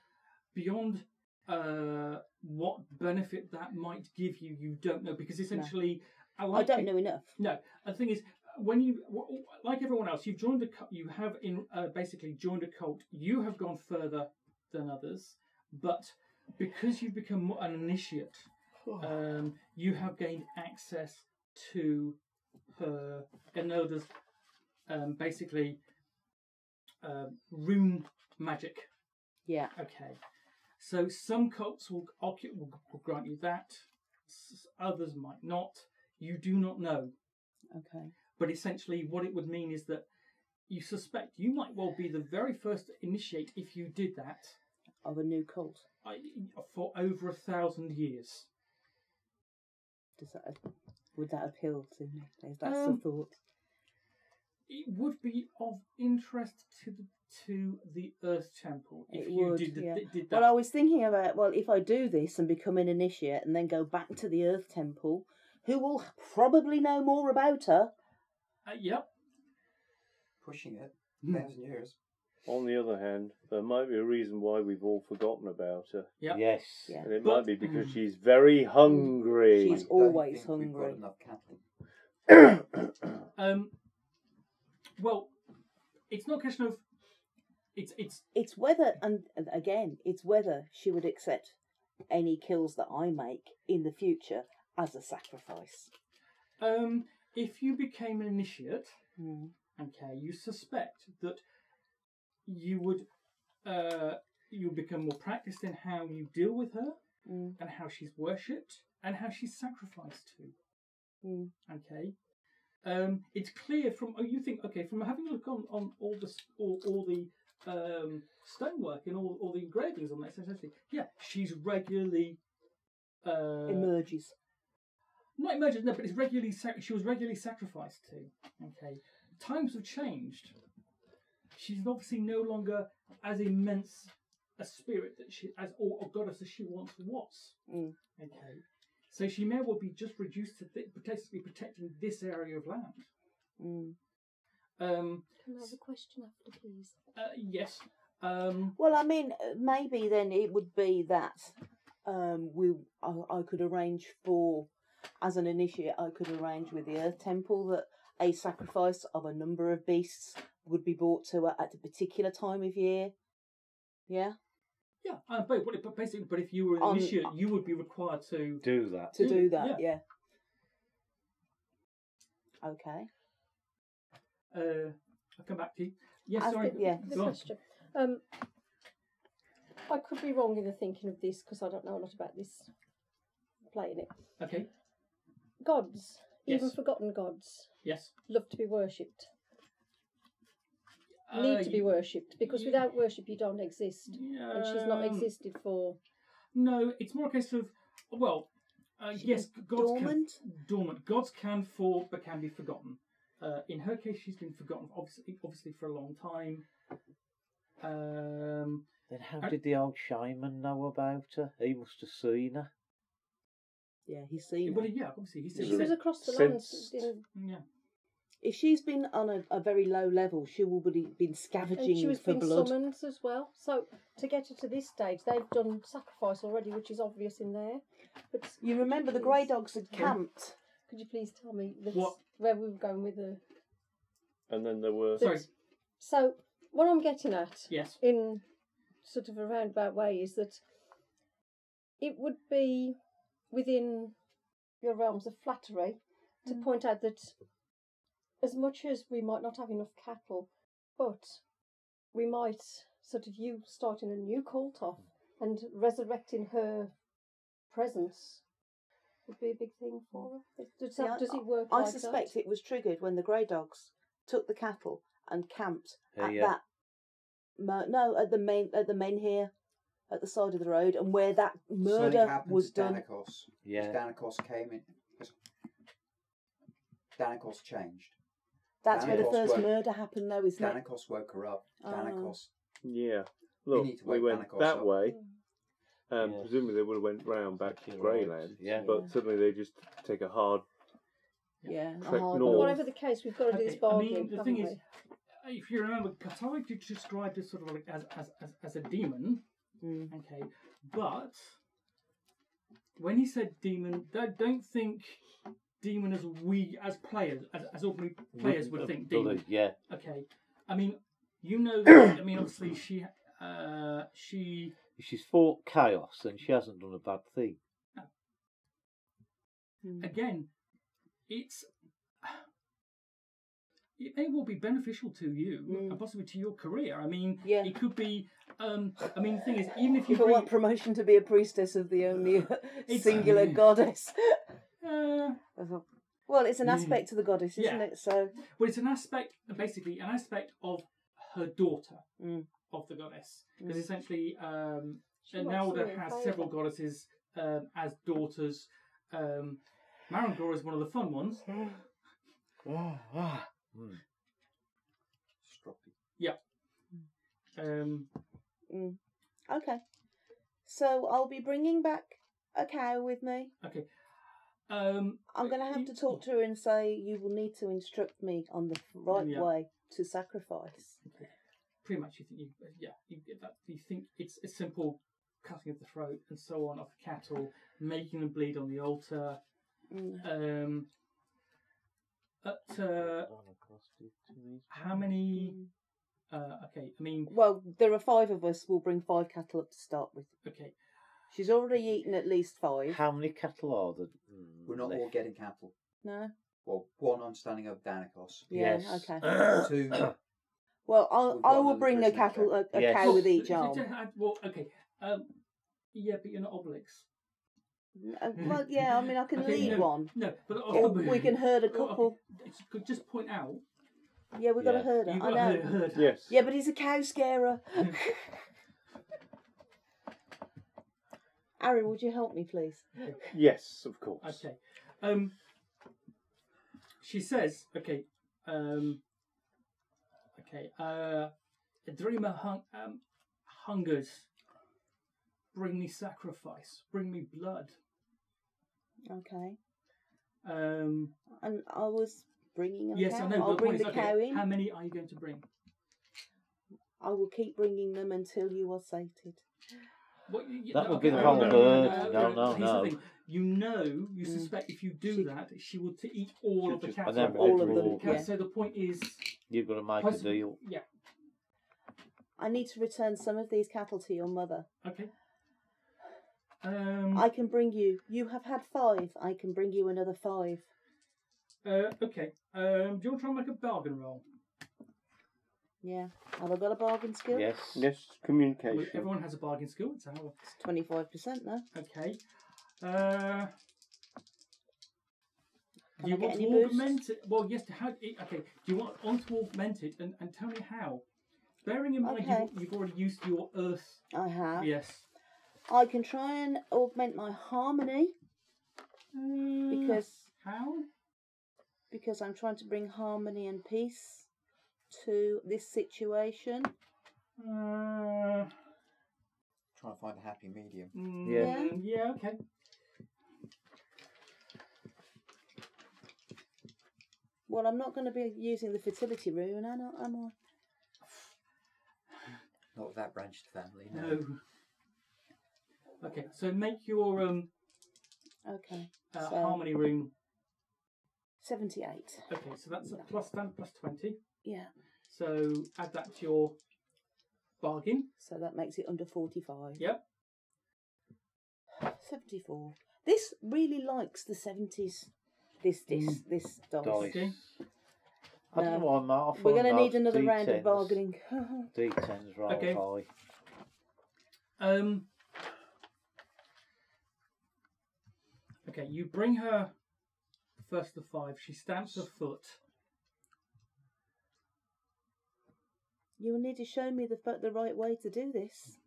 Speaker 2: beyond uh what benefit that might give you you don't know because essentially I,
Speaker 4: I
Speaker 2: like
Speaker 4: don't know enough.
Speaker 2: no, the thing is, when you w- w- like everyone else, you've joined a cu- you have in uh, basically joined a cult. You have gone further than others, But because you've become mo- an initiate, um, you have gained access to her Ganoda's um, basically um room magic.
Speaker 4: Yeah.
Speaker 2: Okay. So some cults will, occu- will, will grant you that, s- others might not. You do not know.
Speaker 4: Okay.
Speaker 2: But essentially, what it would mean is that you suspect you might well be the very first to initiate if you did that
Speaker 4: Of a new cult.
Speaker 2: I, for over a thousand years.
Speaker 4: Does that would that appeal to me? If that's
Speaker 2: Um,
Speaker 4: the thought.
Speaker 2: It would be of interest to the, to the Earth Temple if
Speaker 4: It
Speaker 2: you
Speaker 4: would,
Speaker 2: did, the,
Speaker 4: yeah.
Speaker 2: did that.
Speaker 4: Well, I was thinking about well, if I do this and become an initiate and then go back to the Earth Temple, who will probably know more about her?
Speaker 2: Uh, yep.
Speaker 6: Pushing it.
Speaker 2: Hmm.
Speaker 6: Thousand years.
Speaker 1: On the other hand, there might be a reason why we've all forgotten about her.
Speaker 2: Yep.
Speaker 5: Yes.
Speaker 4: Yeah.
Speaker 1: And it
Speaker 2: But-
Speaker 1: might be because she's very hungry.
Speaker 6: I
Speaker 4: She's
Speaker 6: don't
Speaker 4: always
Speaker 6: think we've got
Speaker 4: hungry.
Speaker 6: enough capital.
Speaker 2: Um, well, it's not a question of. It's it's
Speaker 4: It's whether, and and again, it's whether she would accept any kills that I make in the future as a sacrifice.
Speaker 2: um if you became an initiate, okay, you suspect that you would uh you would become more practiced in how you deal with her
Speaker 4: Mm.
Speaker 2: and how she's worshipped and how she's sacrificed to.
Speaker 4: Mm.
Speaker 2: Okay. Um, it's clear from oh, you think okay from having a look on, on all the s- all, all the um, stonework and all, all the engravings on that essentially yeah she's regularly uh,
Speaker 4: Emerges.
Speaker 2: not emergent no but it's regularly sac- she was regularly sacrificed to okay times have changed she's obviously no longer as immense a spirit that she as or a goddess as she once was
Speaker 4: Mm.
Speaker 2: okay so she may well be just reduced to th- potentially protecting this area of land
Speaker 4: Mm.
Speaker 2: um,
Speaker 3: Can I have a question after, please?
Speaker 2: uh, yes. Um,
Speaker 4: Well, I mean, uh, maybe then it would be that um, we I, I could arrange for, as an initiate, I could arrange with the Earth Temple that a sacrifice of a number of beasts would be brought to her at a particular time of year. Yeah,
Speaker 2: yeah. Uh, but, but- but basically, but if you were an
Speaker 4: On-
Speaker 2: initiate, you would be required to.
Speaker 5: Do that.
Speaker 4: to
Speaker 2: Yeah,
Speaker 4: do that. Yeah. Okay.
Speaker 2: Uh, I'll come back to you. Yes,
Speaker 4: I
Speaker 2: sorry.
Speaker 4: think- yeah.
Speaker 2: go
Speaker 3: The
Speaker 2: on.
Speaker 3: question. Um, I could be wrong in the thinking of this because I don't know a lot about this. Playing it,
Speaker 2: Okay.
Speaker 3: gods, even
Speaker 2: Yes.
Speaker 3: forgotten gods,
Speaker 2: Yes.
Speaker 3: love to be worshipped. Need
Speaker 2: Uh,
Speaker 3: to be worshipped because
Speaker 2: y-
Speaker 3: without worship you don't exist, and she's not
Speaker 2: um,
Speaker 3: existed for.
Speaker 2: No, it's more a case of well, uh,
Speaker 4: She
Speaker 2: yes,
Speaker 4: was
Speaker 2: gods
Speaker 4: dormant?
Speaker 2: can dormant. Gods can fall, but can be forgotten. Uh, in her case, she's been forgotten obviously, obviously for a long time. Um,
Speaker 5: Then
Speaker 2: Uh,
Speaker 5: how did the old shaman know about her? He must have seen her.
Speaker 4: Yeah, he's seen.
Speaker 2: well,
Speaker 4: her.
Speaker 2: yeah, obviously he said
Speaker 1: Is
Speaker 3: She
Speaker 1: it
Speaker 3: was across the
Speaker 1: sensed?
Speaker 3: land, in,
Speaker 2: yeah.
Speaker 4: If she's been on a, a very low level, she will be been
Speaker 3: and
Speaker 4: scavenging
Speaker 3: she was
Speaker 4: for
Speaker 3: being
Speaker 4: blood.
Speaker 3: summoned as well. So to get her to this stage, they've done sacrifice already, which is obvious in there. But
Speaker 4: You remember the grey dogs had camped.
Speaker 3: could you please tell me this,
Speaker 2: What?
Speaker 3: where we were going with the?
Speaker 1: and then there were.
Speaker 2: Sorry.
Speaker 3: So what I'm getting at
Speaker 2: Yes.
Speaker 3: in sort of a roundabout way is that it would be within your realms of flattery to
Speaker 4: Mm.
Speaker 3: point out that as much as we might not have enough cattle, but we might sort of you starting a new cult off and resurrecting her presence would be a big thing for her. Does, that,
Speaker 4: Yeah,
Speaker 3: does it work?
Speaker 4: I
Speaker 3: like
Speaker 4: suspect
Speaker 3: that?
Speaker 4: it was triggered when the grey dogs took the cattle and camped at
Speaker 5: Here.
Speaker 4: that mo- no at the main at the men here at the side of the road and where that
Speaker 6: Something
Speaker 4: murder
Speaker 6: happened
Speaker 4: was
Speaker 6: to
Speaker 4: done.
Speaker 6: Danakos.
Speaker 5: Yeah.
Speaker 6: Danakos came in. Danakos changed.
Speaker 4: That's where the
Speaker 6: Danakos
Speaker 4: first
Speaker 6: woke-
Speaker 4: murder happened, though, isn't it?
Speaker 6: Danakos woke her up.
Speaker 4: Ah.
Speaker 6: Danakos.
Speaker 1: Yeah.
Speaker 6: We
Speaker 1: Look,
Speaker 6: need to
Speaker 1: we
Speaker 6: wake
Speaker 1: went
Speaker 6: Danakos
Speaker 1: that
Speaker 6: up.
Speaker 1: way.
Speaker 4: Mm.
Speaker 1: Um,
Speaker 5: Yes.
Speaker 1: Presumably they would have went round back to
Speaker 5: You're right,
Speaker 1: Greyland.
Speaker 5: yeah.
Speaker 1: But suddenly they just take a hard.
Speaker 4: Yeah, a
Speaker 1: Trek
Speaker 4: hard
Speaker 1: north.
Speaker 3: But
Speaker 4: north.
Speaker 3: whatever the case, we've got to do this
Speaker 2: Okay, I mean,
Speaker 3: bargain.
Speaker 2: the
Speaker 3: haven't
Speaker 2: thing is,
Speaker 3: we?
Speaker 2: if you remember, Katai did described as sort of like as, as, as, as a demon,
Speaker 4: Mm.
Speaker 2: okay, but when he said demon, I don't think demon as we, as players, as, as ordinary players would
Speaker 5: Uh,
Speaker 2: think
Speaker 5: do
Speaker 2: demon.
Speaker 5: they? Yeah.
Speaker 2: Okay, I mean, you know, I mean, obviously she, uh, she
Speaker 5: If she's fought chaos, then she hasn't done a bad thing.
Speaker 2: again, it's it may well be beneficial to you
Speaker 4: Mm.
Speaker 2: and possibly to your career. I mean,
Speaker 4: Yeah.
Speaker 2: it could be. Um, I mean, the thing is, even if you
Speaker 4: If I want
Speaker 2: bring,
Speaker 4: promotion to be a priestess of the only singular
Speaker 2: yeah.
Speaker 4: goddess.
Speaker 2: uh,
Speaker 4: Well, it's an
Speaker 2: Yeah.
Speaker 4: aspect to the goddess, isn't
Speaker 2: Yeah.
Speaker 4: it? So
Speaker 2: well, it's an aspect, basically, an aspect of her daughter
Speaker 4: Mm.
Speaker 2: of the goddess,
Speaker 4: Mm.
Speaker 2: because essentially, um,
Speaker 3: She wants you
Speaker 2: Nalda
Speaker 3: in
Speaker 2: has
Speaker 3: favour.
Speaker 2: several goddesses um, as daughters. Um, Marangora is one of the fun ones.
Speaker 5: Hmm.
Speaker 6: Stroppy.
Speaker 2: Um,
Speaker 4: mm. okay. So I'll be bringing back a cow with me.
Speaker 2: okay. Um,
Speaker 4: I'm going to have
Speaker 2: you-
Speaker 4: to talk to her and say you will need to instruct me on the right
Speaker 2: Yeah.
Speaker 4: way to sacrifice.
Speaker 2: pretty much you think you uh, yeah you get that you think it's a simple cutting of the throat and so on of cattle making them bleed on the altar
Speaker 4: Mm.
Speaker 2: um at uh,
Speaker 5: Danakos did to his
Speaker 2: how many uh okay i mean
Speaker 4: Well, there are five of us. We'll bring five cattle up to start with.
Speaker 2: okay
Speaker 4: She's already eaten at least five.
Speaker 5: How many cattle are there? Hmm,
Speaker 6: We're not all
Speaker 5: left?
Speaker 6: getting cattle.
Speaker 4: No.
Speaker 6: Well, one, I'm standing over Danikos.
Speaker 4: Yeah.
Speaker 5: Yes.
Speaker 4: Okay.
Speaker 6: Two,
Speaker 4: Well,
Speaker 6: We've
Speaker 4: I'll, I
Speaker 6: got
Speaker 4: will
Speaker 6: another
Speaker 4: bring a
Speaker 6: person out
Speaker 4: cattle a, a
Speaker 5: Yes.
Speaker 4: cow with
Speaker 2: Well,
Speaker 4: each
Speaker 2: so- so
Speaker 4: arm.
Speaker 2: to add- well okay um yeah but you're not obelix
Speaker 4: Uh, Well, yeah. I mean, I can
Speaker 2: Okay,
Speaker 4: lead
Speaker 2: no. Oh,
Speaker 4: one,
Speaker 2: no but off
Speaker 4: or
Speaker 2: the
Speaker 4: we
Speaker 2: move-
Speaker 4: can herd a
Speaker 2: oh, okay,
Speaker 4: couple.
Speaker 2: just- could just point out
Speaker 4: Yeah, we've got a
Speaker 5: Yeah.
Speaker 4: herder.
Speaker 2: you've
Speaker 4: I
Speaker 2: got a
Speaker 4: know.
Speaker 2: herd, herd
Speaker 1: Yes.
Speaker 4: Yeah, but he's a cow scarer. Aaron, would you help me, please?
Speaker 1: Yes, of course.
Speaker 2: Okay. Um, she says, okay, um, okay, uh, a dreamer hung, um, hungers. Bring me sacrifice. Bring me blood.
Speaker 4: Okay.
Speaker 2: Um,
Speaker 4: And I was bringing a
Speaker 2: yes,
Speaker 4: cow.
Speaker 2: I know. but
Speaker 4: will
Speaker 2: the
Speaker 4: bring
Speaker 2: point
Speaker 4: the
Speaker 2: is, okay,
Speaker 4: cow in.
Speaker 2: How many are you going to bring?
Speaker 4: I will keep bringing them until you are sated.
Speaker 2: What, you,
Speaker 5: That would be
Speaker 2: okay,
Speaker 5: the
Speaker 2: no,
Speaker 5: whole
Speaker 2: no, no, no,
Speaker 5: bird.
Speaker 2: no,
Speaker 5: No, no,
Speaker 2: here's the
Speaker 5: no.
Speaker 2: thing. You know, you
Speaker 4: Mm.
Speaker 2: suspect if you do
Speaker 4: She-
Speaker 2: that, she will to eat all of the
Speaker 1: just-
Speaker 2: cattle.
Speaker 5: And then
Speaker 4: All of them,
Speaker 5: overall,
Speaker 2: Okay,
Speaker 4: yeah.
Speaker 2: So the point is,
Speaker 5: you've got to make
Speaker 2: possibly-
Speaker 5: a deal.
Speaker 2: Yeah.
Speaker 4: I need to return some of these cattle to your mother.
Speaker 2: Okay. Um,
Speaker 4: I can bring you. You have had five. I can bring you another five.
Speaker 2: Uh, okay. Um, do you want to try and make a bargain roll?
Speaker 4: Yeah. Have I got a bargain skill?
Speaker 5: Yes.
Speaker 1: Yes,
Speaker 2: Well,
Speaker 1: communication.
Speaker 2: Everyone has a bargain skill. It's our
Speaker 4: It's twenty five percent now.
Speaker 2: okay. Uh,
Speaker 4: Can
Speaker 2: do you
Speaker 4: I get
Speaker 2: want to
Speaker 4: any boosts?
Speaker 2: augment it? Well, yes. How? it- Okay. Do you want, want to augment it, and, and tell me how? Bearing in mind
Speaker 4: Okay.
Speaker 2: you've, you've already used your earth.
Speaker 4: I have.
Speaker 2: Yes.
Speaker 4: I can try and augment my harmony
Speaker 2: Uh,
Speaker 4: because
Speaker 2: how?
Speaker 4: because I'm trying to bring harmony and peace to this situation.
Speaker 2: Uh,
Speaker 6: trying to find a happy medium.
Speaker 2: mm,
Speaker 5: Yeah.
Speaker 2: Yeah. Okay.
Speaker 4: Well, I'm not going to be using the fertility rune, am I? Am I?
Speaker 6: Not with that branch of the family. No.
Speaker 2: No. Okay. So make your um
Speaker 4: Okay.
Speaker 2: uh,
Speaker 4: So-
Speaker 2: harmony room.
Speaker 4: 78.
Speaker 2: Okay. So that's a plus then plus twenty.
Speaker 4: Yeah.
Speaker 2: So add that to your bargain.
Speaker 4: So that makes it under 45.
Speaker 2: Yep.
Speaker 4: 74. This really likes the 70s. This, this, this dice.
Speaker 5: Dice.
Speaker 2: Okay.
Speaker 5: I don't know why, Mark. I
Speaker 4: We're going to
Speaker 5: find
Speaker 4: need
Speaker 5: those
Speaker 4: another round
Speaker 5: D10s
Speaker 4: of bargaining.
Speaker 5: D10s roll
Speaker 2: Okay.
Speaker 5: high.
Speaker 2: Um. Okay, you bring her first of five. She stamps her foot.
Speaker 4: You'll need to show me the, fo- the right way to do this.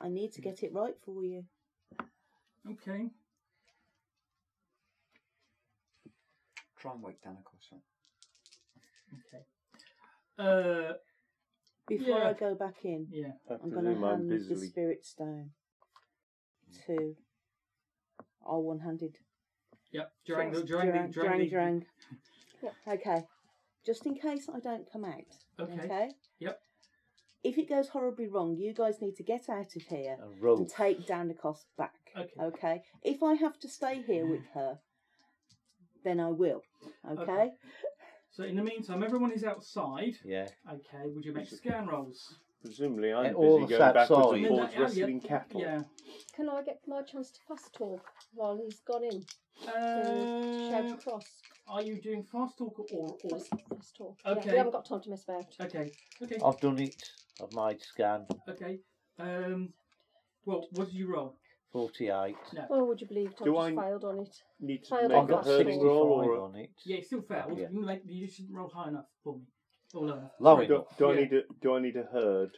Speaker 4: I need to get it right for you.
Speaker 2: Okay.
Speaker 6: Try and wake Danikos up.
Speaker 2: Okay. Uh.
Speaker 4: Before
Speaker 2: Yeah.
Speaker 4: I go back in,
Speaker 2: Yeah.
Speaker 1: I
Speaker 4: I'm going to
Speaker 1: presume I'm
Speaker 4: hand the
Speaker 1: busily.
Speaker 4: spirit stone to our one handed
Speaker 2: Yep. During the
Speaker 4: Yes,
Speaker 2: during the during the.
Speaker 4: Durang, Durang. Okay. Just in case I don't come out.
Speaker 2: Okay. Yep.
Speaker 4: If it goes horribly wrong, you guys need to get out of here
Speaker 5: And roll.
Speaker 4: and take Danikos back.
Speaker 2: Okay.
Speaker 4: Okay. If I have to stay here with her, then I will. Okay.
Speaker 2: Okay. So in the meantime, everyone is outside.
Speaker 5: Yeah.
Speaker 2: Okay. Would you make scan rolls?
Speaker 1: Presumably, I'm
Speaker 5: And all
Speaker 1: busy
Speaker 5: the
Speaker 1: going
Speaker 5: sad
Speaker 1: backwards
Speaker 5: souls.
Speaker 1: and forwards
Speaker 2: Yeah, yeah,
Speaker 1: wrestling cattle.
Speaker 2: Yeah.
Speaker 3: Can I get my chance to fast talk while he's gone in? To shout
Speaker 2: Um,
Speaker 3: across.
Speaker 2: are you doing fast talk or, or
Speaker 3: Fast, fast talk. Yeah,
Speaker 2: Okay.
Speaker 3: we haven't got time to mess about.
Speaker 2: okay, okay,
Speaker 1: Oh.
Speaker 5: I've done it. I've made scan
Speaker 2: okay. Um, well, what did you roll?
Speaker 5: 48.
Speaker 2: No.
Speaker 3: Oh, would you believe Tom
Speaker 1: Do
Speaker 3: just
Speaker 1: I-
Speaker 3: failed on it?
Speaker 1: Need to
Speaker 3: I've
Speaker 1: make
Speaker 5: I've
Speaker 1: a
Speaker 5: got
Speaker 3: hurdle
Speaker 5: 65
Speaker 1: herding roll or
Speaker 5: on it.
Speaker 2: Yeah, you still failed.
Speaker 5: Yeah.
Speaker 2: You, make, you shouldn't roll high enough for me. Or low enough.
Speaker 5: Low
Speaker 2: Sorry.
Speaker 1: do,
Speaker 5: enough.
Speaker 1: do I
Speaker 2: Yeah.
Speaker 1: need a do I need a herd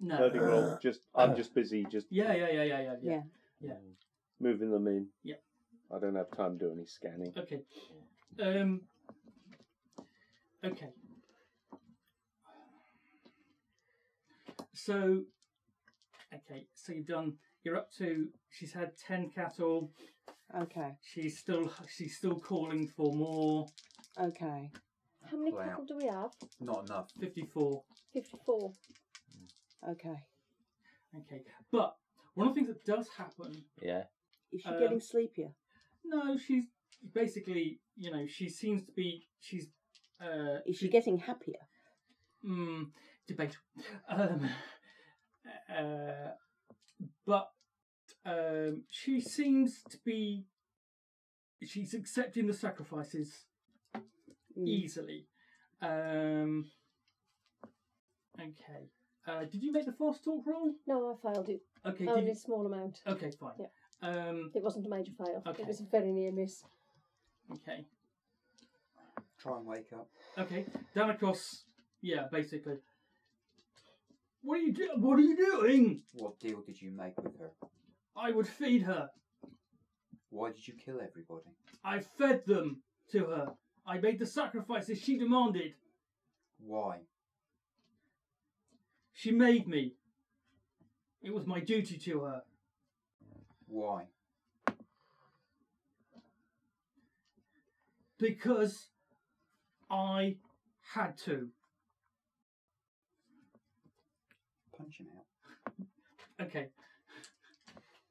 Speaker 2: No.
Speaker 1: herding roll? Just I'm just busy just
Speaker 2: Yeah, yeah, yeah, yeah, yeah, yeah. Yeah.
Speaker 1: moving them in.
Speaker 2: Yeah.
Speaker 1: I don't have time to do any scanning.
Speaker 2: Okay. Um. Okay. So, okay. So you've done. You're up to. She's had ten cattle.
Speaker 4: Okay,
Speaker 2: She's still. She's still calling for more.
Speaker 4: okay.
Speaker 3: How many
Speaker 6: Wow.
Speaker 3: cattle do we have?
Speaker 6: Not enough.
Speaker 2: Fifty-four.
Speaker 3: 54.
Speaker 4: Okay.
Speaker 2: Okay. But one of the things that does happen.
Speaker 5: Yeah.
Speaker 4: Is she
Speaker 2: Um,
Speaker 4: getting sleepier?
Speaker 2: No, she's basically. You know, she seems to be. She's. Uh,
Speaker 4: Is she getting happier?
Speaker 2: Mm, debate. Um, uh, but um, she seems to be. She's accepting the sacrifices
Speaker 4: Mm.
Speaker 2: easily. Um, okay. Uh, did you make the force talk roll?
Speaker 3: No, I failed it.
Speaker 2: Okay. Did
Speaker 3: Only
Speaker 2: you,
Speaker 3: a small amount.
Speaker 2: okay. Fine.
Speaker 3: Oh, Yeah.
Speaker 2: Um,
Speaker 3: It wasn't a major fail.
Speaker 2: Okay.
Speaker 3: It was a very near miss.
Speaker 2: okay.
Speaker 6: Try and wake up.
Speaker 2: Okay. Down across. Yeah. Basically. What are you do? What are you doing?
Speaker 6: What deal did you make with her?
Speaker 2: I would feed her.
Speaker 6: Why did you kill everybody?
Speaker 2: I fed them to her. I made the sacrifices she demanded.
Speaker 6: Why?
Speaker 2: She made me. It was my duty to her.
Speaker 6: Why?
Speaker 2: Because I had to.
Speaker 6: Punch him out.
Speaker 2: Okay.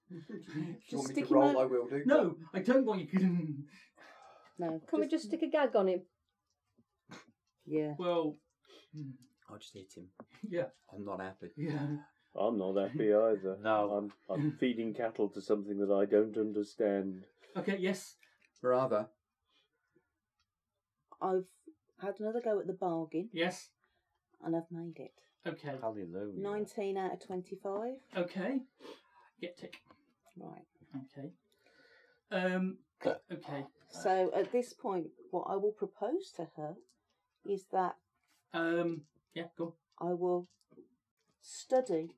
Speaker 6: If you want me
Speaker 4: stick
Speaker 6: to
Speaker 4: him
Speaker 6: roll,
Speaker 4: out.
Speaker 6: I will do.
Speaker 2: No, I don't want you.
Speaker 4: No.
Speaker 3: Can we just stick a gag on him?
Speaker 4: Yeah.
Speaker 2: well,
Speaker 6: I'll just hit him.
Speaker 2: yeah,
Speaker 6: I'm not happy.
Speaker 2: yeah.
Speaker 1: I'm not happy either.
Speaker 5: No.
Speaker 1: I'm I'm feeding cattle to something that I don't understand.
Speaker 2: Okay, yes.
Speaker 6: Rather,
Speaker 4: I've had another go at the bargain
Speaker 2: Yes.
Speaker 4: and I've made it.
Speaker 2: Okay.
Speaker 5: Hallelujah.
Speaker 4: 19 out of 25.
Speaker 2: Okay. Get tick.
Speaker 4: Right.
Speaker 2: Okay. Um. Okay.
Speaker 4: So at this point, what I will propose to her is that
Speaker 2: Um. Yeah. Go.
Speaker 4: I will study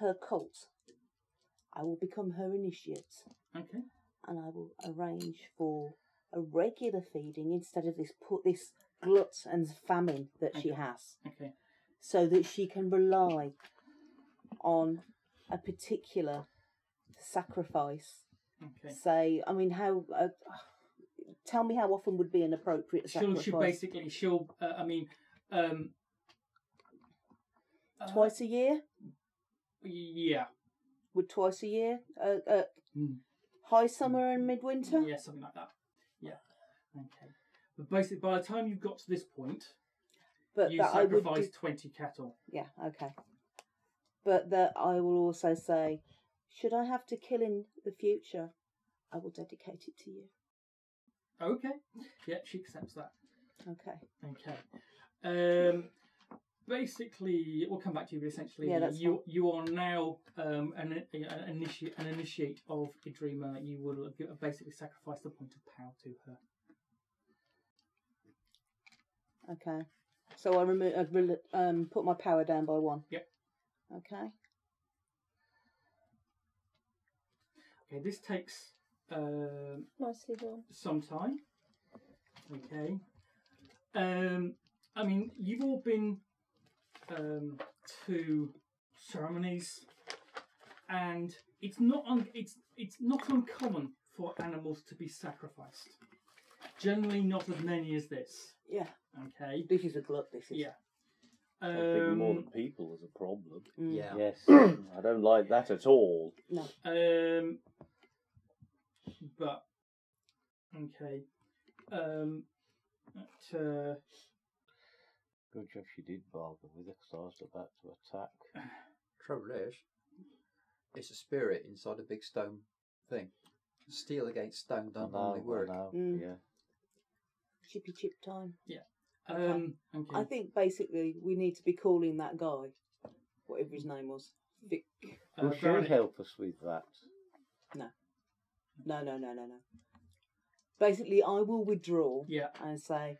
Speaker 4: her cult. I will become her initiate
Speaker 2: Okay.
Speaker 4: and I will arrange for a regular feeding instead of this put this glut and famine that she
Speaker 2: Okay.
Speaker 4: has
Speaker 2: Okay.
Speaker 4: so that she can rely on a particular sacrifice
Speaker 2: Okay.
Speaker 4: say i mean how uh, tell me how often would be an appropriate
Speaker 2: she'll
Speaker 4: sacrifice
Speaker 2: she basically she'll uh, I mean um uh,
Speaker 4: twice a year
Speaker 2: yeah
Speaker 4: would twice a year uh, uh,
Speaker 2: Hmm.
Speaker 4: high summer and midwinter
Speaker 2: yeah something like that yeah okay but basically by the time you got to this point
Speaker 4: but
Speaker 2: you
Speaker 4: that i would do-
Speaker 2: sacrificed 20 cattle
Speaker 4: Yeah, okay. But that I will also say, should I have to kill in the future, I will dedicate it to you.
Speaker 2: okay yeah she accepts that
Speaker 4: Okay.
Speaker 2: okay um basically we'll come back to you but essentially
Speaker 4: Yeah, that's
Speaker 2: you you are now um an, an initiate an initiate of Idrima you will have basically sacrificed the point of power to her
Speaker 4: Okay. So I remove, I rel- um, put my power down by one.
Speaker 2: Yep.
Speaker 4: Okay.
Speaker 2: okay this takes um
Speaker 3: Nicely done.
Speaker 2: sometime. Okay. Um, I mean, you've all been um, to ceremonies, and it's not un- it's it's not uncommon for animals to be sacrificed. Generally, not as many as this.
Speaker 4: Yeah.
Speaker 2: Okay.
Speaker 4: This is a glut. This is.
Speaker 2: Yeah.
Speaker 1: I think more
Speaker 2: Um,
Speaker 1: the people is a problem.
Speaker 4: Mm.
Speaker 5: Yes.
Speaker 1: I don't like that at all.
Speaker 4: No.
Speaker 2: um, but okay. Um, but, uh,
Speaker 5: Good job she did bargain with her, 'cause I was about to attack.
Speaker 6: Trouble is, it's a spirit inside a big stone thing. Steel against stone
Speaker 5: I
Speaker 6: don't
Speaker 5: know,
Speaker 6: normally work.
Speaker 5: I know,
Speaker 4: Mm.
Speaker 5: yeah.
Speaker 4: Chippy chip time. Okay.
Speaker 2: Um, okay.
Speaker 4: I think basically we need to be calling that guy, whatever his name was. Vic.
Speaker 2: Uh,
Speaker 5: Will
Speaker 2: Veronica-
Speaker 5: she help us with that?
Speaker 4: No, no, no, no, no. Basically, I will withdraw
Speaker 2: Yeah.
Speaker 4: and say,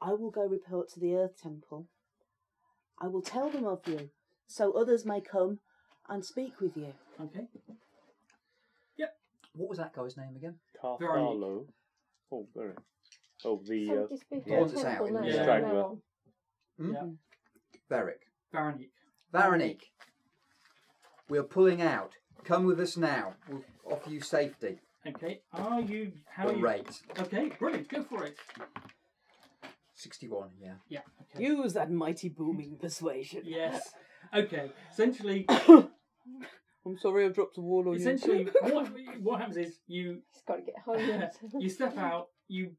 Speaker 4: I will go report to the Earth Temple. I will tell them of you, so others may come and speak with you.
Speaker 2: Okay.
Speaker 6: What was that guy's name again?
Speaker 2: Veronica.
Speaker 1: Carthalo. Oh, very. Oh, the.
Speaker 3: So
Speaker 1: Uh,
Speaker 3: this big
Speaker 5: yeah.
Speaker 3: old
Speaker 6: Once it's
Speaker 3: temple
Speaker 6: out,
Speaker 3: now,
Speaker 2: it's
Speaker 3: from
Speaker 1: strangler.
Speaker 3: now on.
Speaker 6: Hmm?
Speaker 2: Yeah.
Speaker 6: Varric.
Speaker 2: Veronique.
Speaker 6: Varanik, we are pulling out. Come with us now. We'll offer you safety.
Speaker 2: Okay. Are you? How
Speaker 6: Or
Speaker 2: are you?
Speaker 6: rate.
Speaker 2: Okay. Brilliant. Go for it.
Speaker 6: 61, yeah.
Speaker 2: Yeah. Okay.
Speaker 4: Use that mighty booming persuasion.
Speaker 2: Yes. Okay. Essentially,
Speaker 4: I'm sorry I've dropped a wall on
Speaker 2: essentially,
Speaker 4: you.
Speaker 2: what what happens is you
Speaker 3: He's got to get home yet.
Speaker 2: you step out, you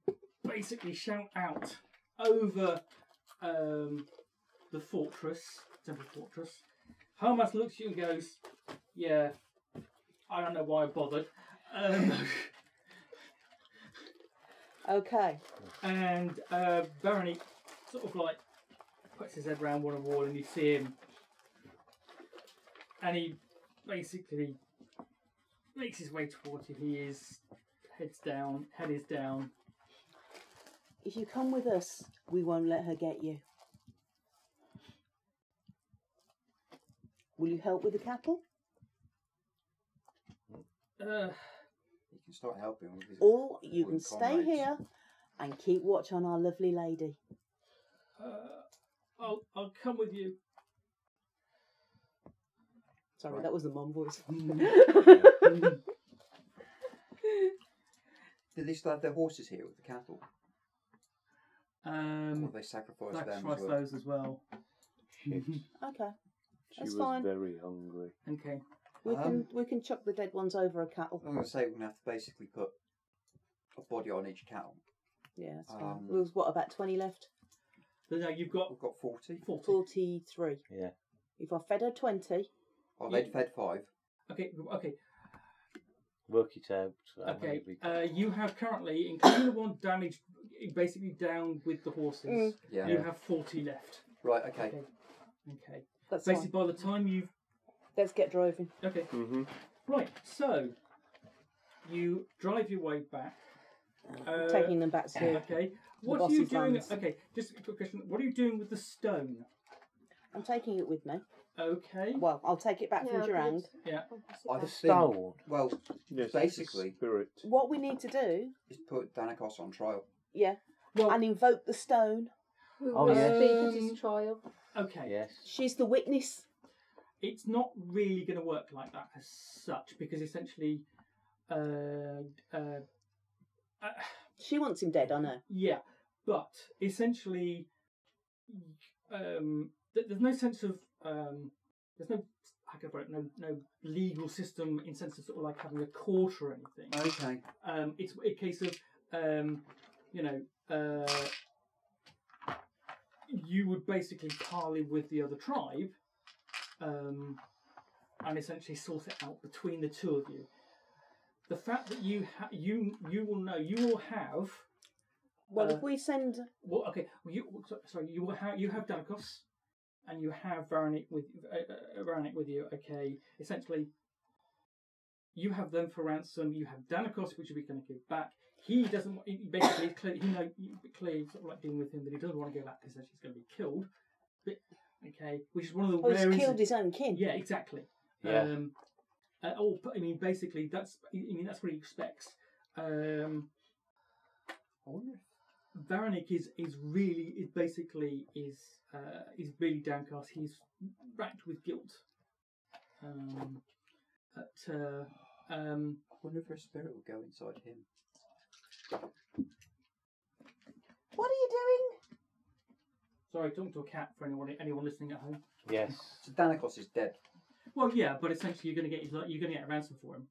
Speaker 2: basically shout out over um, the fortress, temple fortress. Hermas looks at you and goes, Yeah, I don't know why I bothered. Um,
Speaker 4: okay.
Speaker 2: and uh, Barony sort of like puts his head round one wall and you see him. And he basically makes his way towards you. He is heads down, head is down.
Speaker 4: If you come with us, we won't let her get you. Will you help with the cattle?
Speaker 2: Uh,
Speaker 6: You can start helping with his
Speaker 4: Or you can
Speaker 6: Wouldn't
Speaker 4: stay
Speaker 6: comrades.
Speaker 4: here and keep watch on our lovely lady.
Speaker 2: Uh, I'll, I'll come with you.
Speaker 4: Sorry,
Speaker 6: Right.
Speaker 4: that was the mum voice.
Speaker 6: Did they still have their horses here with the cattle? or
Speaker 2: um,
Speaker 6: they sacrificed them as
Speaker 2: sacrifice
Speaker 6: well?
Speaker 2: those as well.
Speaker 5: Shit,
Speaker 4: okay,
Speaker 5: she
Speaker 4: That's
Speaker 5: was
Speaker 4: fine.
Speaker 5: very hungry.
Speaker 2: Okay.
Speaker 4: we can
Speaker 6: Um,
Speaker 4: we can chuck the dead ones over a cattle.
Speaker 6: I'm going to say we're going to have to basically put a body on each cattle.
Speaker 4: Yeah, that's
Speaker 6: um,
Speaker 4: fine. There was what about twenty left?
Speaker 2: So now you've got
Speaker 6: We've got 40.
Speaker 2: 40.
Speaker 4: Forty three.
Speaker 5: Yeah.
Speaker 4: If I fed her twenty,
Speaker 6: Oh,
Speaker 2: Yeah.
Speaker 6: they'd fed five.
Speaker 2: Okay, okay,
Speaker 5: Work it out. how many
Speaker 2: okay.
Speaker 5: we got.
Speaker 2: Uh, you have currently, including the one damaged, basically down with the horses,
Speaker 6: Yeah.
Speaker 2: you have 40 left.
Speaker 6: Right, okay.
Speaker 2: Okay. Okay.
Speaker 4: that's
Speaker 2: Basically,
Speaker 4: fine.
Speaker 2: by the time you've.
Speaker 4: Let's get driving.
Speaker 2: Okay.
Speaker 1: hmm
Speaker 2: Right, so you drive your way back. Uh,
Speaker 4: Taking them back to.
Speaker 2: Okay. What are you
Speaker 4: boss's
Speaker 2: doing?
Speaker 4: vans.
Speaker 2: Okay, just a quick question. What are you doing with the stone?
Speaker 4: I'm taking it with me.
Speaker 2: Okay.
Speaker 4: Well, I'll take it back
Speaker 3: Yeah,
Speaker 4: from
Speaker 3: I'll
Speaker 4: Durand.
Speaker 3: put-
Speaker 2: Yeah.
Speaker 3: I'll pass it
Speaker 6: I
Speaker 3: back.
Speaker 5: The
Speaker 6: think-
Speaker 5: stone.
Speaker 6: Well,
Speaker 1: Yes,
Speaker 6: Basically-
Speaker 1: it's a spirit.
Speaker 4: What we need to do,
Speaker 6: just put Danakos on trial.
Speaker 4: yeah,
Speaker 2: Well,
Speaker 4: and invoke the stone.
Speaker 3: We
Speaker 5: Oh,
Speaker 3: will
Speaker 5: yeah.
Speaker 3: speak at
Speaker 2: Um,
Speaker 3: his trial.
Speaker 2: okay.
Speaker 5: Yes.
Speaker 4: She's the witness.
Speaker 2: it's not really going to work like that as such because essentially, uh, uh, uh,
Speaker 4: She wants him dead. I know.
Speaker 2: yeah, but essentially, um, th- there's no sense of um, there's no how can I put it no no legal system in sense of sort of like having a court or anything.
Speaker 6: Okay.
Speaker 2: Um, it's a case of, um, you know, uh, you would basically parley with the other tribe um, and essentially sort it out between the two of you. The fact that you ha- you you will know you will have
Speaker 4: Well,
Speaker 2: Uh,
Speaker 4: if we send,
Speaker 2: well okay well, you so- sorry you will have you have Danikos and you have Varanik with uh, uh, Varanik with you okay essentially you have them for ransom you have Danikos which you're going to give back he doesn't want, he basically it's clear, he know clearly sort of like dealing with him that he doesn't want to go back because he's going to be killed but, okay which is one of the
Speaker 4: oh,
Speaker 2: rare
Speaker 4: he's
Speaker 2: instances-
Speaker 4: killed his own kin.
Speaker 2: yeah, exactly.
Speaker 5: Yeah.
Speaker 2: Um, uh, oh, but, I mean, basically, that's I mean that's what he expects. Um,
Speaker 6: I wonder if-
Speaker 2: Varanik is is really is basically is uh, is really downcast. He's racked with guilt. Um, but uh, um,
Speaker 6: I wonder if her spirit will go inside him.
Speaker 4: What are you doing?
Speaker 2: sorry, talking to a cat for anyone anyone listening at home.
Speaker 5: Yes.
Speaker 6: So Danakos is dead.
Speaker 2: Well, yeah, but essentially, you're going to get his, li- you're going to get a ransom for him.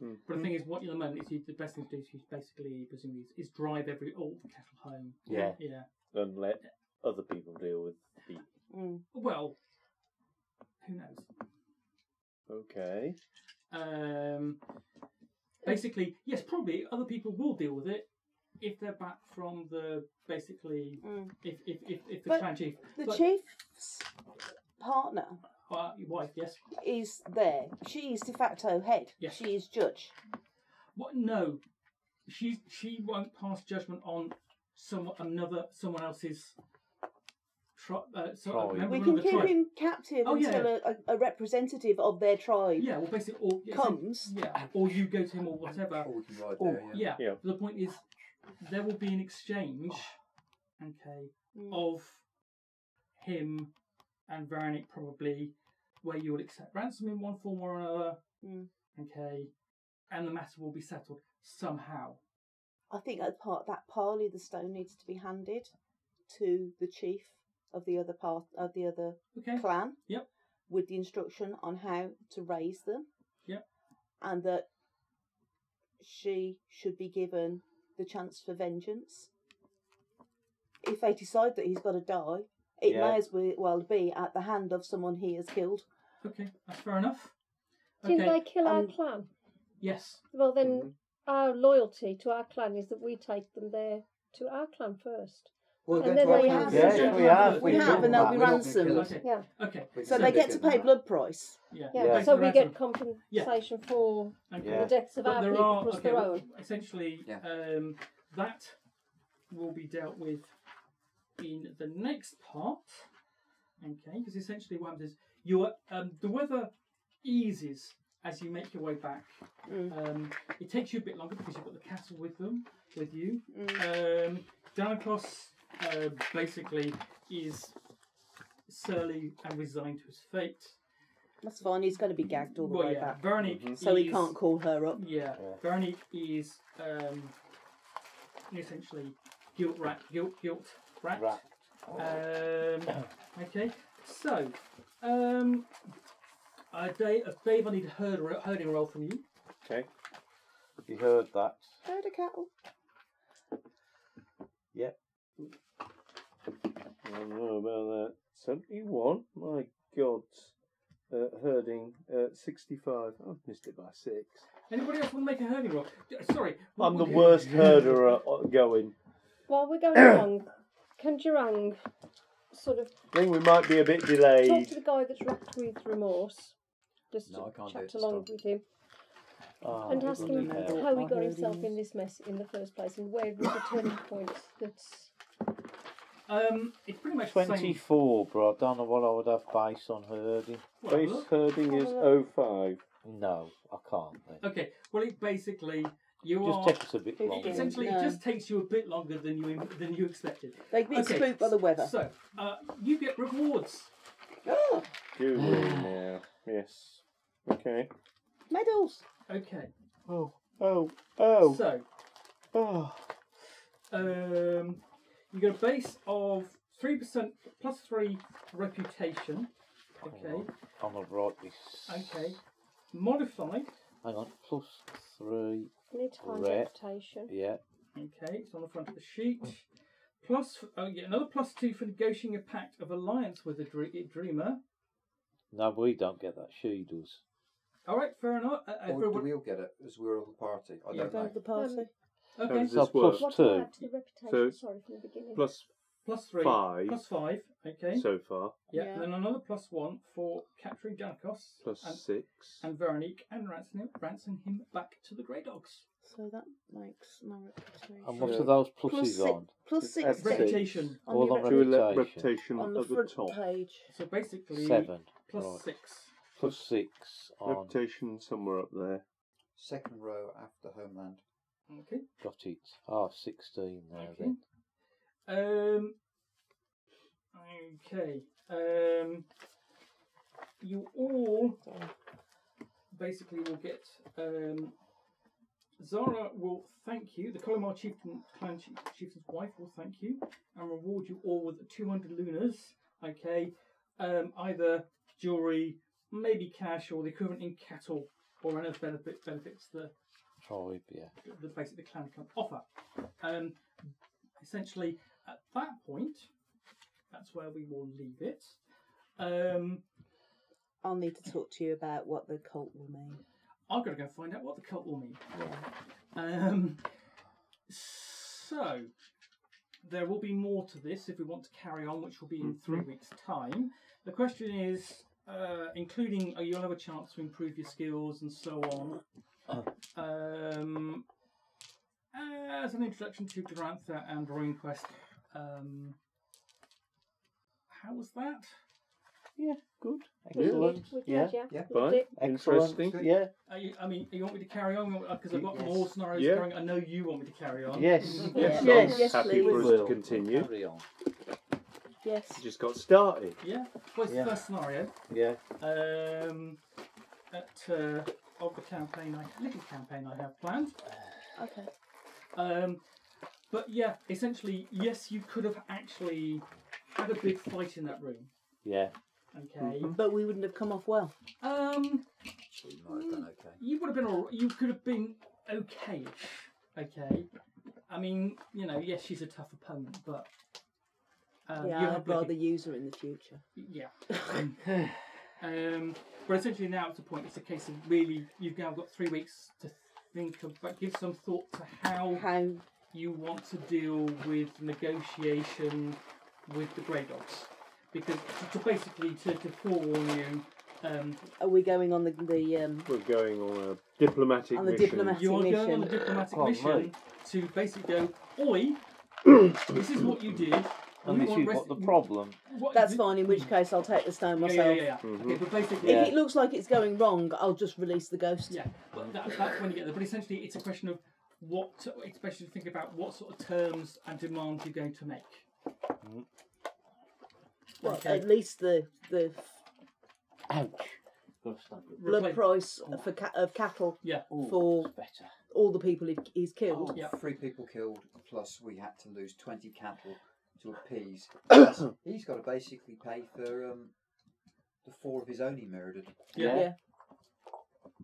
Speaker 1: Hmm.
Speaker 2: But the thing is, what at the moment is you, the best thing to do is you basically, presumably, is, is drive every all the cattle home.
Speaker 5: Yeah.
Speaker 2: Yeah.
Speaker 1: and let other people deal with the.
Speaker 4: Mm.
Speaker 2: Well, who knows?
Speaker 1: Okay.
Speaker 2: Um, basically, yes, probably other people will deal with it if they're back from the basically
Speaker 4: Mm.
Speaker 2: if if if, if the
Speaker 4: But-
Speaker 2: clan chief,
Speaker 4: The
Speaker 2: But-
Speaker 4: chief's partner
Speaker 2: uh, your wife, yes,
Speaker 4: is there. She is de facto head.
Speaker 2: Yes.
Speaker 4: She is judge.
Speaker 2: what? No, she she won't pass judgment on some another someone else's. Tri- uh, so,
Speaker 5: Tribe.
Speaker 2: a member
Speaker 4: We
Speaker 2: of
Speaker 4: can
Speaker 2: another
Speaker 4: keep
Speaker 2: tribe.
Speaker 4: him captive
Speaker 2: Oh, yeah.
Speaker 4: until a, a, a representative of their tribe
Speaker 2: Yeah, well, basically, or yeah, so-
Speaker 4: comes.
Speaker 2: yeah, or you go to him or whatever.
Speaker 6: Or we can ride
Speaker 4: Oh,
Speaker 6: there, yeah.
Speaker 2: Yeah.
Speaker 1: Yeah.
Speaker 2: But the point is, there will be an exchange, okay, of him and Veronic probably, where you will accept ransom in one form or another,
Speaker 3: Hmm.
Speaker 4: Mm.
Speaker 2: okay, and the matter will be settled somehow.
Speaker 4: I think that part that parley the stone needs to be handed to the chief of the other part of the other
Speaker 2: Okay.
Speaker 4: clan.
Speaker 2: Yep.
Speaker 4: With the instruction on how to raise them.
Speaker 2: Yep.
Speaker 4: And that she should be given the chance for vengeance. If they decide that he's got to die, it
Speaker 5: Yeah.
Speaker 4: may as we- well be at the hand of someone he has killed.
Speaker 2: Okay, that's fair enough.
Speaker 3: Didn't
Speaker 2: Okay.
Speaker 3: they kill our
Speaker 4: um,
Speaker 3: clan?
Speaker 2: Yes.
Speaker 3: Well, then
Speaker 1: Mhm.
Speaker 3: our loyalty to our clan is that we take them there to our clan first.
Speaker 6: Well,
Speaker 3: And
Speaker 6: go
Speaker 3: then
Speaker 6: to our
Speaker 3: they
Speaker 6: council.
Speaker 3: have-
Speaker 5: Yes, we have.
Speaker 4: We
Speaker 5: We've
Speaker 4: have,
Speaker 5: done
Speaker 4: and they'll
Speaker 5: that.
Speaker 4: be
Speaker 6: We're not gonna kill
Speaker 4: ransomed.
Speaker 6: us.
Speaker 2: Okay.
Speaker 3: Yeah,
Speaker 2: Okay.
Speaker 6: We
Speaker 4: So
Speaker 6: can
Speaker 4: they get to
Speaker 6: still give them
Speaker 4: pay
Speaker 6: that.
Speaker 4: blood price.
Speaker 2: Yeah.
Speaker 3: yeah.
Speaker 5: Yeah.
Speaker 2: Thanks
Speaker 3: So
Speaker 2: for
Speaker 3: we
Speaker 2: that,
Speaker 3: get
Speaker 2: Adam.
Speaker 3: compensation for
Speaker 2: Okay.
Speaker 5: Yeah.
Speaker 3: the deaths of
Speaker 2: But
Speaker 3: our
Speaker 2: there
Speaker 3: people
Speaker 2: are
Speaker 3: plus
Speaker 2: okay,
Speaker 3: their own.
Speaker 2: essentially
Speaker 6: Yeah.
Speaker 2: um, that will be dealt with in the next part. Okay, because essentially what happens is you um, the weather eases as you make your way back.
Speaker 4: Mm.
Speaker 2: Um, it takes you a bit longer because you've got the castle with them with you.
Speaker 4: Mm.
Speaker 2: Um, Danakos uh, basically is surly and resigned to his fate.
Speaker 4: That's fine. He's going to be gagged all the
Speaker 2: Well,
Speaker 4: way
Speaker 2: yeah,
Speaker 4: back,
Speaker 2: Veronique
Speaker 4: so he
Speaker 2: is-
Speaker 4: can't call her up.
Speaker 2: yeah,
Speaker 5: Yeah.
Speaker 2: Veronique is um, essentially guilt rat, guilt, guilt rat.
Speaker 5: Right.
Speaker 2: Um, okay, so um, uh, Dave, uh, Dave, I need a herd, ro- herding roll from you.
Speaker 1: Okay.
Speaker 5: You heard that.
Speaker 4: Herd of cattle.
Speaker 1: I don't know about that. 71? My God. Uh, herding uh, 65. I've missed it by six.
Speaker 2: Anybody else want to make a herding roll? D- Sorry, what
Speaker 1: I'm the
Speaker 2: would-
Speaker 1: worst herder uh, going.
Speaker 3: While we're going along, can Durang sort of
Speaker 1: I think we might be a bit
Speaker 3: talk to
Speaker 1: delayed.
Speaker 3: the guy that's racked with remorse? Just
Speaker 6: No, I can't do
Speaker 3: chat
Speaker 6: it this
Speaker 3: along
Speaker 6: time.
Speaker 3: with him
Speaker 5: Oh,
Speaker 3: and ask him
Speaker 5: bloody hell.
Speaker 3: how he
Speaker 4: My
Speaker 3: got himself
Speaker 4: herding
Speaker 3: in this mess in the first place and where was the turning point that's
Speaker 2: Um, it's pretty much the same.
Speaker 5: 24, bro. I don't know what I would have based on herding.
Speaker 2: Well,
Speaker 1: Base
Speaker 2: look.
Speaker 1: herding is 05.
Speaker 5: No, I can't. Then.
Speaker 2: Okay, well, it basically you
Speaker 5: Just
Speaker 2: are.
Speaker 5: take us a bit
Speaker 4: Fifteen.
Speaker 5: longer.
Speaker 2: Essentially,
Speaker 4: No.
Speaker 2: it just takes you a bit longer than you than you expected.
Speaker 4: They've been
Speaker 2: Okay.
Speaker 4: spooked by the weather.
Speaker 2: So, uh, you get rewards.
Speaker 4: Oh,
Speaker 1: Do we now? Yes. Okay.
Speaker 4: medals.
Speaker 2: Okay,
Speaker 1: Oh, oh, oh,
Speaker 2: so
Speaker 1: oh.
Speaker 2: Um, you get a base of three percent plus three reputation. Okay,
Speaker 5: I'm going to write this.
Speaker 2: okay. Modified.
Speaker 5: Hang on. Plus 3.
Speaker 3: need to find
Speaker 5: Right.
Speaker 3: reputation.
Speaker 5: Yeah.
Speaker 2: Okay, it's on the front of the sheet. Plus, oh yeah, another plus two for negotiating a pact of alliance with a dre- dreamer.
Speaker 5: No, we don't get that. She does.
Speaker 2: All right, fair enough. Uh,
Speaker 6: Or do
Speaker 2: everyone-
Speaker 6: we all get it? As we're all the party. I
Speaker 2: Yeah.
Speaker 6: don't know.
Speaker 4: the party.
Speaker 2: okay,
Speaker 1: This
Speaker 5: So
Speaker 1: works.
Speaker 3: Um,
Speaker 5: plus
Speaker 3: What do I
Speaker 5: two.
Speaker 3: add to the reputation?
Speaker 1: So-
Speaker 3: Sorry from the beginning.
Speaker 1: Plus
Speaker 2: plus three,
Speaker 1: five.
Speaker 2: plus five. Okay,
Speaker 1: so far,
Speaker 2: yeah,
Speaker 4: Yeah.
Speaker 2: and then another plus one for capturing Janikos
Speaker 1: plus
Speaker 2: and,
Speaker 1: six.
Speaker 2: and Veronique and ransoming him, ransoming him back to the Grey Dogs.
Speaker 4: So that makes my reputation.
Speaker 5: And what
Speaker 1: Yeah.
Speaker 5: are those
Speaker 4: plus
Speaker 5: pluses
Speaker 4: six,
Speaker 5: Um, on?
Speaker 4: plus
Speaker 1: That's
Speaker 4: six
Speaker 1: six.
Speaker 2: Reputation.
Speaker 4: on
Speaker 5: All
Speaker 4: the
Speaker 5: on
Speaker 4: rep-
Speaker 1: To a le-
Speaker 5: Reputation.
Speaker 1: reputation
Speaker 4: on the
Speaker 1: of the
Speaker 4: front
Speaker 1: top.
Speaker 4: page.
Speaker 2: So basically,
Speaker 5: Seven.
Speaker 2: plus
Speaker 5: right.
Speaker 2: six.
Speaker 5: Plus six on.
Speaker 1: Reputation somewhere up there.
Speaker 6: Second row after Homeland.
Speaker 2: Okay.
Speaker 5: Got it. Ah, 16 there
Speaker 2: Okay.
Speaker 5: then.
Speaker 2: Um. Okay. Um. You all basically will get. Um, Zara will thank you. The Colomar chieftain, clan chief, chieftain's wife will thank you and reward you all with 200 lunas. Okay. Um, either jewelry, maybe cash, or the equivalent in cattle. or any other benefit, benefits the
Speaker 5: Tribe, yeah.
Speaker 2: the basic the clan can offer. Um, essentially, at that point, that's where we will leave it. Um,
Speaker 4: I'll need to talk to you about what the cult will mean.
Speaker 2: I've got to go find out what the cult will mean. Um, so, there will be more to this if we want to carry on, which will be in three weeks' time. The question is, uh, including, oh, you'll have a chance to improve your skills and so on. Um, as an introduction to Durantha and Roaring Quest, um, how was that?
Speaker 5: Yeah, good.
Speaker 3: We did,
Speaker 5: Excellent.
Speaker 3: we did,
Speaker 5: Yeah.
Speaker 3: yeah.
Speaker 6: Yeah.
Speaker 3: We
Speaker 1: Fine.
Speaker 3: did.
Speaker 5: Excellent.
Speaker 1: Interesting.
Speaker 5: Yeah.
Speaker 2: Are you, I mean, you want me to carry on? Because I've got
Speaker 4: Yes.
Speaker 2: more scenarios
Speaker 1: Yeah.
Speaker 2: going. I know you want me to carry on.
Speaker 5: Yes.
Speaker 1: Yes,
Speaker 4: Yeah.
Speaker 1: I'm
Speaker 4: Yes,
Speaker 1: happy
Speaker 4: please.
Speaker 1: for us
Speaker 5: We'll
Speaker 1: to continue.
Speaker 5: Carry on.
Speaker 4: Yes.
Speaker 1: We just got started.
Speaker 2: Yeah. What's
Speaker 5: Yeah.
Speaker 2: the first scenario?
Speaker 5: Yeah.
Speaker 2: Um, at uh, of the campaign, I, little campaign I have planned.
Speaker 4: Okay.
Speaker 2: Um, but yeah, essentially, yes, you could have actually had a big fight in that room.
Speaker 5: Yeah.
Speaker 2: Okay.
Speaker 4: But we wouldn't have come off well.
Speaker 2: Um,
Speaker 6: We might have done okay.
Speaker 2: You would have been all. You could have been okay. Okay. I mean, you know, yes, she's a tough opponent, but um, you
Speaker 4: yeah,
Speaker 2: have
Speaker 4: I'd rather
Speaker 2: nothing-
Speaker 4: use her in the future.
Speaker 2: yeah. um, but essentially, now it's a point. It's a case of really. You've now got three weeks to think about, give some thought to how
Speaker 4: How?
Speaker 2: you want to deal with negotiation with the Grey Dogs, because to, to basically to, to forewarn you. Um,
Speaker 4: Are we going on the the um?
Speaker 1: We're going on a diplomatic
Speaker 4: On the
Speaker 1: mission.
Speaker 4: diplomatic-
Speaker 2: You are going on
Speaker 4: mission.
Speaker 2: a diplomatic
Speaker 5: Oh,
Speaker 2: mission
Speaker 5: right.
Speaker 2: to basically go, Oi, this is what you did.
Speaker 5: And
Speaker 2: We
Speaker 5: this
Speaker 2: want
Speaker 5: is
Speaker 2: rest-
Speaker 5: what the problem.
Speaker 2: what-
Speaker 4: That's fine. In which case, I'll take the stone
Speaker 2: Yeah,
Speaker 4: myself.
Speaker 2: yeah, yeah. yeah.
Speaker 1: Mhm.
Speaker 5: Mm-hmm.
Speaker 2: Okay, but basically,
Speaker 5: Yeah.
Speaker 4: If it looks like it's going wrong, I'll just release the ghost.
Speaker 2: yeah, but that, that's when you get there. But essentially, it's a question of what, especially to think about what sort of terms and demands you're going to make.
Speaker 5: Mm-hmm.
Speaker 4: Well,
Speaker 2: Okay.
Speaker 4: at least the the
Speaker 5: Ouch. Gotta stab it.
Speaker 4: blood
Speaker 2: Repla-
Speaker 4: price for ca- of cattle
Speaker 2: Oh. Yeah.
Speaker 5: Ooh,
Speaker 4: For-
Speaker 5: that's better.
Speaker 4: all the people he, he's killed.
Speaker 6: Oh,
Speaker 2: Yeah.
Speaker 6: Three people killed, plus we had to lose 20 cattle to appease. Plus, he's got to basically pay for um, the four of his own he murdered.
Speaker 2: Yeah.
Speaker 4: Yeah.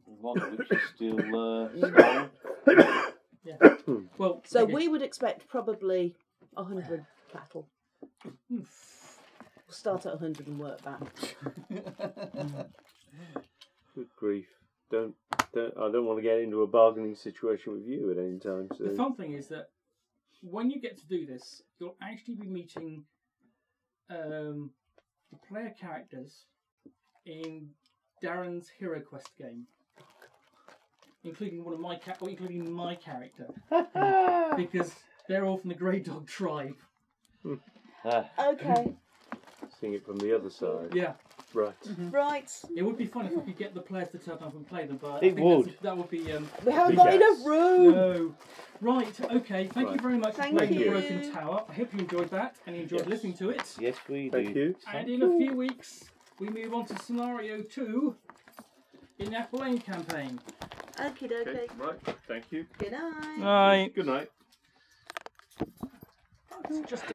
Speaker 5: One of which is still uh, small.
Speaker 2: Well,
Speaker 4: So
Speaker 2: okay.
Speaker 4: we would expect probably a hundred cattle.
Speaker 2: Hmm.
Speaker 4: We'll start at a hundred and work back.
Speaker 1: Good grief. Don't, don't, I don't want to get into a bargaining situation with you at any time
Speaker 2: The
Speaker 1: soon.
Speaker 2: fun thing is that when you get to do this, you'll actually be meeting um, the player characters in Darren's Hero Quest game, including one of my ca- or including my character, because they're all from the Grey Dog tribe.
Speaker 5: Ah,
Speaker 4: Okay.
Speaker 1: Seeing it from the other side.
Speaker 2: Yeah,
Speaker 1: Right.
Speaker 4: Mm. right.
Speaker 2: it would be fun if we could get the players to turn up and play them, but I
Speaker 5: It
Speaker 2: think that's-
Speaker 5: would.
Speaker 2: that would be um,
Speaker 4: We haven't
Speaker 1: Big
Speaker 4: got enough
Speaker 1: ass.
Speaker 4: room.
Speaker 2: no. Right, okay, thank you
Speaker 1: Right.
Speaker 2: very much
Speaker 4: Thank
Speaker 2: for playing
Speaker 1: you.
Speaker 2: The Broken Tower. I hope you enjoyed that and you enjoyed
Speaker 1: Yes.
Speaker 2: listening to it.
Speaker 5: yes, we do.
Speaker 1: Thank you.
Speaker 2: And in a few weeks, we move on to scenario two in the Apple Lane campaign.
Speaker 4: Okie dokie.
Speaker 1: Right. Thank you.
Speaker 4: Good night.
Speaker 2: Right.
Speaker 1: Good night.
Speaker 2: Just